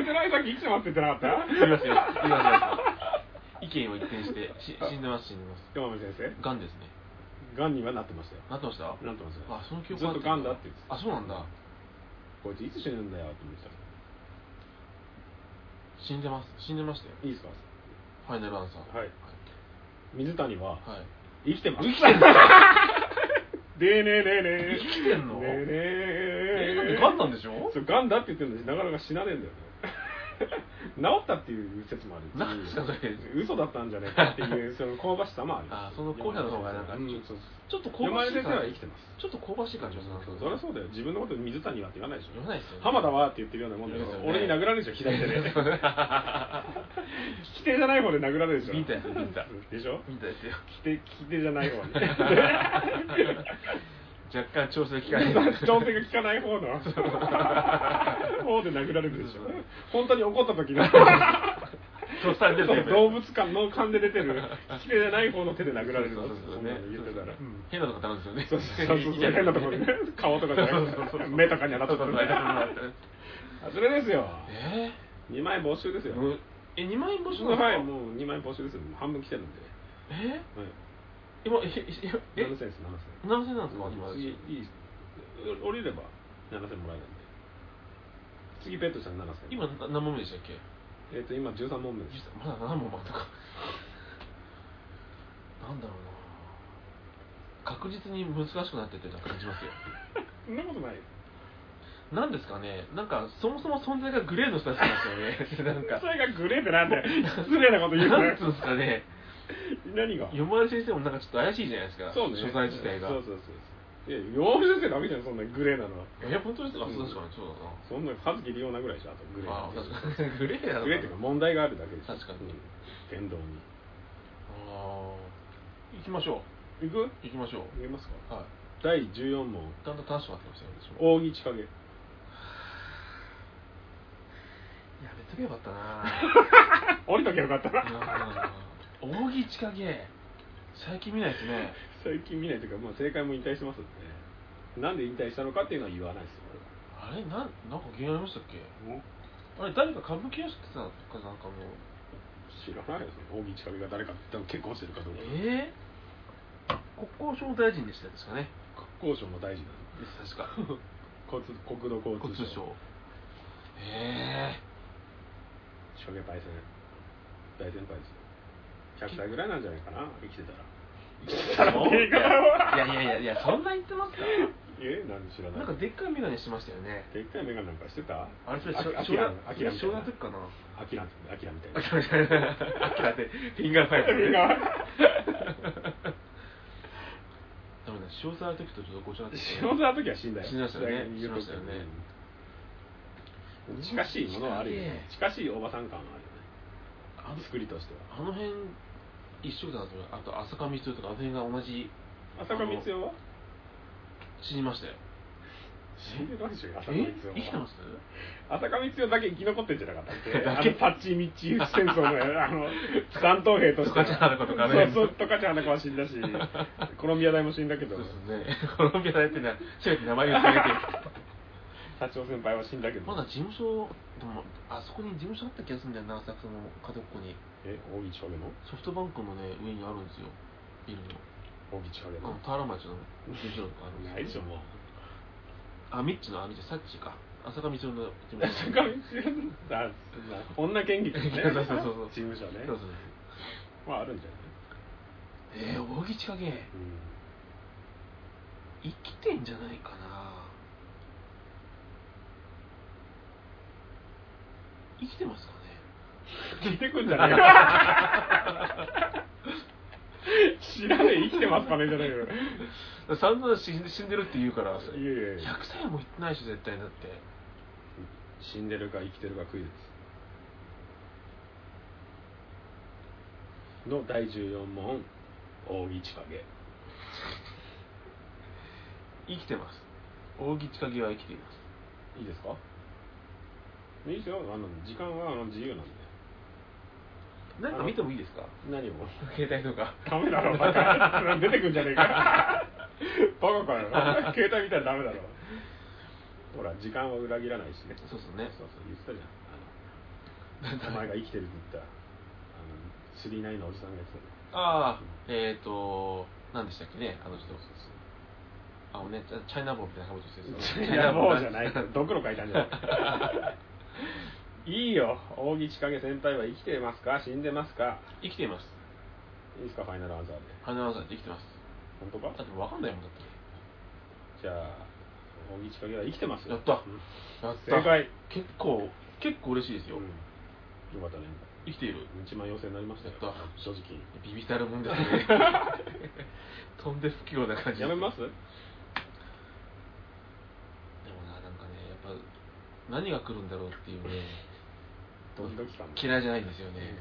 Speaker 1: えてないさっき生きてますって言ってなかった
Speaker 3: いますよいますいます意見を一転してし死んでます死んでます
Speaker 1: 山部先生
Speaker 3: がんですね
Speaker 1: がんにはなってましたよ
Speaker 3: なってました
Speaker 1: なってますよ
Speaker 3: あその記憶
Speaker 1: ずっと
Speaker 3: あ
Speaker 1: がん
Speaker 3: ん
Speaker 1: だ
Speaker 3: だ
Speaker 1: って言ってた
Speaker 3: あそうなんだ
Speaker 1: こいついつ死ぬんだよって思ってた
Speaker 3: 死んでます死んでましたよ
Speaker 1: いいですか
Speaker 3: ファイナルアンサー
Speaker 1: はい水谷は
Speaker 3: はい、はい
Speaker 1: 生きてます生きてるでねえねえねえ
Speaker 3: 生きてんの
Speaker 1: ねえね
Speaker 3: えだ
Speaker 1: え
Speaker 3: ってがんなんでしょ
Speaker 1: そうガンだって言ってるのになかなか死なねえんだよ [laughs] ね治ったっていう説もあるし
Speaker 3: なんですかそれ
Speaker 1: 嘘だったんじゃねえかって
Speaker 3: [laughs]
Speaker 1: いうその香ばしさもある
Speaker 3: あその後者の方がなんか
Speaker 1: うんそうそう
Speaker 3: ちょっと香ばしい
Speaker 1: 山根先生
Speaker 3: 感
Speaker 1: は
Speaker 3: じ
Speaker 1: 生きてます
Speaker 3: ちょっと香ばしい感じがするな
Speaker 1: そりゃそうだよ自分のこと水谷はって言わないでし
Speaker 3: 言
Speaker 1: ょ
Speaker 3: わないですよね
Speaker 1: 浜田はって言ってるようなもんだよ
Speaker 3: 言いますよね
Speaker 1: 俺に殴られるでしょ左手で利 [laughs] き手じゃない方で殴られるでしょ
Speaker 3: ビンタですよビンタ
Speaker 1: でしょ
Speaker 3: みたいですよ
Speaker 1: 利き手利き手じゃない方
Speaker 3: [laughs]
Speaker 1: に
Speaker 3: 若干調整
Speaker 1: [laughs]
Speaker 3: 機会
Speaker 1: 調整が効かない方
Speaker 3: [laughs]
Speaker 1: の方で殴られるでしょ本当に怒った時の
Speaker 3: とっさに出てる
Speaker 1: [laughs] 動物感の勘で出て [laughs] る利き手じゃない方の手で殴られる
Speaker 3: そうそうそう
Speaker 1: そんなの言ってたらうん
Speaker 3: 変なとこ頼んですよね
Speaker 1: そうそうそう
Speaker 3: [laughs]
Speaker 1: 変なところにね顔とかじゃなくて目とかにはなっちゃってるねあそれですよ
Speaker 3: え
Speaker 1: 2万円没収ですよ
Speaker 3: ー、え2万円募集なんですか
Speaker 1: はいもう2万円没収ですよもう半分来てるんで
Speaker 3: え
Speaker 1: はい
Speaker 3: 今えええ
Speaker 1: 7000です7000
Speaker 3: 何千なんですか今
Speaker 1: 次いい降りれば7000もらえるんで次ベットしたら7000
Speaker 3: 今な何問目でしたっけ
Speaker 1: えっ、と今13問目です
Speaker 3: まだ何問もあったかなんだろうな確実に難しくなってってるのは感じますよ
Speaker 1: [laughs] そんなことないよ
Speaker 3: なんですかねなんかそもそも存在がグレーの人たちなんですよね [laughs] なんか
Speaker 1: それがグレーってなんで [laughs] 失礼なこと言う
Speaker 3: なん
Speaker 1: ね
Speaker 3: つうんですかね
Speaker 1: 何が
Speaker 3: 読まれ先生もなんかちょっと怪しいじゃないですか
Speaker 1: そうね
Speaker 3: 所在自体が
Speaker 1: そうそうそういや弱い先生だけじゃんそんなグレーなのはい
Speaker 3: や本当ですか、あそうですかねそう
Speaker 1: そんな葉月リオナぐらいじゃんあとグレ
Speaker 3: だなあ確
Speaker 1: ー
Speaker 3: かにグレーなのか
Speaker 1: [laughs]
Speaker 3: な
Speaker 1: グレーっていうか問題があるだけでしょ
Speaker 3: 確かに
Speaker 1: うん言動に
Speaker 3: あー行きましょ
Speaker 1: 行く
Speaker 3: う行きましょ
Speaker 1: 見えますか
Speaker 3: うはい
Speaker 1: 第14問
Speaker 3: だんだん楽しくなってきましたよ私も
Speaker 1: 扇千景
Speaker 3: やめとけばよかった
Speaker 1: [laughs]
Speaker 3: な
Speaker 1: [laughs] 降りときゃよかったな
Speaker 3: うん扇千景最近見ないですね
Speaker 1: [laughs] 最近見ないというか、まあ、正解も引退してますんでねなんで引退したのかっていうのは言わないですよ
Speaker 3: あれなんなんか原因ありましたっけ
Speaker 1: 俺は
Speaker 3: あれ誰か歌舞伎屋敷さんかなんかの
Speaker 1: 知らないよ扇千景が誰か多分結婚してるかどうか
Speaker 3: ええ国交省大臣でしたですかね
Speaker 1: 国交省の大臣なの
Speaker 3: です確か
Speaker 1: [laughs] 交通国土交
Speaker 3: 国
Speaker 1: 通
Speaker 3: 交
Speaker 1: 省
Speaker 3: 省ええ
Speaker 1: 初見パイセン大先輩ですよ100歳ぐらいなんじゃないかな生きてたら
Speaker 3: そういやいやいやいやそんな言ってますか
Speaker 1: えなんで知らない
Speaker 3: なんかでっかい眼鏡してましたよね
Speaker 1: でっかい眼鏡なんかしてた
Speaker 3: あれそれ
Speaker 1: あ
Speaker 3: 小
Speaker 1: きあ
Speaker 3: 小
Speaker 1: きら
Speaker 3: 学
Speaker 1: あきらみたいな
Speaker 3: 小学の時か [laughs] な
Speaker 1: あきらんあきらみたい
Speaker 3: あ
Speaker 1: な
Speaker 3: きらみたいなあきらってフィンガーファイ [laughs] ブ
Speaker 1: フィンガーフ
Speaker 3: ダメだ塩沢の時とちょっとごちゃになってきた
Speaker 1: 塩沢の時は死んだよ
Speaker 3: 死んでましたよね
Speaker 1: 大学入学
Speaker 3: 死んでましたよね
Speaker 1: うん近しいものはあるよね近しいおばさん感はあるよね
Speaker 3: あの
Speaker 1: 作りとしては
Speaker 3: あの辺一緒だと思うあと浅香光代とかあの辺が同じ
Speaker 1: 浅香光代は
Speaker 3: 死にましたよ
Speaker 1: 死んでないでしょ浅香
Speaker 3: え
Speaker 1: 光代は
Speaker 3: 生きてます
Speaker 1: 浅香光代だけ生き残ってんじゃなかったっけ
Speaker 3: [laughs] だ
Speaker 1: あ
Speaker 3: け
Speaker 1: のタッチミッチ戦争のあ
Speaker 3: [laughs]
Speaker 1: の残党兵として
Speaker 3: 十勝花子とかね
Speaker 1: そうそう十勝花子は死ん
Speaker 3: [laughs]
Speaker 1: だしコロンビア大も死んだけど
Speaker 3: そうですね [laughs] コロンビア大ってのはせめて名前を下げて
Speaker 1: 社長先輩は死んだけど
Speaker 3: まだ事務所でもあそこに事務所あった気がするんだよな浅草の角っこに
Speaker 1: え大木千代の
Speaker 3: ソフトバンクのね上にあるんですよビルの
Speaker 1: 大木千代
Speaker 3: あの
Speaker 1: の
Speaker 3: 田原町の事務所とかあるんですよ
Speaker 1: ないでしょもう
Speaker 3: あミッチのあミッチサッチか浅香光代の事務所
Speaker 1: 浅香光代のあそんな女剣劇のね
Speaker 3: [laughs] そうそうそうそう
Speaker 1: 事務所ね
Speaker 3: [laughs] そうそうそう
Speaker 1: まああるんじゃない
Speaker 3: えー、大木千
Speaker 1: う
Speaker 3: 景生きてんじゃないかな生きてますかね
Speaker 1: ん聞いてくんじゃないよ
Speaker 3: [laughs]
Speaker 1: 知らねえ生きてますかねじゃないよい
Speaker 3: 散々死んで死んでるって言うから
Speaker 1: やいやいや
Speaker 3: 100歳はもういってないでしょ絶対だって
Speaker 1: 死んでるか生きてるかクイズですの第14問大木千景
Speaker 3: 生きてます大木千景は生きています
Speaker 1: いいですかいいですよあの時間はあの自由なんで
Speaker 3: なんか見てもいいですか
Speaker 1: 何を
Speaker 3: 携帯とか
Speaker 1: ダメだろバカ出てくんじゃ [laughs] ねえかバカかよ携帯見たらダメだろほら時間は裏切らないしね
Speaker 3: そうそうね
Speaker 1: そうそう言ってたじゃんあのお前が生きてるって言ったあの39のおじさんが言ってたね
Speaker 3: ああえっ、ー、と何でしたっけねあの人あのねチャチャイナボーみたいなことしてる人
Speaker 1: いやもうじゃないドクロ書いたんじゃない
Speaker 3: [laughs]
Speaker 1: いいよ大木千景先輩は生きてますか死んでますか
Speaker 3: 生きています
Speaker 1: いいですかファイナルアンサーで
Speaker 3: 花輪さんって生きてます
Speaker 1: 本当か
Speaker 3: だって分かんないもんだって
Speaker 1: じゃあ大木千景は生きてますよ
Speaker 3: やった
Speaker 1: うん
Speaker 3: やっ
Speaker 1: 正解
Speaker 3: 結構結構嬉しいですよ、
Speaker 1: うんよかったね
Speaker 3: 生きている
Speaker 1: 1万4000になりましたよ
Speaker 3: やっ
Speaker 1: 正
Speaker 3: [laughs]
Speaker 1: 直
Speaker 3: ビビたるもんです
Speaker 1: [laughs]
Speaker 3: ね飛んで不器用な感じ
Speaker 1: やめます
Speaker 3: でもななんかねやっぱ何が来るんだろうっていうね
Speaker 1: ドキドキ感
Speaker 3: 嫌いじゃないんですよね、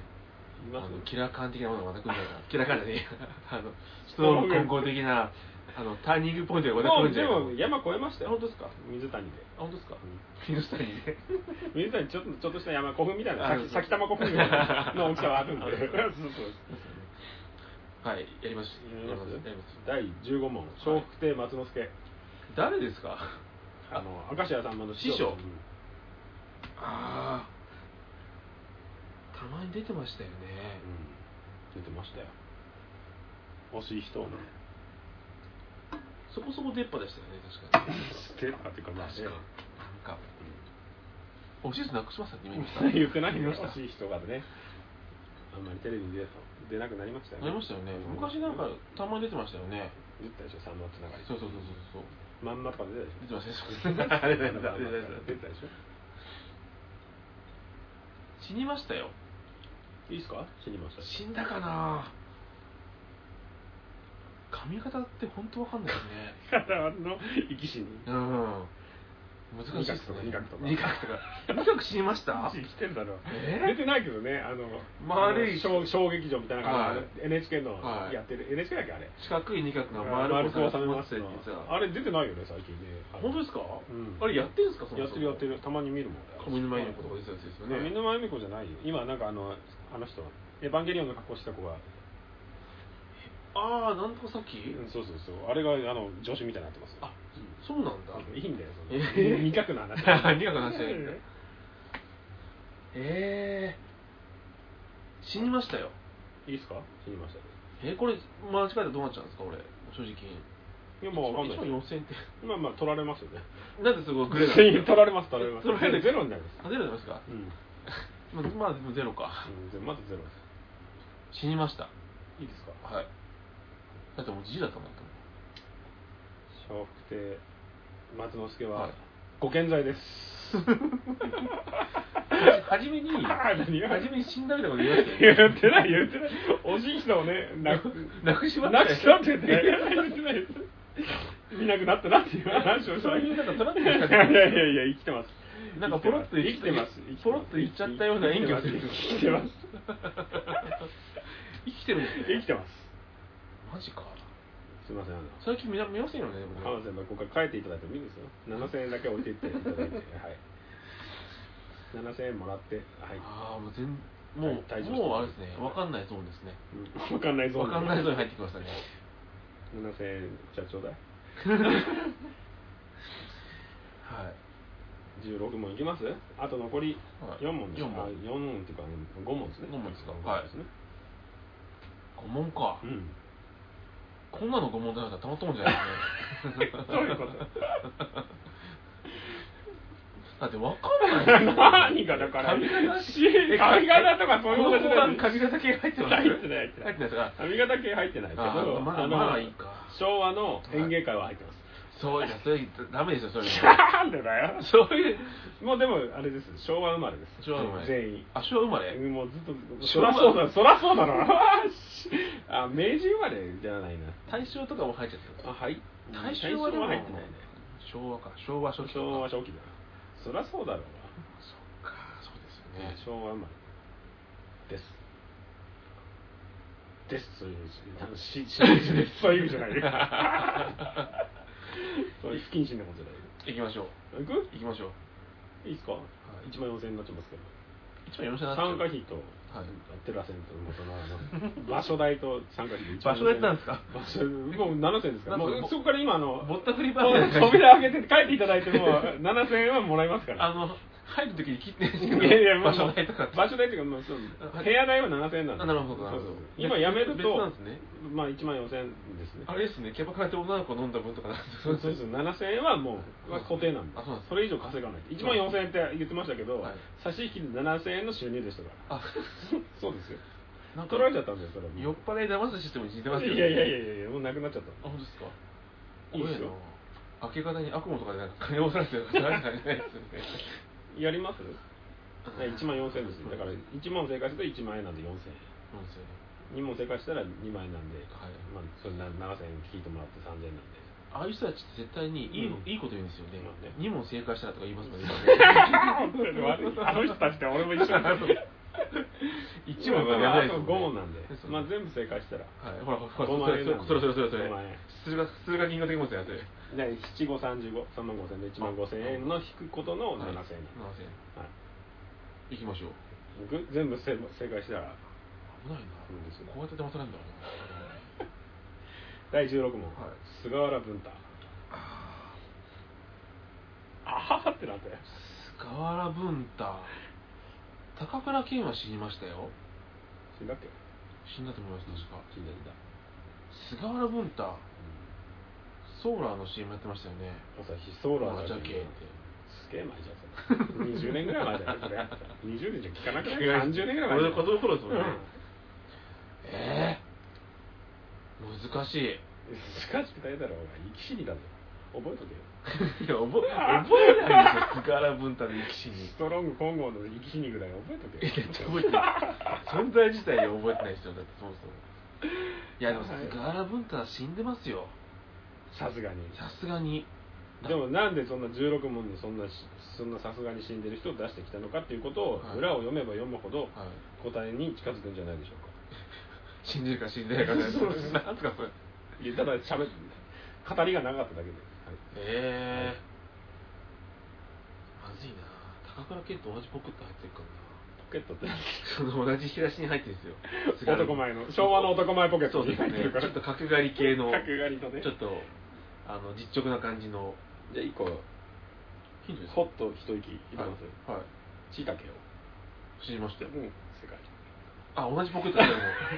Speaker 1: い
Speaker 3: あ
Speaker 1: ます
Speaker 3: のキラー感的なものがまた来るんだから [laughs] キラー感じゃねえあのストーム混合的なあのターニングポイントがまた来
Speaker 1: も
Speaker 3: る
Speaker 1: うん
Speaker 3: じゃ
Speaker 1: で
Speaker 3: ない
Speaker 1: も山越えましたよ
Speaker 3: 本当ですか
Speaker 1: 水谷で
Speaker 3: あ本当です
Speaker 1: う
Speaker 3: か
Speaker 1: ん
Speaker 3: 水谷で
Speaker 1: 水谷ちょっとちょっとした山古墳みたいな
Speaker 3: あ
Speaker 1: さき先玉古墳みたいなの大きさはあるんでそうそう
Speaker 3: はいやります
Speaker 1: やります
Speaker 3: やります
Speaker 1: 第15問笑福亭松之助、
Speaker 3: 誰ですか
Speaker 1: あの明石家さんまの
Speaker 3: 師匠
Speaker 1: うん
Speaker 3: ああたまに出てましたよね
Speaker 1: 出てましたよ惜しい人をね
Speaker 3: そこそこ出っ歯でしたよね確かに
Speaker 1: [laughs] してたっていうかまあね
Speaker 3: 確かなんかおしずなくしましたって [laughs] 今言いました
Speaker 1: うん [laughs] 言ってない
Speaker 3: 言い
Speaker 1: よ
Speaker 3: ました
Speaker 1: 惜しい人がねあんまりテレビに出出なくなりましたよね
Speaker 3: なりましたよね昔なんかたまに出てましたよね
Speaker 1: 言ったでしょさんまつながり
Speaker 3: そうそうそうそうそう
Speaker 1: まんまとか出たでしょ
Speaker 3: 出てましたねそう [laughs] あれだ
Speaker 1: まんまとか出たでしょ
Speaker 3: 死にましたよ
Speaker 1: いいですか死にました
Speaker 3: 死んだかな髪型って本当わかんないですね
Speaker 1: [laughs] 体の生き死に
Speaker 3: うん難しいですね
Speaker 1: 二角とか
Speaker 3: 二角とか二角死にました
Speaker 1: 生きてんだろう
Speaker 3: え
Speaker 1: 出てないけどねあの
Speaker 3: 丸い
Speaker 1: あの小小劇場みたいな感じで NHK の
Speaker 3: はい
Speaker 1: やってる NHK だっけあれ
Speaker 3: 四角い二角が
Speaker 1: 丸
Speaker 3: 丸
Speaker 1: く
Speaker 3: く
Speaker 1: 収
Speaker 3: 収
Speaker 1: め
Speaker 3: め
Speaker 1: ま
Speaker 3: ますす
Speaker 1: っ
Speaker 3: って
Speaker 1: や
Speaker 3: てや
Speaker 1: つ
Speaker 3: つは
Speaker 1: あれ出てないよね最近ね
Speaker 3: 本当ですか、
Speaker 1: うん
Speaker 3: あれやってんすかそ
Speaker 1: やってるやって
Speaker 3: る
Speaker 1: るたまに見るもん
Speaker 3: 上沼恵美子とか出てたやつですよね
Speaker 1: 上沼恵美子じゃないよ今なんかあのあの人エヴァンゲリオンの格好した子が
Speaker 3: ああなんとかさっき、
Speaker 1: うんそうそうそうあれがあの助手みたいになってますよ
Speaker 3: あそうなんだ
Speaker 1: いいんだよそ
Speaker 3: え
Speaker 1: の味覚の話
Speaker 3: 味 [laughs] 覚の話
Speaker 1: [laughs]
Speaker 3: ええー、死にましたよ
Speaker 1: いいっすか死にましたね
Speaker 3: えー、これ間違えたらどうなっちゃうんですか俺正直
Speaker 1: いやもうわかんない
Speaker 3: 1万4000って [laughs]
Speaker 1: まあまあ取られますよね
Speaker 3: なんですごいグレーなん
Speaker 1: 全
Speaker 3: で
Speaker 1: 員
Speaker 3: すか
Speaker 1: 取られます取られます
Speaker 3: 取られる
Speaker 1: ゼロになります
Speaker 3: あゼロになりますか
Speaker 1: うん、うん
Speaker 3: ままあでもゼロか
Speaker 1: じゃあまずゼロです
Speaker 3: 死にました
Speaker 1: いいですか
Speaker 3: はいだってもうじじいだったもんだって
Speaker 1: 笑福亭松之助は、
Speaker 3: はい
Speaker 1: ご健在です
Speaker 3: 初
Speaker 1: [laughs]
Speaker 3: めに
Speaker 1: 何が
Speaker 3: 初めに死んだみたいなこと言いました
Speaker 1: [laughs]
Speaker 3: よ
Speaker 1: 言ってない言ってないおじい人をねなく
Speaker 3: [laughs] なくしまった
Speaker 1: なくしたって言ってない言ってない言ってない見なくなったなっていう話をした
Speaker 3: そういうなんかトラップ
Speaker 1: い
Speaker 3: で
Speaker 1: や
Speaker 3: すか
Speaker 1: い
Speaker 3: ね
Speaker 1: やいやいや生きてます
Speaker 3: なんかポロッと
Speaker 1: 生きてます
Speaker 3: ポロッと言っちゃったような演技をする
Speaker 1: 生きてます
Speaker 3: 生ききてるんです
Speaker 1: 生
Speaker 3: ね
Speaker 1: きてます
Speaker 3: マジか
Speaker 1: すいませんあの
Speaker 3: 最近見な見ませんよねでもね
Speaker 1: 浜田先輩ここから帰っていただいてもいいですよ7000円だけ置いていっていただいてはい7000円もらってはい
Speaker 3: ああもう全もう、
Speaker 1: はい退場して
Speaker 3: もうあれですねわかんないゾーンですね
Speaker 1: 分かんないぞ
Speaker 3: わかんないゾーンに入ってきましたね
Speaker 1: 7000円じゃあちょうだい
Speaker 3: はい
Speaker 1: 16問いきますあと残り
Speaker 3: はい
Speaker 1: 4問です
Speaker 3: 四問
Speaker 1: あ四問っていうかね5問ですね
Speaker 3: 五問ですか
Speaker 1: 五
Speaker 3: はい
Speaker 1: ですね
Speaker 3: 5問か、
Speaker 1: うん
Speaker 3: こんなの5問じゃなかったらたまったもんじゃないですね
Speaker 1: どういうこと [laughs]
Speaker 3: だってわかんない
Speaker 1: 何がだから
Speaker 3: 髪型
Speaker 1: し髪型とかそういう
Speaker 3: こ
Speaker 1: こ
Speaker 3: の
Speaker 1: とじゃない
Speaker 3: 交換髪型系入ってます
Speaker 1: 入ってない入ってない
Speaker 3: 入ってないですか
Speaker 1: 髪型系入ってないけど
Speaker 3: あーまだ
Speaker 1: の
Speaker 3: まだいいか
Speaker 1: 昭和の演芸会は入ってます
Speaker 3: そういやそれダメでしょ
Speaker 1: [laughs]
Speaker 3: それ
Speaker 1: なんでだよ
Speaker 3: そういう
Speaker 1: もうでもあれです昭和生まれです
Speaker 3: 昭和生まれ
Speaker 1: 全員
Speaker 3: あ昭和生まれ
Speaker 1: もうずっとそ
Speaker 3: 昭
Speaker 1: ら
Speaker 3: 和
Speaker 1: そうだそらそうだろあ明治生まれじゃないな
Speaker 3: 大正とかも入っちゃってる
Speaker 1: あはい
Speaker 3: 大正はでも
Speaker 1: 入ってないね
Speaker 3: 昭和か昭和初期とか
Speaker 1: 昭和初期だよそらそうだろう
Speaker 3: そっかそうですよ
Speaker 1: な
Speaker 3: ね
Speaker 1: 昭和生まれですですそういう意味ししです [laughs] そういう意味じゃないよそういう不謹慎なことじゃないよ
Speaker 3: 行きましょう
Speaker 1: いく
Speaker 3: 行きましょう
Speaker 1: いいっすか、1万4000円になっちゃいますけど
Speaker 3: 一番よろしくなっちゃう
Speaker 1: 参加費と、
Speaker 3: はい
Speaker 1: テラセンと元のあの
Speaker 3: [laughs]
Speaker 1: 場所代と参加費で1万
Speaker 3: 場所代なんですか
Speaker 1: 場所もう7000円ですから
Speaker 3: な
Speaker 1: も
Speaker 3: ん
Speaker 1: う
Speaker 3: かぼ
Speaker 1: そこから今あの
Speaker 3: ぼったくりバージョンですね
Speaker 1: 扉開けて帰っていただいて
Speaker 3: [laughs]
Speaker 1: も7000円はもらえますから
Speaker 3: あの入る時に切って
Speaker 1: いやいやも
Speaker 3: 場
Speaker 1: う
Speaker 3: 所代とか
Speaker 1: 場所代っていうかもうそう
Speaker 3: あはい
Speaker 1: 部屋代は7000円なんで
Speaker 3: あなるほどな
Speaker 1: そ
Speaker 3: る
Speaker 1: う
Speaker 3: ほ
Speaker 1: そ
Speaker 3: ど
Speaker 1: う今やめる
Speaker 3: 別なん
Speaker 1: と
Speaker 3: ですね
Speaker 1: まあ1万4000円ですね
Speaker 3: あれですねキャバクラで女の子飲んだ分とかなんです
Speaker 1: そうそうそう7000円はもうまあ固定なんで
Speaker 3: あそうなんです
Speaker 1: それ以上稼がない1万4000円って言ってましたけど、
Speaker 3: はい
Speaker 1: 差し引きで7000円の収入でしたから
Speaker 3: あ
Speaker 1: [laughs] そうですよ。
Speaker 3: なんか
Speaker 1: 取られちゃったんだよ、それはもう
Speaker 3: 酔っ払い騙すシステムに似てますよ
Speaker 1: いやいやいやいや、もうなくなっちゃっ
Speaker 3: あ、本当ですか。
Speaker 1: いいっすよ
Speaker 3: 怖えな。明け方に悪夢とかでなんか金を取られてるからないですよね。
Speaker 1: た。やります ?1 万4000円ですよ。だから、1問正解すると1万円なんで4000円。
Speaker 3: そうですよね。
Speaker 1: 2問正解したら2万円なんで、
Speaker 3: はい
Speaker 1: まあ、それな7000円引いてもらって3000円なんで。
Speaker 3: ああいう人たちって絶対にいい,、
Speaker 1: うん
Speaker 3: いいこと言うんですよね
Speaker 1: まあね。
Speaker 3: 二、問正解したらとか言いますからね。
Speaker 1: あの人たちって俺も [laughs] 一緒だ。
Speaker 3: 一問がやばいですもんね
Speaker 1: 5問なんで
Speaker 3: そうです、ね
Speaker 1: まあ全部正解したら。
Speaker 3: はい、ほらほら
Speaker 1: 五
Speaker 3: ほ
Speaker 1: 万
Speaker 3: ら、
Speaker 1: 円
Speaker 3: それそれそれそれそれそれ
Speaker 1: 五万円。
Speaker 3: 数学数学銀河的もんですよね。
Speaker 1: で七五三十五三万五千で一万五千円の引くことの7000円なんで。
Speaker 3: 七千円。
Speaker 1: はい
Speaker 3: 行きましょう。
Speaker 1: 僕全部正正解したら
Speaker 3: 危ないな。
Speaker 1: そうですよ
Speaker 3: こうやって騙されるんだろうな。
Speaker 1: 第16問、
Speaker 3: はい
Speaker 1: 菅原文太あははってなったよ
Speaker 3: 菅原文太。高倉健は死にましたよ。
Speaker 1: 死んだっけ
Speaker 3: 死んだと思います、確か。
Speaker 1: 死んだ死んだ、
Speaker 3: 菅原文太ソーラーの CM やってましたよね
Speaker 1: 朝日ソーラー
Speaker 3: じゃ
Speaker 1: だ
Speaker 3: け
Speaker 1: け
Speaker 3: って
Speaker 1: すげえ前じゃんそ
Speaker 3: [laughs]
Speaker 1: れ20年ぐらい前だよそれ20年じゃ聞かなくない30年ぐらい前
Speaker 3: 俺の子供の頃ですもんね
Speaker 1: うん
Speaker 3: ええ
Speaker 1: [laughs]
Speaker 3: 難しいい
Speaker 1: しかしくないだろうが生き死にだぞ覚えとけよ
Speaker 3: や覚え覚えないでしょ [laughs] 菅原文太の歴史に
Speaker 1: ストロング金剛の生き死にぐらい覚えとけ
Speaker 3: いや
Speaker 1: よ
Speaker 3: 覚えてない存在自体を覚えてないですよだってそもそもいやでも
Speaker 1: はい
Speaker 3: 菅原文太は死んでますよ
Speaker 1: さすがに
Speaker 3: さすがに
Speaker 1: でもなんでそんな16問でそんなしそんなさすがに死んでる人を出してきたのかっていうことを
Speaker 3: はい
Speaker 1: 裏を読めば読むほど
Speaker 3: はい
Speaker 1: 答えに近づくんじゃないでしょうか
Speaker 3: 死んでるか死んでないかじゃない
Speaker 1: そうです
Speaker 3: なんすかそれ
Speaker 1: いやただ喋っ語りがなかっただけで、
Speaker 3: ええまずいな高倉健と同じポケット入ってるからな
Speaker 1: ポケットって
Speaker 3: その同じ引き出しに入ってるんです
Speaker 1: [laughs]
Speaker 3: よ
Speaker 1: 男前の昭和の男前ポケット
Speaker 3: そう
Speaker 1: に
Speaker 3: です
Speaker 1: 入
Speaker 3: ね
Speaker 1: ってるか
Speaker 3: ち
Speaker 1: ら
Speaker 3: ょっと角刈り系の
Speaker 1: 角刈りのね
Speaker 3: ちょっとあの実直な感じの
Speaker 1: じゃあ一個
Speaker 3: ヒントです
Speaker 1: ほっと一息いきます
Speaker 3: はい、は
Speaker 1: ちいたけを
Speaker 3: い、知りましたよ
Speaker 1: うん世
Speaker 3: [laughs]
Speaker 1: 界
Speaker 3: あ同じポケットだよ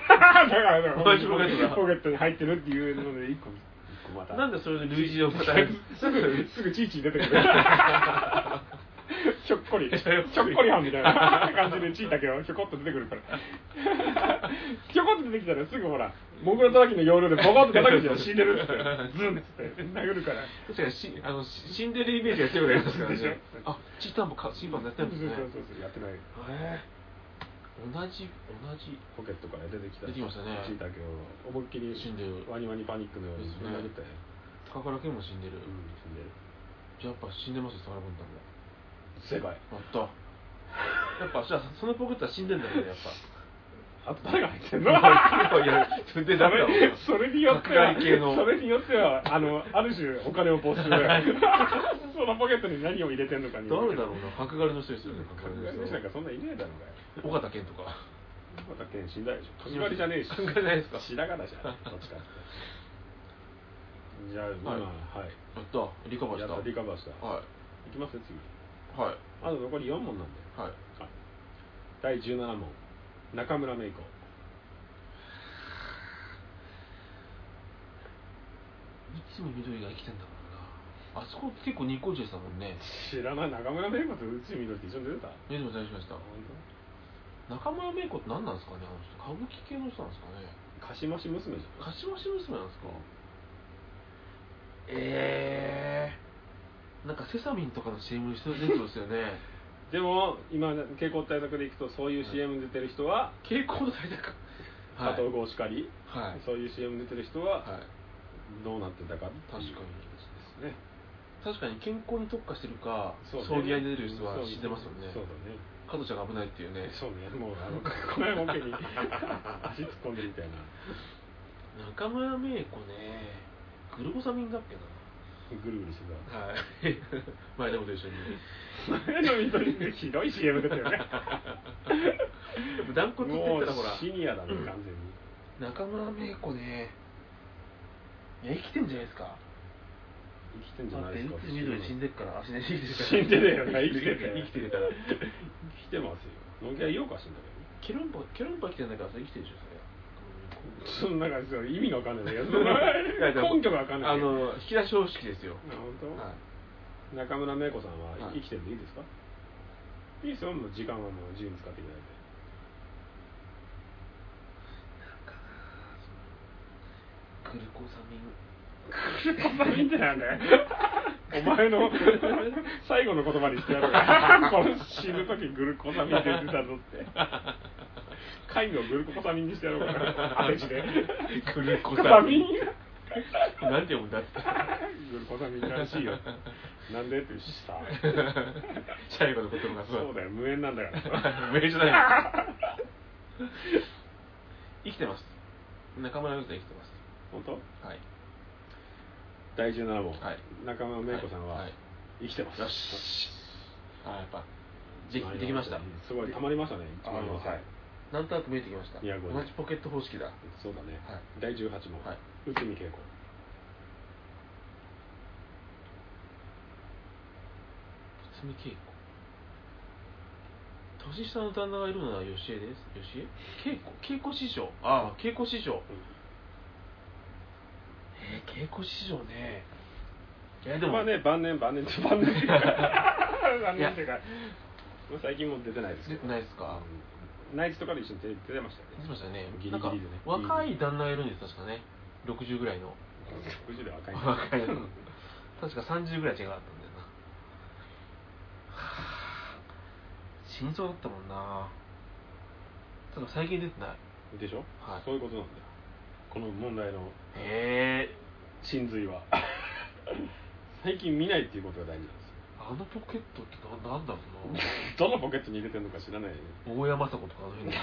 Speaker 1: だからだから
Speaker 3: 同じポケットだ
Speaker 1: ポケットに入ってるっていうので一個一個また
Speaker 3: なんでそれで類似をまた
Speaker 1: すぐ、すぐチーチー出 [laughs] てくる。ひょっこり、ひょっこりはんみたい [laughs] な感じでチーだけをひょこっと出てくる [laughs] から。ひょこっと出てきたらすぐほら、モグロたたきの要領でボコッと叩くじゃん、死んで [laughs] るっつって。ズンっつって、殴るから。
Speaker 3: 確かにしあのし死んでるイメージが強くなりますから
Speaker 1: でしょ
Speaker 3: ねあチータンもか審判もやって
Speaker 1: そう
Speaker 3: るん
Speaker 1: そ
Speaker 3: で
Speaker 1: う
Speaker 3: すね
Speaker 1: そうそう、やってない。
Speaker 3: ええ同じ同じ
Speaker 1: ポケットから出てきた。
Speaker 3: 出てきましたね
Speaker 1: チーだけを思いっきり
Speaker 3: 死んでる
Speaker 1: ワニワニパニックのように
Speaker 3: ですね
Speaker 1: 殴って。
Speaker 3: 高倉健も死んでる、
Speaker 1: うん、死んでる。
Speaker 3: じゃあやっぱ死んでますよ、サラブンタンも。
Speaker 1: 世界。
Speaker 3: やった。やっぱ、じゃあ、そのポケットは死んでんだよね、やっぱ。あと誰が入ってる
Speaker 1: う
Speaker 3: のい
Speaker 1: わ
Speaker 3: や、いや全然ダメだろ。
Speaker 1: それそれによっては
Speaker 3: 角刈り系の
Speaker 1: それによってはあのある種お金を没収
Speaker 3: [laughs]
Speaker 1: そのポケットに何を入れてんのかに
Speaker 3: 誰だろうな、角刈りの人ですよね、
Speaker 1: 角刈りの人なんかそんないねえだろうがよ
Speaker 3: 尾形健とか。
Speaker 1: また剣死んだでしょ角刈りじゃねえし
Speaker 3: 角刈りじゃないですか
Speaker 1: 白髪だじゃんどっちかってじゃあ今
Speaker 3: はい
Speaker 1: はい
Speaker 3: やった、リカバーし
Speaker 1: や
Speaker 3: た。
Speaker 1: ったリカバーした
Speaker 3: はい
Speaker 1: きますよ次
Speaker 3: い。はい。
Speaker 1: あと残り4問なんで
Speaker 3: はい。
Speaker 1: はい第17問中村芽衣子
Speaker 3: いつも緑が生きてんだからな。あそこ結構日光地でしたもんね。
Speaker 1: 知らない中村芽衣子と内海って一緒に出てた
Speaker 3: ね、でも大丈夫でした
Speaker 1: 本。
Speaker 3: 中村芽衣子って何なんですかね、あの人。歌舞伎系の人なんですかね。
Speaker 1: 当。貸し増し娘じゃん
Speaker 3: かしわし娘なんですかええなんかセサミンとかの CM にしてる出てるんですよ
Speaker 1: [laughs]
Speaker 3: ね
Speaker 1: でも今傾向対策でいくとそういう CM に出てる人は、
Speaker 3: 蛍光の大作
Speaker 1: 加藤剛しかり、
Speaker 3: はい
Speaker 1: そういう CM に出てる人は、
Speaker 3: はい
Speaker 1: どうなってたか
Speaker 3: 確かに
Speaker 1: ですね
Speaker 3: 確かに健康に特化してるか葬儀屋に出てる人は知ってますよね
Speaker 1: そう
Speaker 3: 加藤ちゃんが危ないっていう
Speaker 1: だね
Speaker 3: ね
Speaker 1: そうねもうあのこない本家
Speaker 3: [laughs]
Speaker 1: に足突っ込んでるみたいな
Speaker 3: 中村芽衣子ねグルコサミンだっけな
Speaker 1: ぐるぐるしてた [laughs]
Speaker 3: はい前田もと一緒に
Speaker 1: 前の緑ってひどい CM だった
Speaker 3: [laughs]
Speaker 1: よね
Speaker 3: やっぱ断固って言
Speaker 1: も
Speaker 3: っ
Speaker 1: う
Speaker 3: たらほら
Speaker 1: シニアだね完全に
Speaker 3: 中村芽衣子ねいや生きてんじゃないですか
Speaker 1: 生きてんじゃ
Speaker 3: だ
Speaker 1: ない
Speaker 3: って
Speaker 1: ですか
Speaker 3: 緑死んでっから死んで生きてるから
Speaker 1: 死んでねえよな生きて
Speaker 3: る
Speaker 1: る
Speaker 3: 生きてるから
Speaker 1: 生きてますよ乃木は言おうかしんだけどね
Speaker 3: ケロンパケロンパ来てないからそれ生きてるでしょ
Speaker 1: その中ですよ意味がわか [laughs] んないんだけど
Speaker 3: それ
Speaker 1: 根拠がわかんない
Speaker 3: あの引き出し方式ですよ
Speaker 1: あ本当、
Speaker 3: はい
Speaker 1: 中村芽衣子さんは
Speaker 3: はい
Speaker 1: 生きてるんでいいですか、い、いですよもう時間はもう自由に使っていただいて
Speaker 3: グルコサミン
Speaker 1: 見 [laughs] てなんだよお前の最後の言葉にしてやろうかこの死ぬ時グルコサミンって言ってたぞって [laughs] 会議をグルコサミンにしてやろうかあれしで
Speaker 3: グルコ
Speaker 1: サ
Speaker 3: サ
Speaker 1: ミ
Speaker 3: ミ
Speaker 1: ン
Speaker 3: ンなんて読むんだって
Speaker 1: グルコサミンら
Speaker 3: [laughs]
Speaker 1: しいよなんでって言うしさ
Speaker 3: 最後の言葉が
Speaker 1: そうだよ無縁なんだから
Speaker 3: よ名じゃない [laughs] 生きてます中村陽子生きてます
Speaker 1: 本当
Speaker 3: はい
Speaker 1: 第17問、
Speaker 3: はい
Speaker 1: 中村芽衣子さんは、
Speaker 3: はい
Speaker 1: 生きてます
Speaker 3: よしあやっぱできできました
Speaker 1: すごい溜まりましたね
Speaker 3: あ
Speaker 1: 一万円
Speaker 3: はいなんとなく見えてきました
Speaker 1: 250
Speaker 3: 同じポケット方式だ
Speaker 1: そうだね、
Speaker 3: はい
Speaker 1: 第18問、
Speaker 3: はい
Speaker 1: 内海恵子
Speaker 3: 堤恵子年下の旦那がいるのは吉江です吉江恵子恵子師匠ああ恵子師匠えー、恵子師匠ねいやでも、
Speaker 1: まあね晩年晩
Speaker 3: [laughs]
Speaker 1: 年って晩年っていうか晩年っていうかもう最近もう出てないですけ
Speaker 3: 出
Speaker 1: ど
Speaker 3: てないですか
Speaker 1: うん内地とかで一緒に出出てましたよ
Speaker 3: 出てましたね
Speaker 1: ギリギリ
Speaker 3: なんか
Speaker 1: でね
Speaker 3: 若い旦那がいるんです確かね60ぐらいの
Speaker 1: 60で若い
Speaker 3: [laughs] 若い
Speaker 1: の
Speaker 3: の
Speaker 1: [laughs]
Speaker 3: 確か30ぐらい違かったんだよなはあ心臓だったもんなただ最近出てない
Speaker 1: でしょ、
Speaker 3: はい
Speaker 1: そういうことなんだよこの問題の
Speaker 3: へえ
Speaker 1: 真髄
Speaker 3: [laughs]
Speaker 1: は最近見ないっていうことが大事なんですよ
Speaker 3: [laughs] あのポケットってななんだろうな
Speaker 1: どのポケットに入れてるのか知らないよね
Speaker 3: 大山雅子とかあの辺に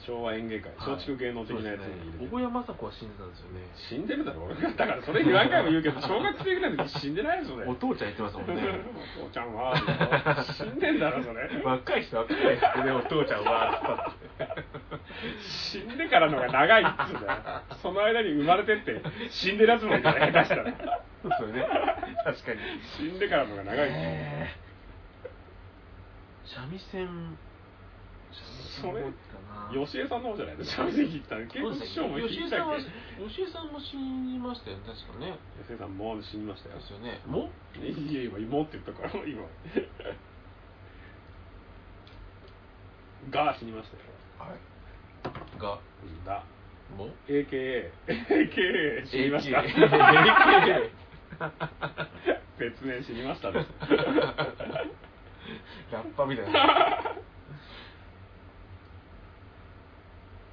Speaker 1: 昭和演芸会 [laughs] 松竹芸能的なやつに入れてる
Speaker 3: 大山雅子は死んでたんですよね
Speaker 1: 死んでるだろ俺だからそれ何回も言うけど小学生ぐらいの時死んでないでしょそれ
Speaker 3: お父ちゃん言ってましたもんね
Speaker 1: [laughs] お父ちゃんは死んでんだろそれ
Speaker 3: 若い人若い人でお父ちゃんは
Speaker 1: [laughs]
Speaker 3: つったって
Speaker 1: 死んでからのが長いっつうんだよその間に生まれてって死んでるやつもいたね下手したら
Speaker 3: そうね確かに
Speaker 1: 死んでからのが長いっつうんだよ
Speaker 3: 三味線
Speaker 1: それ
Speaker 3: 吉
Speaker 1: 吉江さんの方じゃないの正直言ったら結構師匠も
Speaker 3: 吉
Speaker 1: 聞
Speaker 3: 江
Speaker 1: い
Speaker 3: さ
Speaker 1: た
Speaker 3: んは
Speaker 1: っ
Speaker 3: 吉
Speaker 1: け
Speaker 3: 江さんも死にましたよね確かね
Speaker 1: 吉江さんもう死にましたよ
Speaker 3: ですよねも
Speaker 1: いや今芋って言ったから今が死にましたよ
Speaker 3: が
Speaker 1: だ
Speaker 3: も
Speaker 1: AKA AKA 死にました
Speaker 3: AKA
Speaker 1: 別名死にま
Speaker 3: [laughs]
Speaker 1: したです
Speaker 3: ラッパみたいな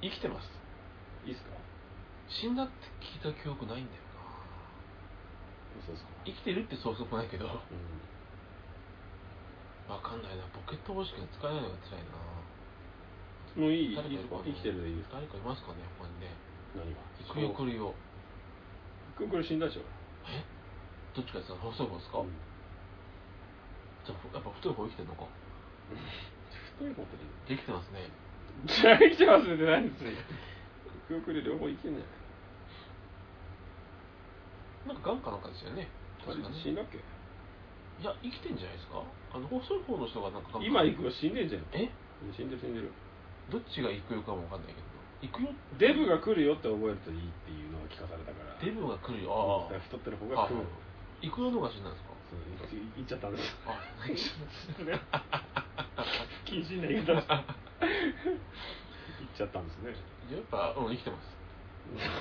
Speaker 3: 生きてます
Speaker 1: いいっすか
Speaker 3: 死んだって聞いた記憶ないんだよ
Speaker 1: そうですか
Speaker 3: な生きてるってそうそうもないけどわ
Speaker 1: う
Speaker 3: かんないなポケット方式が使えないのが辛いな
Speaker 1: もういい
Speaker 3: 誰かいるかな
Speaker 1: 生きてるでいいですか
Speaker 3: 誰かいますかねほんまにね
Speaker 1: 何が
Speaker 3: 行くよ来るよ
Speaker 1: くんくん死んだでしょ
Speaker 3: えどっちかですか細い方ですか、
Speaker 1: うん
Speaker 3: じゃあやっぱ太い方生きてんのか
Speaker 1: 太い方って
Speaker 3: できてますね
Speaker 1: じゃあ生きてますねって何ですよくんくんで両方生きてんじゃ
Speaker 3: なんか癌かなんかですよね確
Speaker 1: ない
Speaker 3: か
Speaker 1: あれ
Speaker 3: ね
Speaker 1: 死んだっけ
Speaker 3: いや生きてんじゃないですかあの細い方の人がなんか癌か
Speaker 1: 今行くよ死んでんじゃん
Speaker 3: え
Speaker 1: 死んでる死んでる
Speaker 3: どっちが行くよかもわかんないけど行くよ
Speaker 1: デブが来るよって覚えるといいっていうのは聞かされたから
Speaker 3: デブが来るよ
Speaker 1: あ
Speaker 3: ああ
Speaker 1: 太ってる方が来る
Speaker 3: あ行くよのが死んだんですか
Speaker 1: そう行っちゃったんですよ
Speaker 3: あ [laughs] 何し
Speaker 1: そ [laughs] れは謹慎な言い方 [laughs] した行っちゃったんですね
Speaker 3: やっぱうん生きてます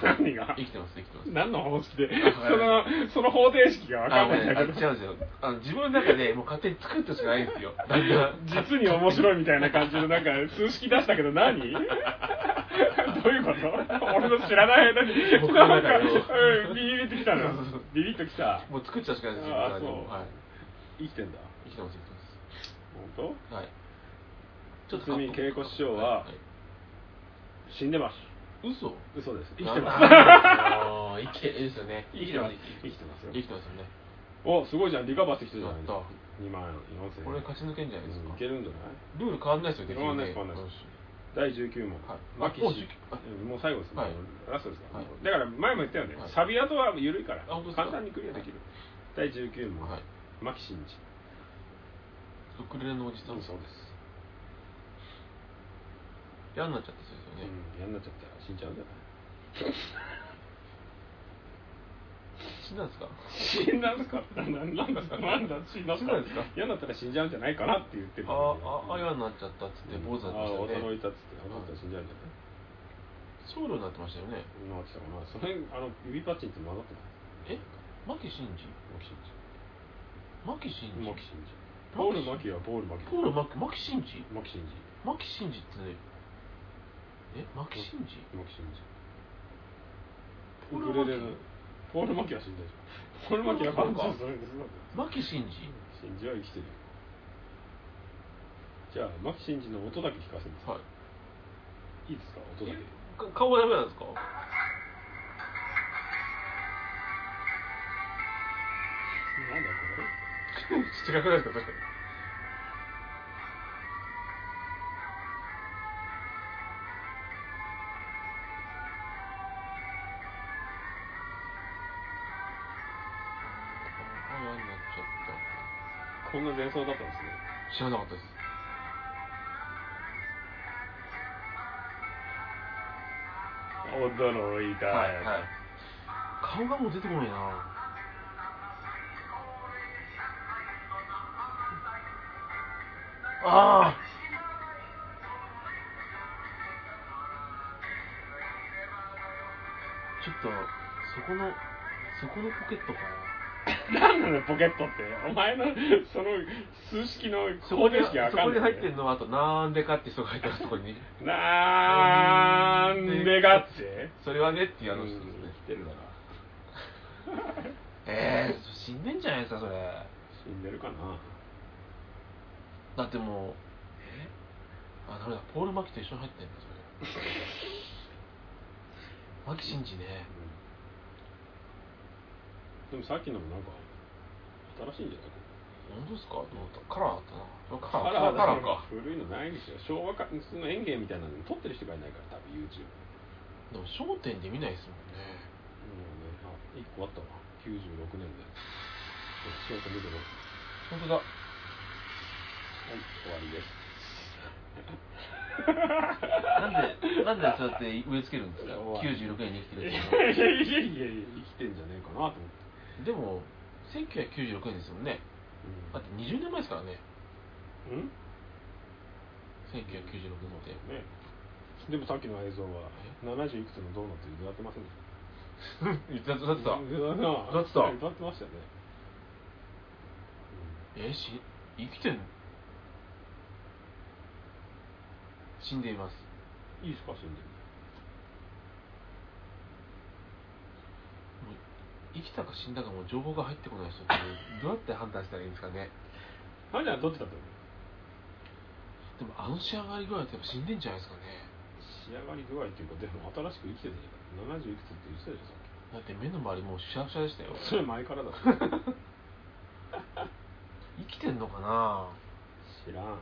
Speaker 1: 何が
Speaker 3: 生きてます生きてます
Speaker 1: 何の方式で
Speaker 3: あ
Speaker 1: そのその方程式が分かんないん
Speaker 3: あ
Speaker 1: だ
Speaker 3: の
Speaker 1: けど
Speaker 3: ねあ違うんですよあの自分の中でもう勝手に作ったしかないんですよだんだん
Speaker 1: 実に面白いみたいな感じのなん [laughs] か数式出したけど [laughs] 何どういうこと俺の知らない間に
Speaker 3: 僕の
Speaker 1: なんか、
Speaker 3: 中でも
Speaker 1: [laughs] うん、ビビビってきたの
Speaker 3: そうそうそう
Speaker 1: ビビッときた
Speaker 3: もう作っちゃうしかないですよ
Speaker 1: あ
Speaker 3: 自分の中で
Speaker 1: そう
Speaker 3: もはい
Speaker 1: 生きてんだ
Speaker 3: 生きてます生きてま
Speaker 1: 本
Speaker 3: すはい
Speaker 1: 当堤恵子師匠はい
Speaker 3: い
Speaker 1: 死んでます
Speaker 3: 嘘
Speaker 1: 嘘です生
Speaker 3: 生
Speaker 1: きてます
Speaker 3: ます生きてですよね
Speaker 1: [laughs] 生きてます生きてますよ
Speaker 3: 生きてますよね
Speaker 1: おすごいじゃんリカバーしてきたじゃない
Speaker 3: やった
Speaker 1: 2万4000円
Speaker 3: これ勝ち抜けんじゃないですか
Speaker 1: いけるんじゃない
Speaker 3: ルール変わんないですよね
Speaker 1: 変わんないです変わんないです第19問、
Speaker 3: はい
Speaker 1: 牧
Speaker 3: もう
Speaker 1: 師
Speaker 3: 19あ
Speaker 1: もう最後ですね、
Speaker 3: はい
Speaker 1: ラストですから、
Speaker 3: はい
Speaker 1: だから前も言ったよね、
Speaker 3: はい
Speaker 1: サビ跡は緩いから
Speaker 3: あ本当ですか
Speaker 1: 簡単にクリアできる、第19問、
Speaker 3: はい
Speaker 1: 牧真治
Speaker 3: ウクレレのおじさん
Speaker 1: そうです、
Speaker 3: 嫌になっちゃってそうですよね
Speaker 1: うん、嫌になっちゃったら死んじゃうんじゃない
Speaker 3: 死んだんですか
Speaker 1: 死んだんすかななんなんだなんだ死んだんすか
Speaker 3: そうですか
Speaker 1: 嫌になったら死んじゃうんじゃないかなって言ってる
Speaker 3: あああ嫌になっちゃったっつって坊主になってま
Speaker 1: あ
Speaker 3: したよ
Speaker 1: 驚い
Speaker 3: ね
Speaker 1: たっつってあなたら死んじゃうんじゃない
Speaker 3: 僧侶になってましたよね
Speaker 1: なってたかなその辺あの指パッチンって混ざってない
Speaker 3: え牧真治
Speaker 1: 牧真治
Speaker 3: 牧真治
Speaker 1: 牧真治ポール・マキはポール・マキ
Speaker 3: ポール牧牧真治
Speaker 1: マキシンジ
Speaker 3: 牧真治ってねえ牧真治
Speaker 1: マキシンジ
Speaker 3: ポ
Speaker 1: ポー
Speaker 3: ー
Speaker 1: ル・
Speaker 3: ルマ
Speaker 1: マ
Speaker 3: キ
Speaker 1: キポール・マキは死んだでしょポール・マキはバンジーするんですよ
Speaker 3: 牧真治
Speaker 1: シンジは生きてるよじゃあマキシンジの音だけ聞かせます、
Speaker 3: はい
Speaker 1: い、いですか音だけ
Speaker 3: か顔はダメなんですか
Speaker 1: なんだこれ
Speaker 3: [laughs] 違くないですかそれあ嫌になっちゃ
Speaker 1: こんな前奏だったんですね
Speaker 3: った知らなかったです
Speaker 1: 驚いた
Speaker 3: はいはい顔がもう出てこないなああちょっとそこのそこのポケットかな
Speaker 1: 何 [laughs] なのポケットってお前のその数式の
Speaker 3: そ
Speaker 1: 方程
Speaker 3: こで
Speaker 1: 式がわ
Speaker 3: そ
Speaker 1: か
Speaker 3: こ
Speaker 1: んな
Speaker 3: に
Speaker 1: い
Speaker 3: 入ってるのはあとなんでかって人が入ってますそこに
Speaker 1: なーんでがって
Speaker 3: それはねっていうあの人ですね
Speaker 1: うん生きてるなら
Speaker 3: ええ死んでんじゃないですかそれ
Speaker 1: 死んでるかな
Speaker 3: だってもうえあダメだポール・マキと一緒に入ってんだそれマキシンジね
Speaker 1: でもさっきのもなんか新しいんじゃない
Speaker 3: 本当ですかと思ったカラーだったなカ
Speaker 1: カ
Speaker 3: ラ
Speaker 1: ラー
Speaker 3: ーカ
Speaker 1: だ
Speaker 3: ラ
Speaker 1: か
Speaker 3: ーから
Speaker 1: 古いのないんですよ昭和かその園芸みたいなの撮ってる人がいないから多分 YouTube
Speaker 3: でも『焦点』で見ないですもん
Speaker 1: も
Speaker 3: ね
Speaker 1: うねあ1個あったわ96年でちょっと見てます
Speaker 3: 本当だ
Speaker 1: はい終わりです
Speaker 3: なんでなんでそうやって植え付けるんですか
Speaker 1: 怖い
Speaker 3: 96年に生きて
Speaker 1: い
Speaker 3: る
Speaker 1: や
Speaker 3: っ
Speaker 1: い
Speaker 3: て
Speaker 1: や
Speaker 3: いうのはい
Speaker 1: やいやいや生きてんじゃねえかなと思って、
Speaker 3: でも1996年ですもんねだって20年前ですからね
Speaker 1: うん、うん
Speaker 3: 1996年っ
Speaker 1: [laughs]
Speaker 3: て
Speaker 1: ねでもさっきの映像は70いくつのドーナツ歌ってませんでした
Speaker 3: 言ってただってさ
Speaker 1: 歌
Speaker 3: ってた
Speaker 1: 歌ってましたよね
Speaker 3: えし生きてんの死んでいます
Speaker 1: いいですか死んで
Speaker 3: もう生きたか死んだかもう情報が入ってこない人 [laughs] ってどうやって判断したらいいんですかね
Speaker 1: あれじゃあどっちだったの
Speaker 3: でもあの仕上がり具合ってやっぱ死んでんじゃないですかね
Speaker 1: 仕上がり具合っていうかでも新しく生きてたじゃん70いくつって言ってたじゃんさ
Speaker 3: だって目の周りもうシャーシャでしたよ
Speaker 1: っきそれ前から [laughs] だし
Speaker 3: 生きてんのかな
Speaker 1: 知らん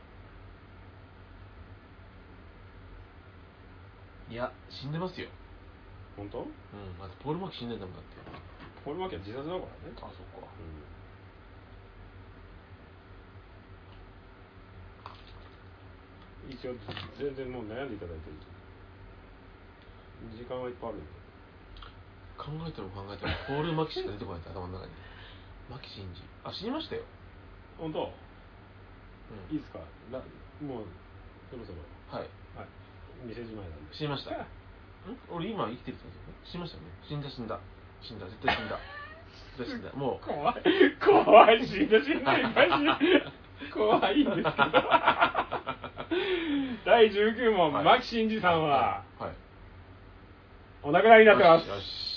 Speaker 3: いや死んでますよ
Speaker 1: 本当
Speaker 3: うんだってポール・マキ死んでんだもんだって
Speaker 1: ポール・マーキは自殺だからね
Speaker 3: あそっか
Speaker 1: うん一応全然もう悩んでいただいてる時間はいっぱいあるんで
Speaker 3: 考えても考えてもポール・マキしか出てこないって頭の中にマキシンジあ死にましたよ、
Speaker 1: 本当
Speaker 3: う
Speaker 1: い
Speaker 3: ん
Speaker 1: いですかなもうそろそろ
Speaker 3: はい
Speaker 1: はい店じまいなんで
Speaker 3: 死にましたん俺今生きてるってことですよね死にましたよね死んだ死んだ死んだ絶対死んだ
Speaker 1: [laughs]
Speaker 3: 絶対死んだもう
Speaker 1: 怖い怖い死んだ死んだいっぱい死んだ怖いんで
Speaker 3: [laughs]
Speaker 1: すけど第19問、
Speaker 3: はい
Speaker 1: 牧真二さんは
Speaker 3: はい
Speaker 1: お亡くなりになってます
Speaker 3: よしよし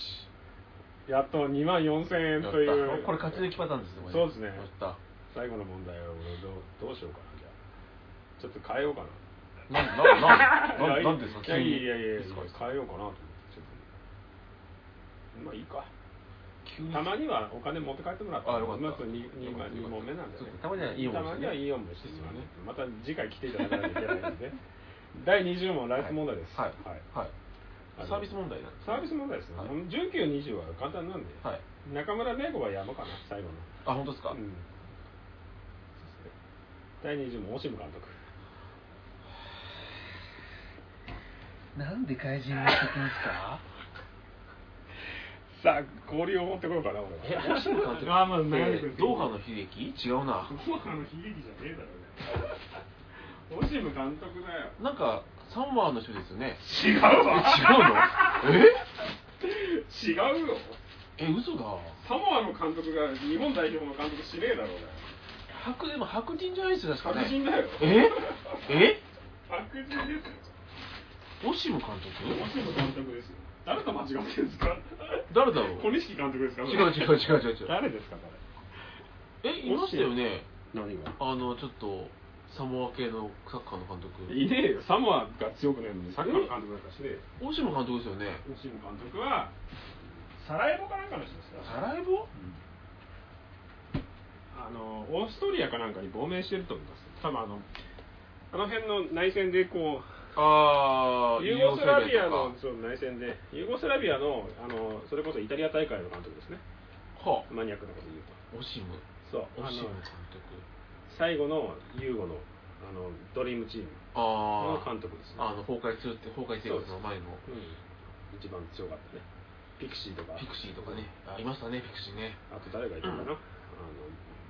Speaker 1: やっと2万4000円とい
Speaker 3: やっ
Speaker 1: う
Speaker 3: たこれ勝ち抜きパターンですねこれ
Speaker 1: そうですね
Speaker 3: やった
Speaker 1: 最後の問題は俺どうどうしようかなじゃあちょっと変えようかな
Speaker 3: なんなんなん
Speaker 1: い
Speaker 3: な
Speaker 1: や
Speaker 3: んなんですか
Speaker 1: いやいやいやいや
Speaker 3: いつかいつか
Speaker 1: 変えようかなと思ってちょっとまあいいか
Speaker 3: 急に
Speaker 1: たまにはお金持って帰ってもらって
Speaker 3: あよかった
Speaker 1: まず 2,
Speaker 3: よかったよかった
Speaker 1: 問目なんで
Speaker 3: そう
Speaker 1: ね
Speaker 3: かたまにはいい思い
Speaker 1: たまにはいい思いして
Speaker 3: で
Speaker 1: し
Speaker 3: すよ
Speaker 1: まうね
Speaker 3: ね
Speaker 1: また次回来ていただかないといけないん
Speaker 3: [laughs]
Speaker 1: でね第20問ライフ問題です
Speaker 3: はい
Speaker 1: はい
Speaker 3: はい
Speaker 1: あの
Speaker 3: サービス問題なんです
Speaker 1: サービス問題ですね、
Speaker 3: はい
Speaker 1: 1920は簡単なんで、
Speaker 3: はい
Speaker 1: 中村玲子は山かな最後の
Speaker 3: あ本当ですか
Speaker 1: うん第20問オシム監督
Speaker 3: [laughs]
Speaker 4: なんで怪人が聞くんですか
Speaker 1: さあ交流を持ってこようかな俺
Speaker 3: え
Speaker 1: は
Speaker 3: オシム監督
Speaker 1: あまあない
Speaker 3: ってドーハの悲劇違うな
Speaker 1: ドーハの悲劇じゃねえだろうねオシム監督だよ
Speaker 3: なんかサンマーの人ですよね
Speaker 1: 違う
Speaker 3: え違う
Speaker 1: わ [laughs]
Speaker 3: のえ
Speaker 1: 違うよ
Speaker 3: え嘘だ
Speaker 1: サモアの監督が日本代表の監督しねえだろうね
Speaker 3: 白でも白人じゃないですよ確かね
Speaker 1: 白人だよ
Speaker 3: ええ
Speaker 1: 白人ですよ
Speaker 3: オシム監督
Speaker 1: オシム監督ですよ誰と間違ってるんですか
Speaker 3: 誰だろう
Speaker 1: 小錦監督ですか
Speaker 3: 違う違う違う違う違う
Speaker 1: 誰ですかこ
Speaker 3: えいましたよね
Speaker 1: れ何が
Speaker 3: あのちょっとサモア系のサッカーの監督
Speaker 1: いねえよサモアが強くないのにサッカーの監督なんかしねえよ
Speaker 3: オシム監督ですよね
Speaker 1: オシム監督はサラエボかなんかの人ですか
Speaker 3: サラエボ
Speaker 1: あのオーストリアかなんかに亡命してると思います多分あのあの辺の内戦でこう
Speaker 3: ああ
Speaker 1: ユーゴスラビア
Speaker 3: は
Speaker 1: のそう内戦でユーゴスラビアのあのそれこそイタリア大会の監督ですね
Speaker 3: あ
Speaker 1: マニアックなこと言うと
Speaker 3: オシム
Speaker 1: そう
Speaker 3: オ
Speaker 1: あ
Speaker 3: シム
Speaker 1: の
Speaker 3: 監督
Speaker 1: 最後のユーゴのあのドリームチーム
Speaker 3: あ
Speaker 1: の
Speaker 3: あ
Speaker 1: 監督ですね
Speaker 3: あの崩壊するって崩壊生活の前の
Speaker 1: うん、一番強かったねピクシーとか
Speaker 3: ピクシーとかねあいましたねピクシーね
Speaker 1: あと誰がいたかな、あの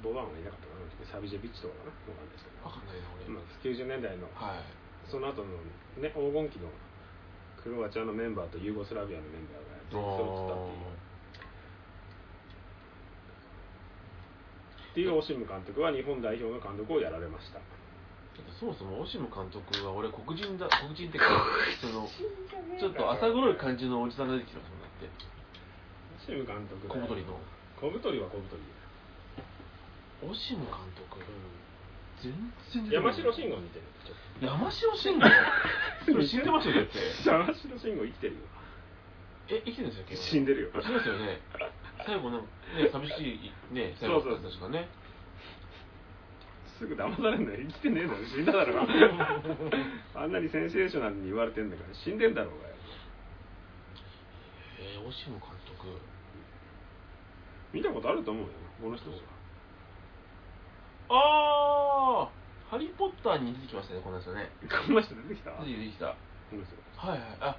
Speaker 1: ボバンはいなかったかなあの時サビジェビッチとかかなわかんないですけど
Speaker 3: わかんないな俺、
Speaker 1: まあ、90年代の
Speaker 3: はい
Speaker 1: その後の、ね、黄金期のクロアチアのメンバーとユーゴスラビアのメンバーが全員揃ってたっていうっていうオシム監督は日本代表の監督をやられました
Speaker 3: だってそもそもオシム監督は俺黒人だ黒人ってかそのちょっと浅黒い感じのおじさんが出てきてますもんだって
Speaker 1: オシム監督
Speaker 3: 小太りの
Speaker 1: 小太りは小太り
Speaker 3: オシム監督全然出てこ
Speaker 1: 山
Speaker 3: ない
Speaker 1: 城慎吾に似てる
Speaker 3: 山城慎吾
Speaker 1: [laughs]
Speaker 3: それ死んでましたよだって
Speaker 1: 山城慎吾生きてるよ
Speaker 3: え生きてるんですよ
Speaker 1: 死んでるよ
Speaker 3: 死んでますよね最後なんかね寂しいね最後だったんですかね
Speaker 1: すぐ騙されんだよ生きてねえだろ死んだだ
Speaker 3: [laughs]
Speaker 1: ろあんなにセンセーショナルに言われてんだから死んでんだろうがよ
Speaker 3: えー、オシム監督
Speaker 1: 見たことあると思うよこの人
Speaker 3: ああハリー・ポッターに出てきましたねこの人ね
Speaker 1: この人出てきた
Speaker 3: 出てきた
Speaker 1: この人
Speaker 3: はいはいあ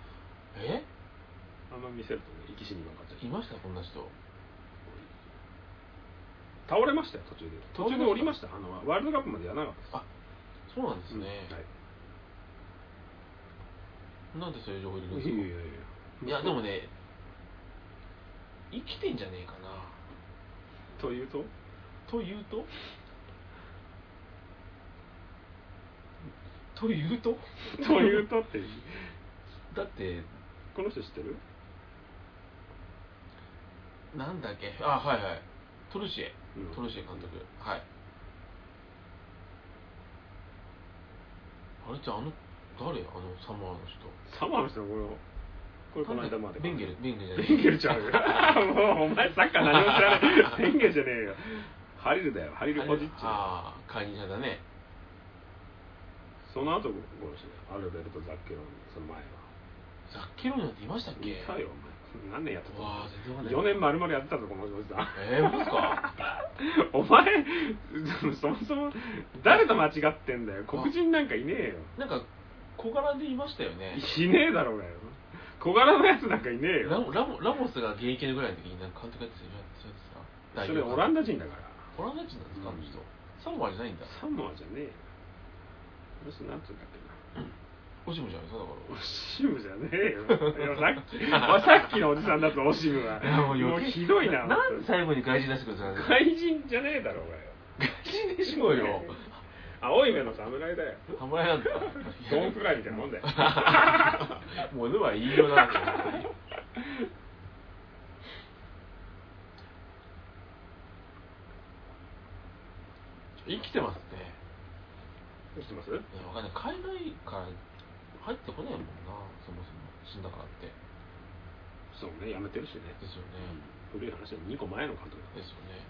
Speaker 3: え
Speaker 1: あんま見せるとね生き死になんかったり
Speaker 3: いましたこんな人
Speaker 1: 倒れましたよ途中で途中で降りましたあのワールドカップまでやらなかったです
Speaker 3: あそうなんですね、
Speaker 1: うんはい
Speaker 3: なんでそういう情報入れるん
Speaker 1: い
Speaker 3: で
Speaker 1: や
Speaker 3: すか
Speaker 1: いやいや
Speaker 3: いやでもね生きてんじゃねえかな
Speaker 1: というと
Speaker 3: というとというと
Speaker 1: というとって
Speaker 3: だって
Speaker 1: この人知ってる
Speaker 3: なんだっけあはいはいトルシエ
Speaker 1: うん
Speaker 3: トルシエ監督はいあれじゃああの誰あのサモアの人
Speaker 1: サマーの人これこれこの間まで
Speaker 3: ベンゲルベンゲルじゃない
Speaker 1: ベンゲルちゃう
Speaker 3: [laughs]
Speaker 1: よもうお前サッカー何も知らないベンゲルじゃねえよハリルだよハリル・ポジッチ
Speaker 3: ああカーニジャだね
Speaker 1: その後この人アルベルト・ザッケロンその前は
Speaker 3: ザッケロニなんていましたっけ
Speaker 1: いたよお前何年やってた
Speaker 3: わあ全然わかんない
Speaker 1: 4年丸々やってたぞこのおじさん
Speaker 3: えー、マジか
Speaker 1: [laughs] お前そもそも誰と間違ってんだよ黒人なんかいねえよ
Speaker 3: なんか小柄でいましたよね
Speaker 1: いねえだろうがよ小柄のやつなんかいねえ
Speaker 3: ラ
Speaker 1: よ
Speaker 3: モラモラモスが現役のぐらいの時になんか監督やってたそうですか
Speaker 1: それオランダ人だから
Speaker 3: オランダ人なんですかあの人、サモアじゃないんだ
Speaker 1: サモアじゃねえよあの人なんつうんだっけな
Speaker 3: オシムじゃないですかだから
Speaker 1: オシムじゃねえ [laughs] よ。いやさっき、さっきのおじさんだとオシム
Speaker 3: [laughs]
Speaker 1: は。もうひどいな。
Speaker 3: なんで最後に外人出してくるんですか
Speaker 1: 怪人じゃねえだろうがよ。
Speaker 3: 外人でしょうよ
Speaker 1: 青い目の侍 [laughs] だよ。
Speaker 3: 侍なんだ
Speaker 1: ドンフライみたいなもんだよ。
Speaker 3: ものはいいよな本当に生きてますね
Speaker 1: 知ってます
Speaker 3: いやわかんない海外から入ってこないもんなそもそも死んだからってで
Speaker 1: そうね、やめてるしね。
Speaker 3: すよね、
Speaker 1: 古い話で2個前の監督だ。
Speaker 3: ですよね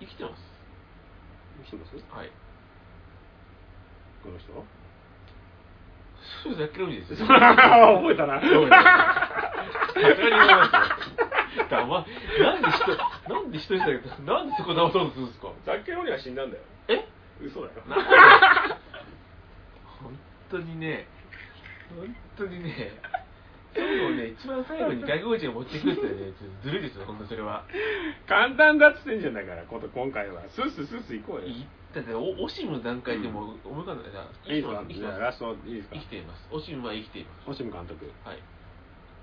Speaker 3: 生きてます
Speaker 1: 知ってます
Speaker 3: はい
Speaker 1: この [laughs] 人
Speaker 3: そうザッケロニ [laughs] ですよさすがに
Speaker 1: 覚えたな。
Speaker 3: 思いますよ黙なんで人なんで一人だけどなんでそこ騙そうとするんですか
Speaker 1: ザッケロニは死んだんだよ。
Speaker 3: え
Speaker 1: 嘘だよ。
Speaker 3: 本当にね本当にねそういうのをね一番最後に外国人を持っていくってねちょっとずるいですよほんとそれは
Speaker 1: 簡単だっつってんじゃんだから、こと今回は。スッスッスッス行こうよ。
Speaker 3: いだっておオシムの段階でもう思い浮かんだから
Speaker 1: いいですか
Speaker 3: 生き
Speaker 1: じ
Speaker 3: て
Speaker 1: ゃあ
Speaker 3: ま
Speaker 1: ラ
Speaker 3: す
Speaker 1: ストいいですか
Speaker 3: 生きていますオシムは生きています
Speaker 1: オシム監督
Speaker 3: はい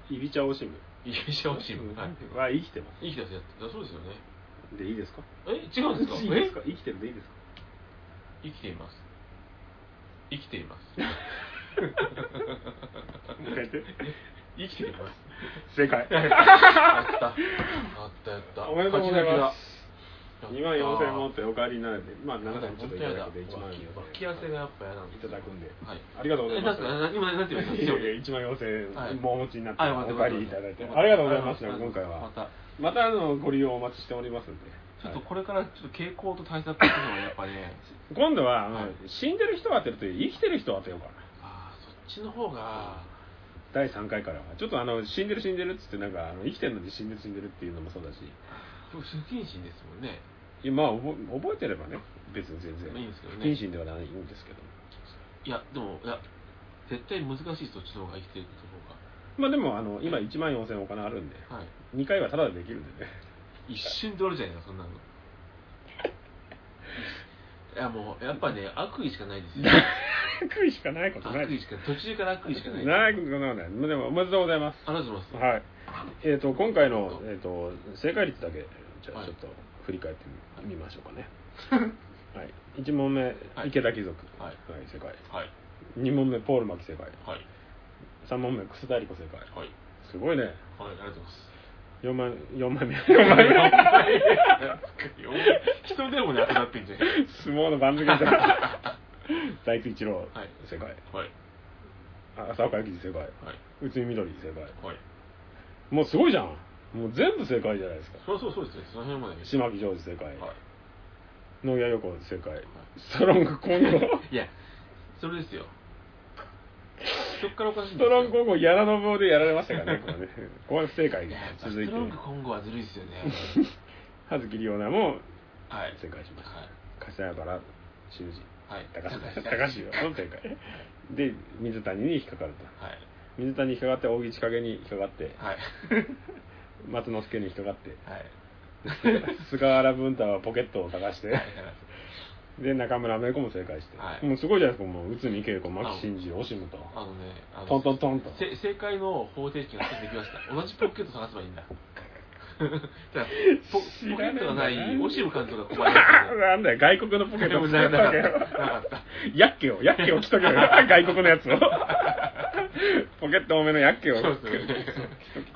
Speaker 1: イビチャオシム
Speaker 3: 優勝オシムはい
Speaker 1: は生きてま
Speaker 3: 生きてますよだそうですよね
Speaker 1: すでいいですか
Speaker 3: え違うんですか
Speaker 1: いいですか生きてるでいいですか
Speaker 3: え生きています生きてい
Speaker 1: [laughs]
Speaker 3: ます
Speaker 1: もう一回言って
Speaker 3: 生きてい
Speaker 1: [laughs]
Speaker 3: ます
Speaker 1: 正解
Speaker 3: やったやったやった
Speaker 1: おめでとうございます
Speaker 3: 勝ち
Speaker 1: 2
Speaker 3: 抜
Speaker 1: 万
Speaker 3: きだ
Speaker 1: 4000円持ってお帰りになれてまあ
Speaker 3: やった
Speaker 1: 7千ちょっといただくで1万円
Speaker 3: 脇汗がやっぱ嫌なんです
Speaker 1: いただくんで
Speaker 3: はい
Speaker 1: ありがとうございます
Speaker 3: えなんすか今なんて言いました
Speaker 1: 1万4000
Speaker 3: はい
Speaker 1: 円もお持ちになって
Speaker 3: あよかった
Speaker 1: お帰りいただいて
Speaker 3: よかった
Speaker 1: ありがとうございました
Speaker 3: ありがと
Speaker 1: 今
Speaker 3: うござ
Speaker 1: 回
Speaker 3: います
Speaker 1: はま
Speaker 3: また
Speaker 1: たあのご利用お待ちしておりますんで
Speaker 3: ちょっと
Speaker 1: はい
Speaker 3: これからちょっと傾向と対策っていうのはやっぱね
Speaker 1: 今度はあの
Speaker 3: はい
Speaker 1: 死んでる人を当てるという生きてる人を当てようかな
Speaker 3: ああそっちの方が
Speaker 1: 第3回からはちょっとあの死んでる死んでるっつってなんかあの生きてるのに死んでる死んでるっていうのもそうだし
Speaker 3: 不謹慎ですもんね
Speaker 1: いやまあ覚覚えてればね別に全然
Speaker 3: いいんですけどね
Speaker 1: 不謹慎ではないんですけど
Speaker 3: いやでもいや絶対難しいそっちの方が生きてる
Speaker 1: まあでもあの今1万4000円お金あるんで
Speaker 3: 方がはい
Speaker 1: 2回はタダでできるんでね
Speaker 3: 一瞬で終わるじゃないですかそんなのいやもうやっぱね悪意しかないですよ
Speaker 1: [laughs] [laughs] 悪意しかないことない
Speaker 3: 悪意しか途中から悪意しかないです
Speaker 1: ないことないまあでもおめでとうございます
Speaker 3: ありがとうございます、
Speaker 1: はいえー、と今回の、えー、と正解率だけじゃ
Speaker 3: は
Speaker 1: あ
Speaker 3: い
Speaker 1: ちょっと振り返ってみましょうか
Speaker 3: [laughs]
Speaker 1: ねはい1問目、
Speaker 3: はい
Speaker 1: 池田貴族
Speaker 3: はい
Speaker 1: 正解
Speaker 3: はい
Speaker 1: 2問目ポール・マキ正解
Speaker 3: はい
Speaker 1: 3問目楠田理子正解
Speaker 3: はい
Speaker 1: すごいね
Speaker 3: はいありがとうございます
Speaker 1: 4枚4枚目 [laughs] 4枚目
Speaker 3: 人でもなくなってんじゃん
Speaker 1: 相撲の番付
Speaker 3: [laughs]
Speaker 1: だ大工一郎、
Speaker 3: はい
Speaker 1: 正解
Speaker 3: はい
Speaker 1: あ浅岡幸二正解
Speaker 3: はい
Speaker 1: 内海みどり正解
Speaker 3: はい
Speaker 1: もうすごいじゃんもう全部正解じゃないですか
Speaker 3: そりゃそうそうですねその辺まで
Speaker 1: 島木ジョージ正解、
Speaker 3: は
Speaker 1: 野際陽子正解ストロング混合
Speaker 3: いいやそれですよそっからおかしい
Speaker 1: ス
Speaker 3: ん
Speaker 1: ト
Speaker 3: です
Speaker 1: ロ
Speaker 3: よ
Speaker 1: ング混合やらの棒でやられましたから
Speaker 3: [laughs]
Speaker 1: ねこれねここは不正解
Speaker 3: いや
Speaker 1: 続い
Speaker 3: ス
Speaker 1: て
Speaker 3: トロング今後はずるいですよね
Speaker 1: 葉月里央奈も
Speaker 3: はい
Speaker 1: 正解しまし
Speaker 3: はい
Speaker 1: た柏原修二
Speaker 3: はい
Speaker 1: 高橋
Speaker 3: 高
Speaker 1: 高
Speaker 3: 橋
Speaker 1: 橋洋の正解で水谷に引っかかれた
Speaker 3: はい
Speaker 1: 水谷に引っかかって扇千景に引っかかって
Speaker 3: はい
Speaker 1: 松之助に引っかかって
Speaker 3: はい
Speaker 1: [laughs] 菅原文太はポケットを探してで中村芽子も正解して、
Speaker 3: はい
Speaker 1: もうすごいじゃないですかもう内海恵子牧真二オシムと
Speaker 3: あのねあの
Speaker 1: トントントンと
Speaker 3: せ正解の方程式がついてきました同じポケット探せばいいんだ [laughs] じゃあポポ
Speaker 1: 知
Speaker 3: ケ
Speaker 1: らね
Speaker 3: ッ
Speaker 1: え
Speaker 3: ト
Speaker 1: んだ
Speaker 3: が
Speaker 1: な
Speaker 3: ないオシム監督が困ります
Speaker 1: [laughs]
Speaker 3: ね
Speaker 1: なんだよ外国のポケッ
Speaker 3: で
Speaker 1: ト
Speaker 3: も
Speaker 1: を使
Speaker 3: な
Speaker 1: った
Speaker 3: な
Speaker 1: わ
Speaker 3: か
Speaker 1: け
Speaker 3: っ
Speaker 1: よ
Speaker 3: たな
Speaker 1: [laughs]
Speaker 3: かった
Speaker 1: ヤッケをヤッケを着
Speaker 3: [laughs]
Speaker 1: とけよ外国のやつを [laughs] ポケット多めのヤッケを
Speaker 3: そうですよね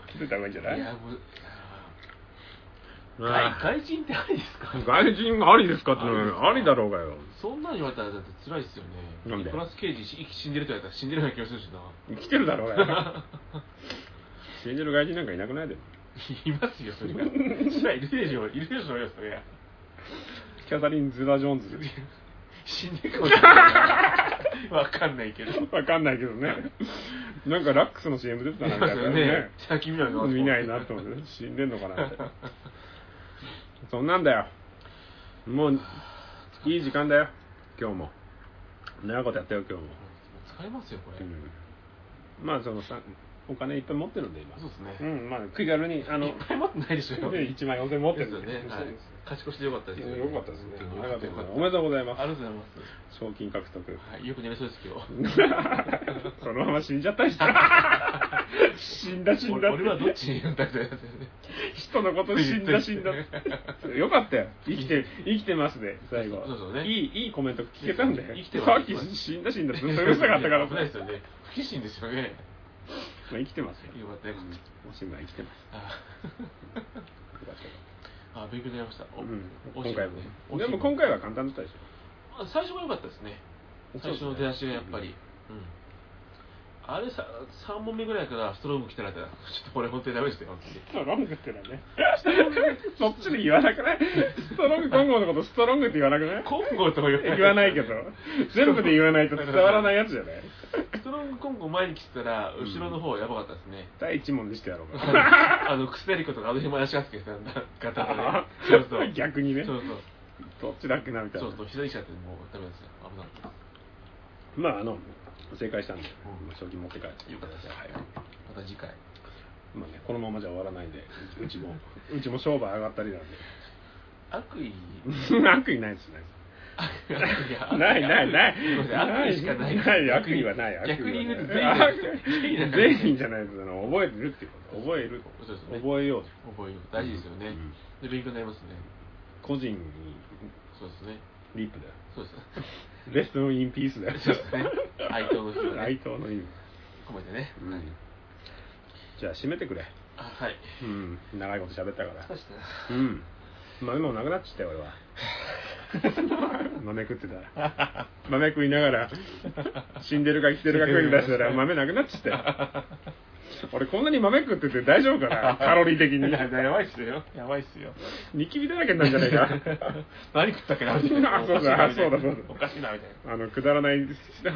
Speaker 1: 着てた方がいいんじゃない
Speaker 3: いやもう外外人ってありですか
Speaker 1: 外人ありですかってのはありだろうがよ
Speaker 3: そんなん言われたらだって辛いっすよね
Speaker 1: なんで
Speaker 3: ニコラス・ケイジ生き死んでるって言われたら死んでるような気がするし
Speaker 1: [laughs]
Speaker 3: な
Speaker 1: 生きてるだろうが
Speaker 3: [laughs]
Speaker 1: よ信じる外人なんかいなくないで
Speaker 3: いますよそれはそりゃいるでしょいるでしょうよそりゃ
Speaker 1: キャサリン・ズダ・ジョーンズ
Speaker 3: [laughs] 死ん
Speaker 1: [laughs]
Speaker 3: でるかもしれないなわかんないけど
Speaker 1: わかんないけどねなんかラックスの CM 出てたなみたいな
Speaker 3: ね最近見ないな
Speaker 1: 見ないなと思って死んでんのかなってそんなんだよもういい時間だよ今日も長いことやったよ今日も、
Speaker 3: 疲れますよこれ、
Speaker 1: うん、まあそのさお金いっぱい持ってるんで今
Speaker 3: そうですね、
Speaker 1: うんまあ気軽にあの
Speaker 3: いっぱい持ってないでしょ
Speaker 1: ね1万4000持ってるん
Speaker 3: そう
Speaker 1: で
Speaker 3: ですよね、はい、勝ち越しでよかったです
Speaker 1: よかったですね
Speaker 3: 本当に
Speaker 1: ありがとうございますお
Speaker 3: よ
Speaker 1: め
Speaker 3: かっ
Speaker 1: でとうござい
Speaker 3: た
Speaker 1: ま
Speaker 3: ありがとうございます
Speaker 1: す賞金獲得 [laughs]
Speaker 3: はい、よく寝れそうです今日。
Speaker 1: そのまま死んじゃった
Speaker 3: [laughs]
Speaker 1: りした死んだ死んだ
Speaker 3: 俺俺はどっちにいるんだみたいなやつだよね。
Speaker 1: 人のこと死んだ死んだって [laughs] よかったよ生きて生きてますで最後
Speaker 3: そうそうね
Speaker 1: いいいいコメント聞けたんで
Speaker 3: 生きて
Speaker 1: さ
Speaker 3: は
Speaker 1: っき死んだ死んだ
Speaker 3: [laughs]
Speaker 1: ずっとうるさかったから
Speaker 3: 危ないですよね。不謹慎ですよね。
Speaker 1: まあ生きてますよ
Speaker 3: よかったよかっ
Speaker 1: もし今生きてます
Speaker 3: た。あ
Speaker 1: よかったよ
Speaker 3: [laughs] あ、勉強になりました。お
Speaker 1: うん
Speaker 3: お
Speaker 1: 今回も
Speaker 3: 惜し
Speaker 1: ね
Speaker 3: い
Speaker 1: でも
Speaker 3: 惜しい
Speaker 1: 今回は簡単だったでし
Speaker 3: まあ最初が良かったですね。最初の出だしがやっぱり。うんあれさ、3本目ぐらいからストローム来てなかったら、ちょっと俺本当にダメでしたよ、本当に。
Speaker 1: ょストロングってのは
Speaker 3: [laughs]
Speaker 1: ねそっちで言わなくないストロング今後のことストロングって言わなくない
Speaker 3: コンゴとは言わない。
Speaker 1: 言わないけど全部で言わないと伝わらないやつじゃない
Speaker 3: ストロングコンゴ前に来てたら、後ろの方やばかったですね。
Speaker 1: 第一問にしてやろうか
Speaker 3: あの、クセリコとかあの辺も怪しかったけどさ、ガタガタで。 [laughs] そうそう。
Speaker 1: [laughs] 逆にね
Speaker 3: そうそ
Speaker 1: ど
Speaker 3: う。
Speaker 1: っちだっけなみたい
Speaker 3: そ
Speaker 1: な
Speaker 3: うそう、左来ちゃってもうダメですよ。危なかったで
Speaker 1: まああの正解したんで、
Speaker 3: うん
Speaker 1: まあ賞金持って帰って
Speaker 3: す。よかったです。はい。また次回。
Speaker 1: まあねこのままじゃ終わらないんでうちうち
Speaker 3: [laughs]
Speaker 1: もうちも商売上がったりなんで
Speaker 3: 悪意、
Speaker 1: 悪意ないですね
Speaker 3: 悪意が
Speaker 1: ないないない
Speaker 3: すいません悪意しかない。
Speaker 1: ない悪意はない悪意はない
Speaker 3: 逆に言うと
Speaker 1: 悪意
Speaker 3: 善意だから
Speaker 1: 善意じゃないですあの覚えてるっていうこと覚える
Speaker 3: そうですね
Speaker 1: 覚えよう
Speaker 3: 覚えよう。大事ですよね。
Speaker 1: うん
Speaker 3: で、勉強になりますね。
Speaker 1: 個人に
Speaker 3: そうですね。
Speaker 1: リップだよ
Speaker 3: そうですね。
Speaker 1: レストインピースだよ
Speaker 3: そう [laughs] ですね。哀悼の日
Speaker 1: [laughs]
Speaker 3: を
Speaker 1: 哀
Speaker 3: ね、
Speaker 1: 悼の意味、
Speaker 3: 込めてね。
Speaker 1: うん
Speaker 3: はい
Speaker 1: じゃあ締めてくれ
Speaker 3: あはい。
Speaker 1: うん長いこと喋ったから
Speaker 3: そう [laughs] ですね。
Speaker 1: うん豆もなくなっちゃったよ俺は豆食ってたら豆食いながら死んでるか生きてるか食い出したら豆なくなっちゃったよ俺こんなに豆食ってて大丈夫か
Speaker 3: [laughs]
Speaker 1: なカロリー的に
Speaker 3: いや、やばいっすよ。やばいっすよ。
Speaker 1: ニキビだらけになるんじゃないか
Speaker 3: [laughs] 何食ったっけなみたい
Speaker 1: あ
Speaker 3: な。
Speaker 1: そうだ
Speaker 3: おかしい
Speaker 1: そ
Speaker 3: なみたいな
Speaker 1: うだそうだ
Speaker 3: おかしいな、みたいな。
Speaker 1: あのくだらないあ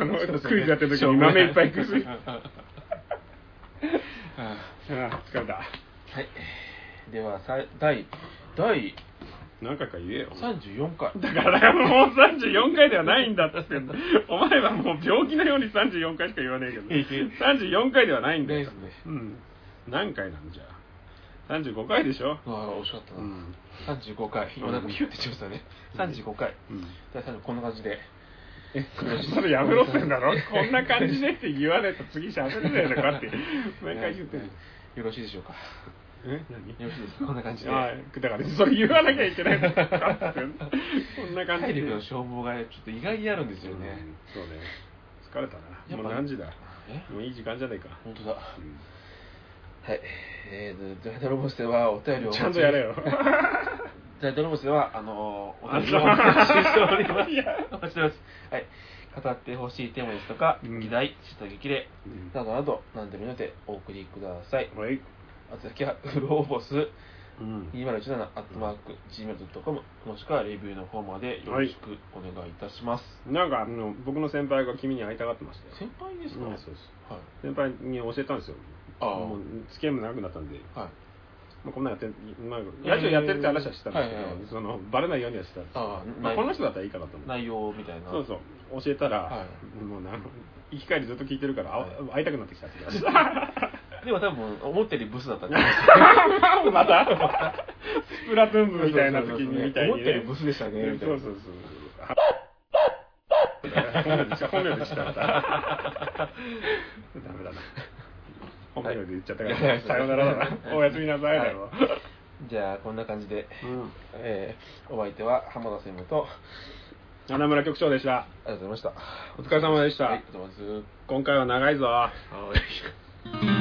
Speaker 1: の
Speaker 3: そうそう
Speaker 1: クイズやってる時に豆いっぱい食う
Speaker 3: [laughs] は
Speaker 1: あ
Speaker 3: い
Speaker 1: あ疲れた
Speaker 3: ではさ第第
Speaker 1: 何回か言えよ
Speaker 3: 34回
Speaker 1: だからもう34回ではないんだって言ってんだお前はもう病気のように34回しか言わねえけど34回ではないんだよ、
Speaker 3: ないですね
Speaker 1: うん、何回なんじゃあ35回でしょ
Speaker 3: ああ惜しかったな、
Speaker 1: うん
Speaker 3: 35回今なんかキュッてしましたね35回、
Speaker 1: うん
Speaker 3: 第3こんな感じで
Speaker 1: えそれやめろってんだ
Speaker 3: [laughs]
Speaker 1: ろこんな感じでって言わないと次しゃべれないのかって毎回言ってる
Speaker 3: よろしいでしょう
Speaker 1: [laughs]
Speaker 3: か
Speaker 1: え何
Speaker 3: よろしいですかこんな感じで
Speaker 1: ああだからそれ言わなきゃいけないのかってこんな感じ
Speaker 3: 体
Speaker 1: で
Speaker 3: 力の消耗がちょっと意外にあるんですよ
Speaker 1: う
Speaker 3: ね、
Speaker 1: んそうね疲れた
Speaker 3: や
Speaker 1: な
Speaker 3: っぱ
Speaker 1: もう何時だ
Speaker 3: え
Speaker 1: もういい時間じゃねえか
Speaker 3: 本当だは
Speaker 1: うん
Speaker 3: いえー、ザ・ドロボスではお便りをお待
Speaker 1: ちゃんとやれよ。
Speaker 3: じゃあ、ドロボスでは、あのー、お
Speaker 1: あ
Speaker 3: 便
Speaker 1: そ
Speaker 3: り
Speaker 1: う
Speaker 3: をお待ちしております。
Speaker 1: いや
Speaker 3: [laughs] お待ちしております。はい。語ってほしいテーマですとか、
Speaker 1: うん
Speaker 3: 議題、下激励、などなど、何でもいいのでお送りください。
Speaker 1: はい。
Speaker 3: あつ先は、フローボス
Speaker 1: うん。
Speaker 3: 2017アットマーク Gmail.com もしくはレビューの方までよろしくお願いいたします。
Speaker 1: なんかあの僕の先輩が君に会いたがってましたよ。
Speaker 3: 先輩ですか、
Speaker 1: うん
Speaker 3: はい
Speaker 1: そうです。先輩に教えたんですよ。
Speaker 3: ああ
Speaker 1: もう付き合いも長くなったんで、
Speaker 3: はい。
Speaker 1: まあ、こんなんやって、まあ、ラジオやってるって話はしてたんですけど、
Speaker 3: えーはいはいはい
Speaker 1: そのバレないようにはしてたんです
Speaker 3: ああ
Speaker 1: まあ、
Speaker 3: 内
Speaker 1: この人だったらいいかなと思って。
Speaker 3: 内容みたいな。
Speaker 1: そうそう。教えたら、
Speaker 3: は
Speaker 1: もうな、行き帰りずっと聞いてるから、あ
Speaker 3: はい
Speaker 1: 会いたくなってきたって言って
Speaker 3: [laughs]
Speaker 1: まし
Speaker 3: でも多分、思ったよりブスだったんで
Speaker 1: た。また、スプラトゥーン [laughs] 部みたいな時にみたいに、
Speaker 3: 思ったよりブスでしたね、みた
Speaker 1: そ
Speaker 3: い
Speaker 1: う
Speaker 3: な。
Speaker 1: そうそう。本名でした。ダメだな。本名で言っちゃったから、さよならだな。おやすみなさいだろ。
Speaker 3: じゃあ、こんな感じで。
Speaker 1: うん。
Speaker 3: えーお相手は浜田専務と、
Speaker 1: 花村局長でした。
Speaker 3: ありがとうございました。
Speaker 1: お疲れ様でした
Speaker 3: はい、お疲れ様です。
Speaker 1: 今回は長いぞ。
Speaker 3: はい。